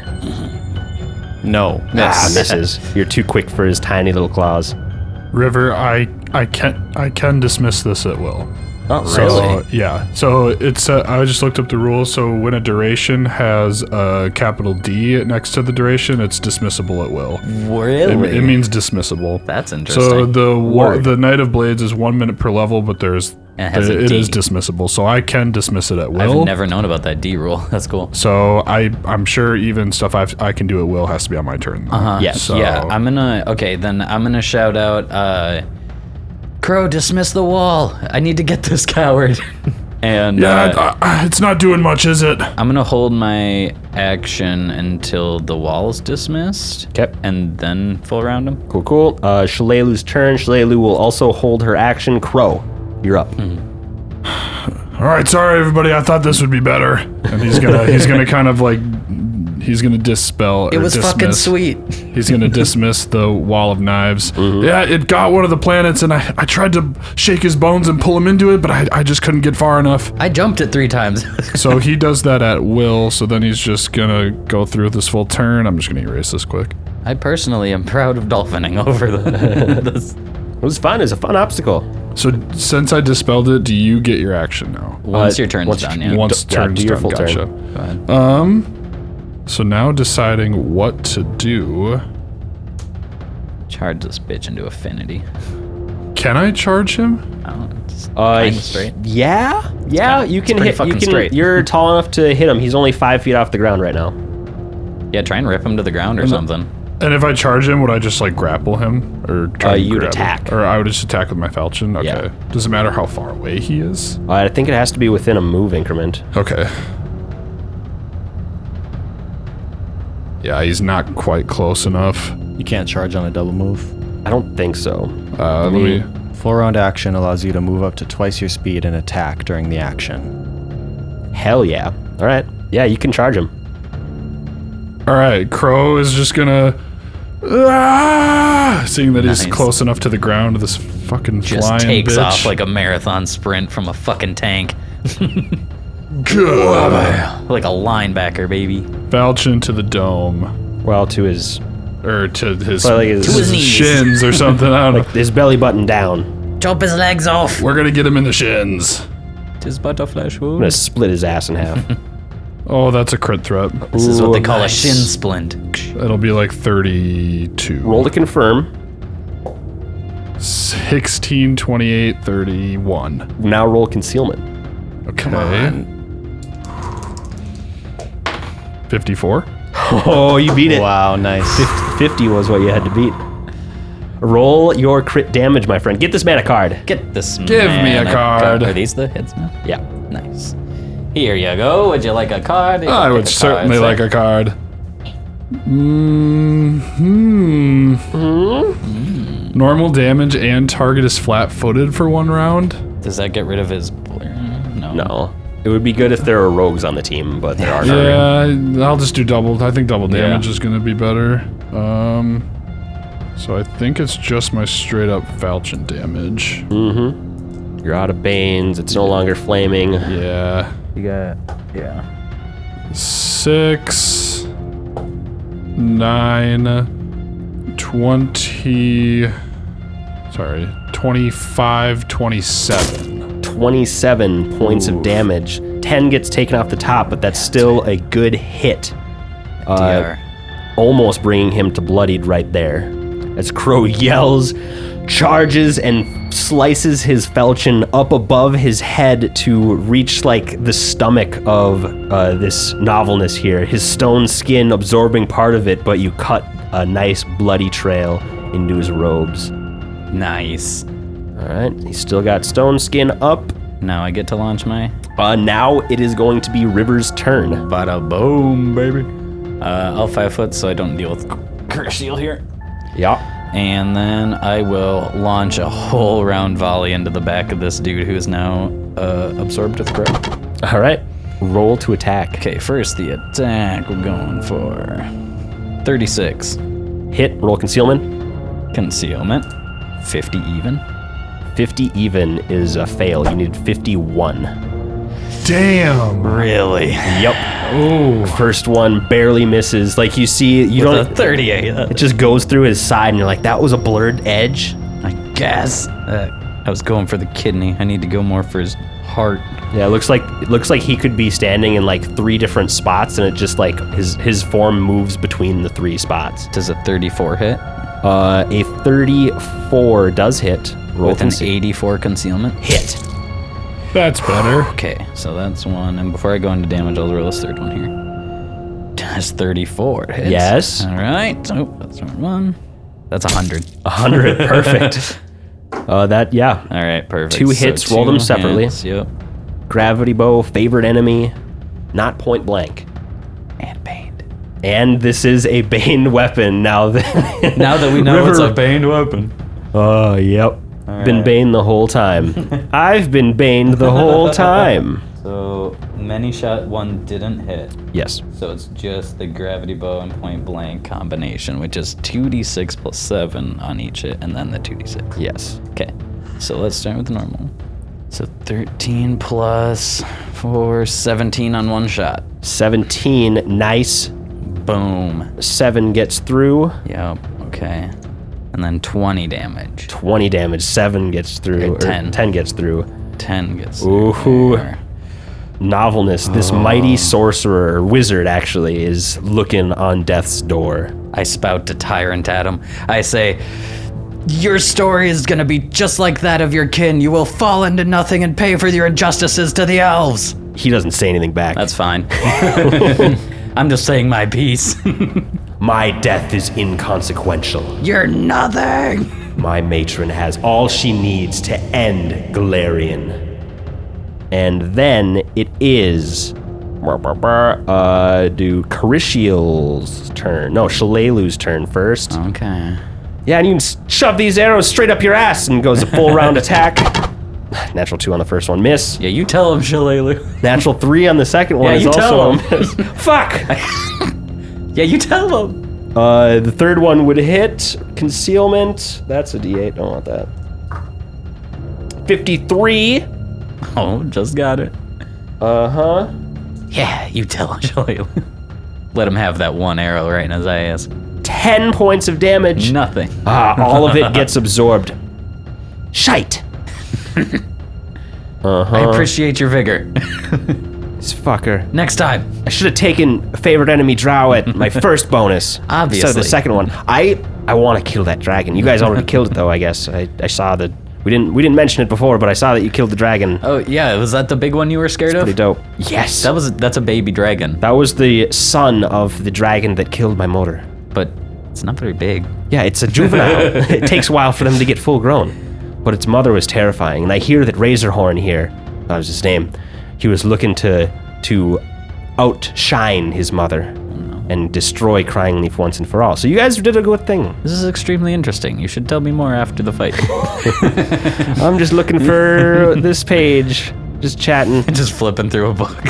F: No.
A: Ah,
F: Miss.
A: misses. You're too quick for his tiny little claws.
B: River, I I can I can dismiss this at will.
A: Oh, really?
B: So yeah, so it's uh, I just looked up the rules. So when a duration has a capital D next to the duration, it's dismissible at will. It,
D: Really?
B: it means dismissible.
D: That's
B: So
D: interesting.
B: the wa- the Knight of Blades is one minute per level, but there's
D: It has a
B: it is
D: D.
B: dismissible. So I can dismiss it at
D: I've
B: will.
D: never known about that D rule. <laughs> That's cool.
B: so I I'm sure even stuff I've, I can do at will has to be on my turn. Uh-huh.
A: Yeah.
B: So
D: Yeah, I'm gonna. Okay, then I'm gonna shout out, uh, Crow, dismiss the wall. I need to get this <laughs> coward. and
B: yeah,
D: uh,
B: I- I- it's not doing much, is it?
D: I'm gonna hold my action until the wall's dismissed.
A: Okay.
D: And then full round him.
A: Cool, cool. Uh, Shalalu's turn. Shalalu will also hold her action. Crow, you're up.
B: All right, sorry everybody. I thought this would be better. And
D: <laughs>
B: he's gonna he's gonna kind of like he's gonna dispel.
D: It
B: or
D: was fucking
B: dismiss-
D: sweet.
B: He's gonna dismiss the wall of knives.
D: Mm-hmm.
B: Yeah, it got one of the planets, and I, I tried to shake his bones and pull him into it, but I, I just couldn't get far enough.
D: I jumped it three times. <laughs>
B: So he does that at will. So then he's just gonna go through with this full turn. I'm just gonna erase this quick.
D: I personally am proud of dolphining over the. this.
A: It was fun. It was a fun obstacle.
B: So since I dispelled it, do you get your action now?
D: Once
A: Uh,
D: your turn's
A: once
D: done,
A: you-
D: yeah.
B: Once
A: yeah,
B: turn's
A: do your
B: done,
A: full
B: gotcha. Um,
A: turn.
B: So now deciding what to do.
D: Charge this bitch into affinity.
B: Can I charge him?
D: I don't know, it's
B: Oh.
A: Uh,
D: kinda straight.
A: Yeah, yeah.
D: kinda-
A: you
D: it's
A: can
D: pretty
A: hit. You
D: fucking
A: can.
D: straight.
A: You're tall enough to hit him. He's only five feet off the ground right now.
D: Yeah, try and rip him to the ground or something.
B: And if I charge him, would I just like grapple him or try
A: Uh,
B: to
A: you would
B: grab him?
A: attack.
B: Or I would just attack with my falchion. Okay. Does it matter how far away he is?
A: Uh, I think it has to be within a move increment.
B: Okay. Yeah, he's not quite close enough.
F: You can't charge on a double move.
A: I don't think so.
B: Uh, let me.
F: Full round action allows you to move up to twice your speed and attack during the action.
A: Hell yeah. All right. Yeah, you can charge him.
B: All right, Crow is just gonna. Ah! Seeing that he's
D: Nice.
B: close enough to the ground, this fucking
D: Just
B: flying
D: takes
B: bitch.
D: off like a marathon sprint from a fucking tank.
B: Good.
D: Like a linebacker, baby.
B: Falchion to the dome,
A: Well, to his
B: or to his,
A: Well, like his- To
D: his knees.
B: shins or something.
A: <laughs>
B: I don't know.
A: his belly button down. I'm
D: Chop his legs off.
B: We're gonna get him in the shins.
D: Tis but a flesh wound.
A: gonna split his ass in half.
B: Oh, that's a crit threat.
D: <laughs> This is
A: Ooh,
D: what they call a shin
A: nice.
D: splint.
B: It'll be like 32.
A: Roll to confirm.
B: 16, 28, 31.
A: Now roll concealment.
B: Okay. 54.
A: Oh, you beat it.
F: Wow, nice.
A: 50 was what you had to beat. Roll your crit damage, my friend. Get this man a card.
D: Get this
B: Give me
D: man
B: a card.
D: Are these the heads now?
A: Yeah.
D: Nice. Here you go. Would you like a card? You
B: I
D: take
B: would
D: a
B: certainly
D: card,
B: like
D: sir.
B: a card. Mm-hmm.
D: Mm-hmm.
B: Normal damage and target is flat footed for one round.
D: Does that get rid of his? blur? No.
A: No. It would be good if there are rogues on the team, but there are not.
B: Yeah, I'll just do double. I think double damage is going to be better. Um, so I think it's just my straight up falchion damage.
A: You're out of Banes. It's no longer flaming.
B: Yeah.
D: You got. Yeah.
B: six, nine, twenty. Sorry, 25, 27.
A: 27 points of damage. 10 gets taken off the top, but that's still a good hit. Uh,
D: DR.
A: almost bringing him to bloodied right there. As Crow <laughs> yells, charges, and slices his falchion up above his head to reach like the stomach of uh, this novelness here. His stone skin absorbing part of it, but you cut a nice bloody trail into his robes.
D: Nice.
A: All right, he's still got stone skin up.
D: Now I get to launch my.
A: Uh, now it is going to be River's turn.
D: Bada boom, baby. Uh, I'll five foot so I don't deal with curse shield here.
A: Yeah.
D: And then I will launch a whole round volley into the back of this dude who is now uh, absorbed with grip.
A: All right. Roll to attack.
D: Okay, first the attack we're going for 36.
A: Hit. Roll concealment.
D: Concealment. 50 even?
A: 50 even is a fail. You need 51.
B: Damn.
D: Really?
A: Yep.
B: Oh,
A: First one barely misses. Like you see, you
D: The
A: don't.
D: 38. uh,
A: It just goes through his side, and you're like, that was a blurred edge.
D: I guess. Uh, I was going for the kidney. I need to go more for his heart.
A: Yeah, it looks like it looks like he could be standing in like three different spots, and it just like his his form moves between the three spots.
D: Does a 34 hit?
A: Uh, a 34 does hit. Roll
D: With an
A: conce-
D: 84 concealment?
A: hit.
B: that's better.
D: Okay, so that's one. And before I go into damage, I'll roll this third one here. That's 34. hits.
A: Yes.
D: All right. Oh, that's not one. That's 100.
A: Uh, <laughs> 100. Perfect. Uh, that yeah.
D: All right, perfect.
A: Two hits, roll them
D: two
A: separately.
D: hits, yep.
A: Gravity bow, favorite enemy, not point blank.
D: And pained.
A: And this is a <laughs> bane weapon now. That <laughs>
D: <laughs> Now that we know it's a
A: River-
D: banned weapon.
A: Oh, yep. Been bane the whole time. I've been baned the whole time.
D: So many shot one didn't hit.
A: Yes.
D: So it's just the gravity bow and point blank combination, which is 2d6 plus 7 on each hit, and then the 2d6.
A: Yes.
D: Okay, so let's start with the normal. So 13 plus 4, 17 on one shot.
A: 17. Nice.
D: Boom.
A: 7 gets through.
D: Yep, okay. And then 20 damage.
A: 20 damage. 7 gets through.
D: Okay,
A: or
D: 10.
A: 10 gets through.
D: 10 gets.
A: Ooh. Novelness. This mighty sorcerer, wizard actually, is looking on death's door.
D: I spout to Tyrant at him. I say, Your story is gonna be just like that of your kin. You will fall into nothing and pay for your injustices to the elves.
A: He doesn't say anything back.
D: That's fine. <laughs> I'm just saying my piece. <laughs>
A: My death is inconsequential.
D: You're nothing.
A: My matron has all she needs to end Galarian. And then it is. Uh, do Carishiel's turn. No, Shalalu's turn first.
D: Oh. Okay.
A: Yeah, and you can s- shove these arrows straight up your ass and goes a
D: <laughs>
A: full round attack. Natural two on the first one, miss.
D: Yeah, you tell him, Shalalu.
A: Natural three on the second one
D: Yeah,
A: is
D: you tell
A: also a
D: him.
A: miss.
D: <laughs>
A: Fuck!
D: Yeah, you tell him.
A: Uh, the third one would hit. Concealment. That's a d8. Don't want that. 53.
D: Oh, just got it.
A: Uh huh.
D: Yeah, you <laughs> tell him, Shalalu. Let him have that one arrow right in his ass.
A: 10 points of damage.
D: Nothing.
A: Ah,
D: <laughs>
A: all of it gets absorbed. <laughs> Shite. Uh-huh.
D: I appreciate your <laughs> vigor.
A: This fucker.
D: Next time.
A: I should have taken favorite enemy drow at
D: <laughs>
A: my first bonus. Instead of
D: Obviously.
A: the second one. I I want to kill that dragon. You guys already killed it though, I guess. I, I saw that we didn't we didn't mention it before, but I saw that you killed the dragon.
D: Oh yeah, was that the big one you were scared
A: Pretty
D: of?
A: dope. Yes.
D: That was that's a baby dragon,
A: That was the son of the dragon that killed my motor.
D: but it's not very big.
A: Yeah, it's a juvenile. it takes a while for them to get full grown. But its mother was terrifying, and I hear that Razorhorn here, that was his name, he was looking to to outshine his mother and destroy Cryingleaf once and for all. So you guys did a good thing.
D: This is extremely interesting. You should tell me more after the <laughs> fight.
A: I'm just looking for this page, just chatting.
D: <laughs> Just flipping through a book.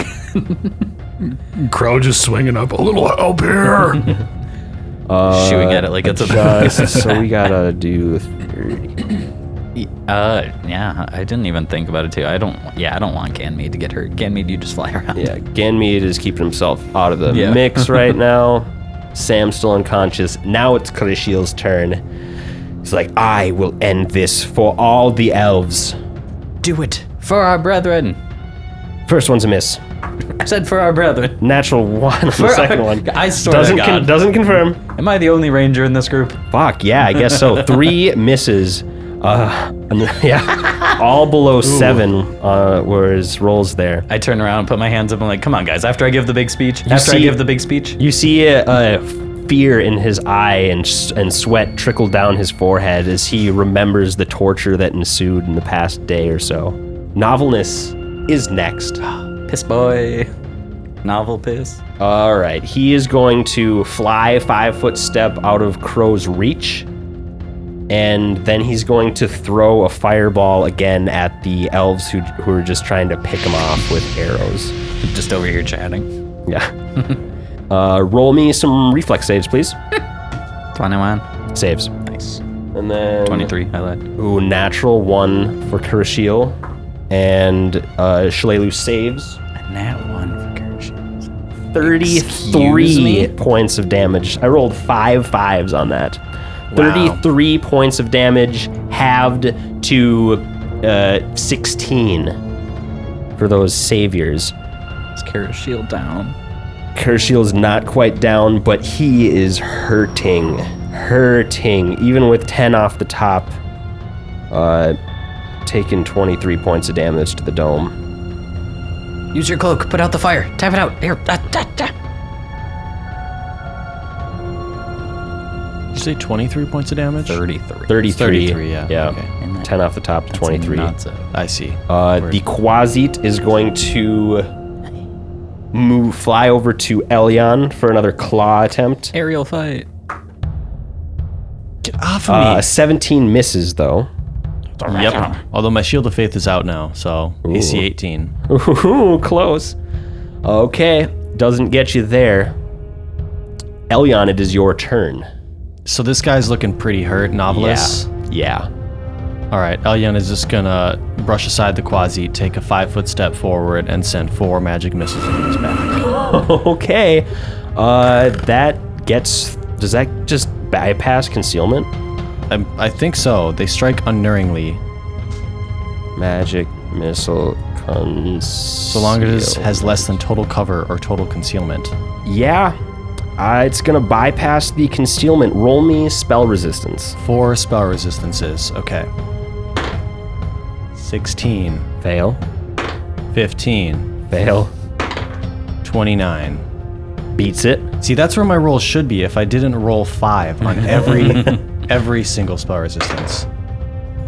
D: <laughs>
B: Crow just swinging up a little help here. <laughs>
D: Shooing at it like it's Uh, a
A: Just, so we gotta do 30.
D: <laughs> Uh yeah, I didn't even think about it too. I don't yeah, I don't want Ganmead to get hurt. Ganmead, you just fly <laughs> around.
A: Yeah, Ganmead is keeping himself out of the
D: Yeah. <laughs>
A: mix right now. Sam's still unconscious. Now it's Carishiel's turn. He's like, I will end this for all the elves.
D: Do it. For our brethren.
A: First one's a miss.
D: I said for our brethren.
A: Natural <laughs> one on the second one.
D: <laughs> I swear
A: Doesn't,
D: to
A: con-
D: God.
A: doesn't confirm.
D: Am I the only ranger in this group?
A: Fuck, yeah, I guess
D: <laughs>
A: so. Three misses. Uh, <laughs>
D: <laughs>
A: yeah. All below seven uh, were his rolls there.
D: I turn around and put my hands up. I'm like, come on, guys. After I give the big speech, after I
A: see-
D: give the big speech,
A: You see uh, uh, fear in his eye and s- and sweat trickle down his forehead as he remembers the torture that ensued in the past day or so. Novelness is next.
D: piss boy, novel piss.
A: All right, he is going to fly five foot step out of Crow's reach, and then he's going to throw a fireball again at the elves who who are just trying to pick him off with arrows.
D: Just over here chatting.
A: Yeah. <laughs> uh, roll me some reflex saves, please.
D: 21.
A: Saves.
D: Nice.
A: And then
D: 23, I lied.
A: Ooh, natural one for Kurashil. And uh, Shalelu saves
D: Nat one for Gersh.
A: 33
D: me?
A: points of damage. I rolled five fives on that. 33 points of damage halved to uh, 16 for those saviors.
D: Let's carry a shield down.
A: Kershield's not quite down, but he is hurting. Hurting. Even with 10 off the top, uh, taking 23 points of damage to the dome.
G: Use your cloak. Put out the fire. Tap it out. Here. Ah, ah, ah.
F: Did you say 23 points of damage?
D: 33.
A: 33.
F: 33, yeah, okay.
D: And that-
A: 10 off the top, 23.
D: Not so.
F: I see.
A: Uh, the Quasit is going to move, fly over to Elion for another claw attempt.
D: Aerial fight.
F: Get off of
A: Uh, 17 misses, though.
F: me. Yep. Although my shield of faith is out now, so AC 18.
A: Ooh, close. Okay, doesn't get you there. Elyon, it is your turn.
F: So this guy's looking pretty hurt, Novelist.
A: Yeah. <laughs>
F: All right, Elyon is just gonna brush aside the quasi, take a five foot step forward, and send four magic missiles into his back.
A: Okay. Uh, that gets. Does that just bypass concealment?
F: I, I think so. They strike unnerringly,
A: Magic missile cons.
F: so long as it has less than total cover or total concealment.
A: Yeah. Uh, it's gonna bypass the concealment. Roll me spell resistance.
F: Four spell resistances. Okay. 16,
A: Fail.
F: 15,
A: Fail.
F: 29.
A: Beats it.
F: See, that's where my roll should be if I didn't roll five <laughs> on every every single spell resistance.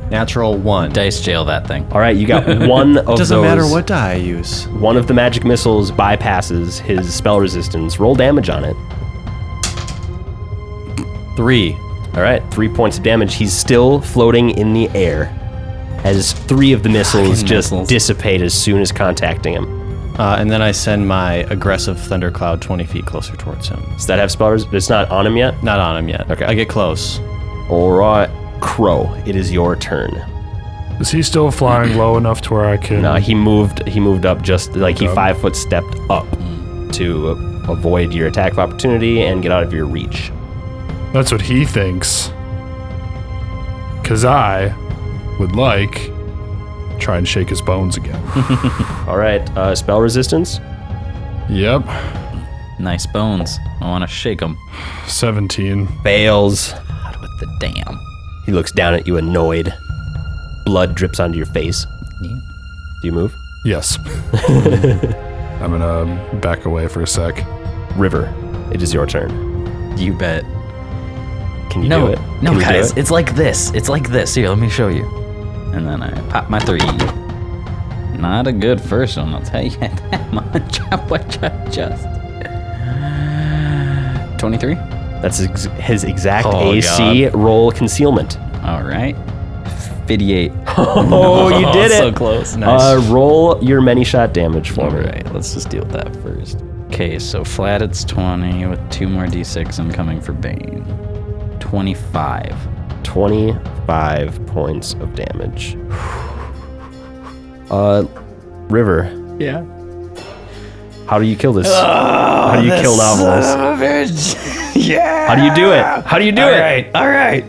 F: Natural one.
D: Dice jail that thing.
A: All right, you
F: <laughs>
A: got one of
F: Doesn't
A: those.
F: matter what die I use.
A: One of the magic missiles bypasses his spell resistance. Roll damage on it.
F: Three.
A: All right, three points of damage. He's still floating in the air as three of the missiles just
D: missiles.
A: dissipate as soon as contacting him.
F: Uh, and then I send my aggressive thundercloud 20 feet closer towards him.
A: Does that have spell resistance? It's not on him yet?
F: Not on him yet.
A: Okay.
F: I get close.
A: All right, Crow, it is your turn.
B: Is he still flying low enough to where I can?
A: Uh, he moved. He moved up just like he five foot stepped up to avoid your attack of opportunity and get out of your reach.
B: That's what he thinks. Cause I would like try and shake his bones again.
A: All right, uh, spell resistance.
B: yep,
D: Nice bones. I want to shake them.
B: seventeen.
A: Fails.
D: Out with the damn.
A: He looks down at you, annoyed. Blood drips onto your face. Do you move?
B: Yes. <laughs> I'm gonna um, back away for a sec.
A: River, it is your turn.
D: You bet.
A: Can you
D: No,
A: do it?
D: no,
A: Can you do
D: guys.
A: it?
D: It's like this. It's like this. Here, let me show you. And then I pop my three. Not a good first one, I'll tell you <laughs> that much. What you just. 23?
A: That's ex- his exact
D: Oh,
A: AC roll
D: <laughs>
A: concealment.
D: All right.
A: <laughs>
D: 58.
A: Oh, <laughs> you did
D: so
A: it.
D: close.
A: Uh, roll your many shot damage for
D: All
A: me.
D: right, let's just deal with that first. Okay, so flat it's 20 with two more d6 I'm coming for Bane. 25.
A: 25 points of damage. <sighs> Uh, River,
D: Yeah. Ah,
A: how do you kill this? how do you kill novels?
D: yeah.
A: How do you do it? How do you do
D: All
A: it?
D: right, all right.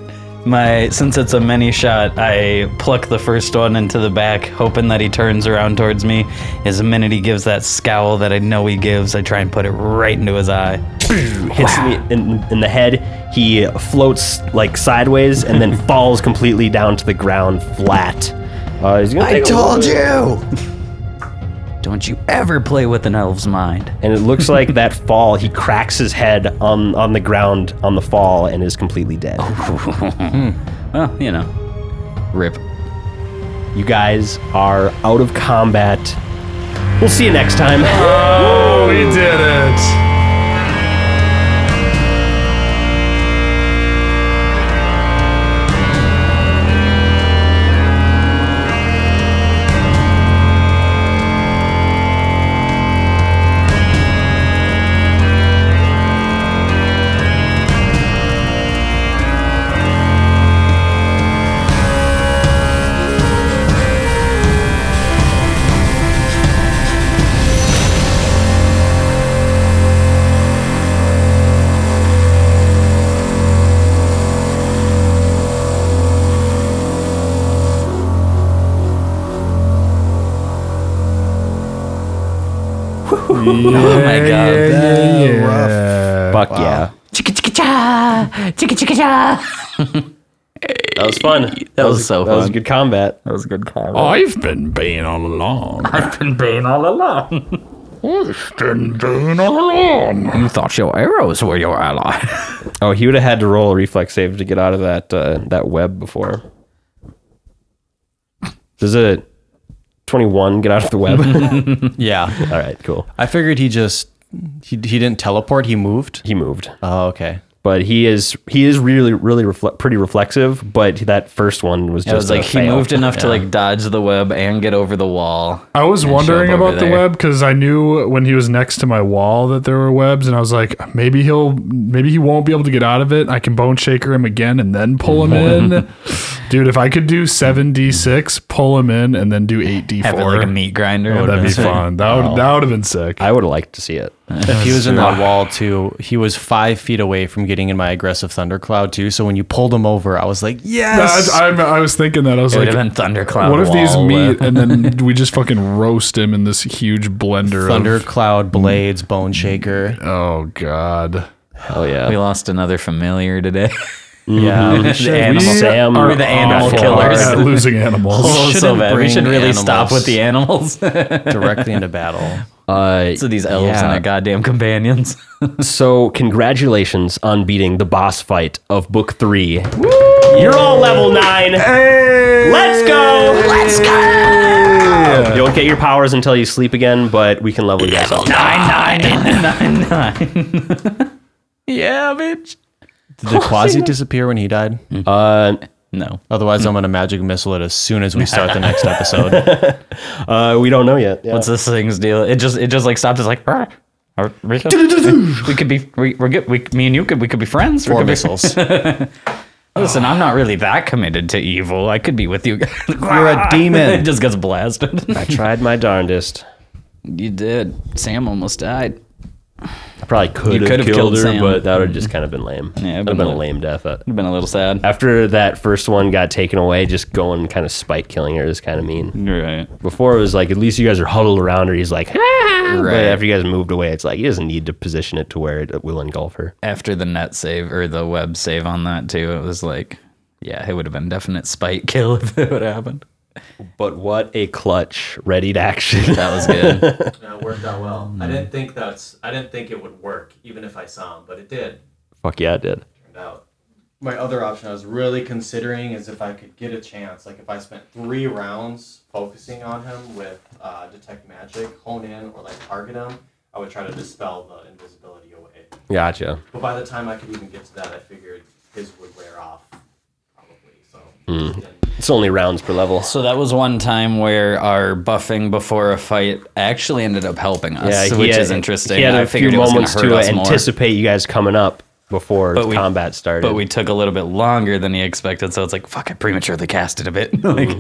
D: My since it's a many shot, I pluck the first one into the back, hoping that he turns around towards me. As the minute he gives that scowl that I know he gives, I try and put it right into his eye.
A: hits me in, in the head. He floats like sideways and
D: <laughs>
A: then falls completely down to the ground flat. Uh, he's gonna take a little bit-
D: you. <laughs> Don't you ever play with an elf's mind.
A: And it looks
D: <laughs>
A: like that fall, he cracks his head on, on the ground on the fall and is completely dead.
D: Oh. Well, you know, rip.
A: You guys are out of combat. We'll see you next time.
B: Oh, we did it. oh my god. Yeah, yeah, yeah.
A: Fuck yeah.
D: Chicka chicka cha, chicka chicka cha.
A: That was fun. That,
D: was so
A: That was
D: fun.
A: good combat.
D: That was a good call.
B: I've been Bane all along.
D: I've been Bane all along.
B: been Bane all along.
D: You thought your arrows were your ally.
A: Oh, he would have had to roll a reflex save to get out of that uh, that web before. Does a 21 get out of the <laughs> web? All
F: Yeah.
A: right, cool.
F: I figured he just he, he didn't teleport. He moved.
A: He moved.
F: Oh, okay.
A: But he is he is really really refle- pretty reflexive, but that first one was
D: It
A: just
D: was like
A: a
D: he
A: fail.
D: moved enough to like dodge the web and get over the wall.
B: I was
D: And
B: wondering
D: shove over
B: about the
D: there.
B: web because I knew when he was next to my wall that there were webs, and I was like, maybe he'll, maybe he won't be able to get out of it. I can bone shaker him again and then pull him in, dude. If I could do seven d six, pull him in, and then do eight d
D: Have it like a
B: four,
D: meat grinder.
B: Oh, that'd be fun. That would that would have been sick.
A: I would have liked to see <laughs> it.
F: If he was in that wall too, he was five feet away from getting in my aggressive thundercloud too. So when you pulled him over, I was like, yes.
B: I, I, I was thinking that I was
D: It would
B: like,
D: have been thundercloud.
B: what if these
D: wall
B: meet
D: web.
B: and then we just fucking roast him in this huge blender? Of,
F: Thundercloud blades, bone shaker.
B: oh god.
A: Hell yeah.
D: We lost another familiar today.
F: Yeah.
A: The
B: <laughs> We
A: Sam
B: are
D: We're the animal
A: awful.
D: killers. <laughs>
B: Yeah, losing animals.
D: Oh, so
F: shouldn't
D: bad. We should
F: bring
D: really stop
F: animals.
D: with the animals.
A: <laughs>
D: so
F: Directly into battle.
A: Uh,
D: these elves
A: Yeah.
D: and their goddamn companions. <laughs>
A: So, congratulations on beating the boss fight of book three. You're all level nine. Let's go. Let's go. You won't get your powers until you sleep again, but we can level you guys up.
D: nine, nine, nine, nine. yeah, bitch.
F: Did Quasi disappear when he died?
A: Uh,
D: No.
F: Otherwise, I'm gonna magic missile it as soon as we start the next episode.
A: uh, we don't know yet. Yeah.
D: What's this thing's deal? It just it just like stopped. It's like. "Brr, are we good?" we could be we, we're good. We, me and you could we could be friends. We
F: Four
D: could be-
F: missiles.
D: Listen, I'm not really that committed to evil. I could be with you. <laughs> You're
F: a demon.
D: <laughs> it just gets blasted. <laughs>
A: I tried my darndest.
D: You did. Sam almost died.
A: I probably could have
D: could've
A: killed,
D: killed
A: her,
D: Sam.
A: but that would have just kind of been lame.
D: Yeah,
A: Yeah,
D: it
A: would have been a
D: would've-
A: lame death. Uh,
D: Been a little sad.
A: After that first one got taken away, just going kind of spite killing her is kind of mean.
D: Right.
A: Before it was like, at least you guys are huddled around her. He's like, ah! But
D: Right.
A: after you guys moved away, it's like, he doesn't need to position it to where it, it will engulf her.
D: After the net save or the web save on that too, it was like, yeah, it would have been definite spite kill <laughs> if it would have happened.
A: But what a clutch, ready to action.
D: That was <laughs> good.
H: That worked out well. I didn't think that's. I didn't think it would work, even if I saw him, but it did.
A: <laughs> Fuck yeah, it did.
H: Turned out.
F: My other option I was really considering is if I could get a chance, like if I spent three rounds focusing on him with uh, detect magic, hone in, or like target him, I would try to dispel the invisibility away.
A: Gotcha.
F: But by the time I could even get to that, I figured his would wear off, probably. So
A: It's only rounds per level.
D: so that was one time where our buffing before a fight actually ended up helping us, which
A: had-
D: is interesting.
A: He had
D: I
A: a few
D: figured it was gonna
A: moments
D: hurt
A: to
D: us more.
A: anticipate you guys coming up before
D: we-
A: combat started.
D: But we took a little bit longer than he expected, so it's like, fuck, I prematurely casted a bit. <laughs> like,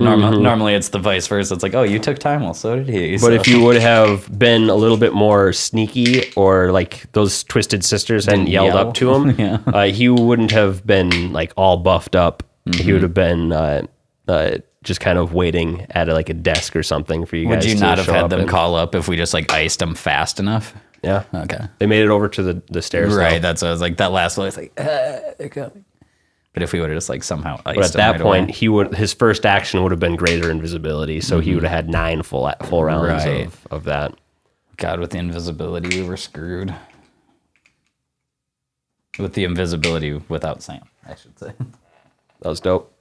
A: Mm-hmm.
D: norma- Normally it's the vice versa. It's like, oh, you took time. Well, so did he.
A: But if you would have been a little bit more sneaky or like those twisted sisters hadn't
D: Didn't
A: yelled
D: yell.
A: up to him,
D: Mm, <laughs> Yeah.
A: uh, he wouldn't have been like all buffed up. He
D: Mm-hmm.
A: would have been uh, uh, just kind of waiting at like a desk or something for you
D: would
A: guys
D: you
A: to
D: not have
A: show
D: had
A: up
D: them
A: and-
D: call up if we just like iced them fast enough?
A: Yeah.
D: Okay.
A: They made it over to the, the stairs. though.
D: Right. That's what I was like. That last one, I was like, uh, they're coming. But if we would have just like somehow iced
A: But at
D: them
A: that
D: right away.
A: point, he would his first action would have been greater invisibility, so he would have had nine full full rounds
D: Mm-hmm. Right.
A: of, of that.
D: God, with the invisibility, we were screwed. With the invisibility without Sam, I should say.
A: That was dope.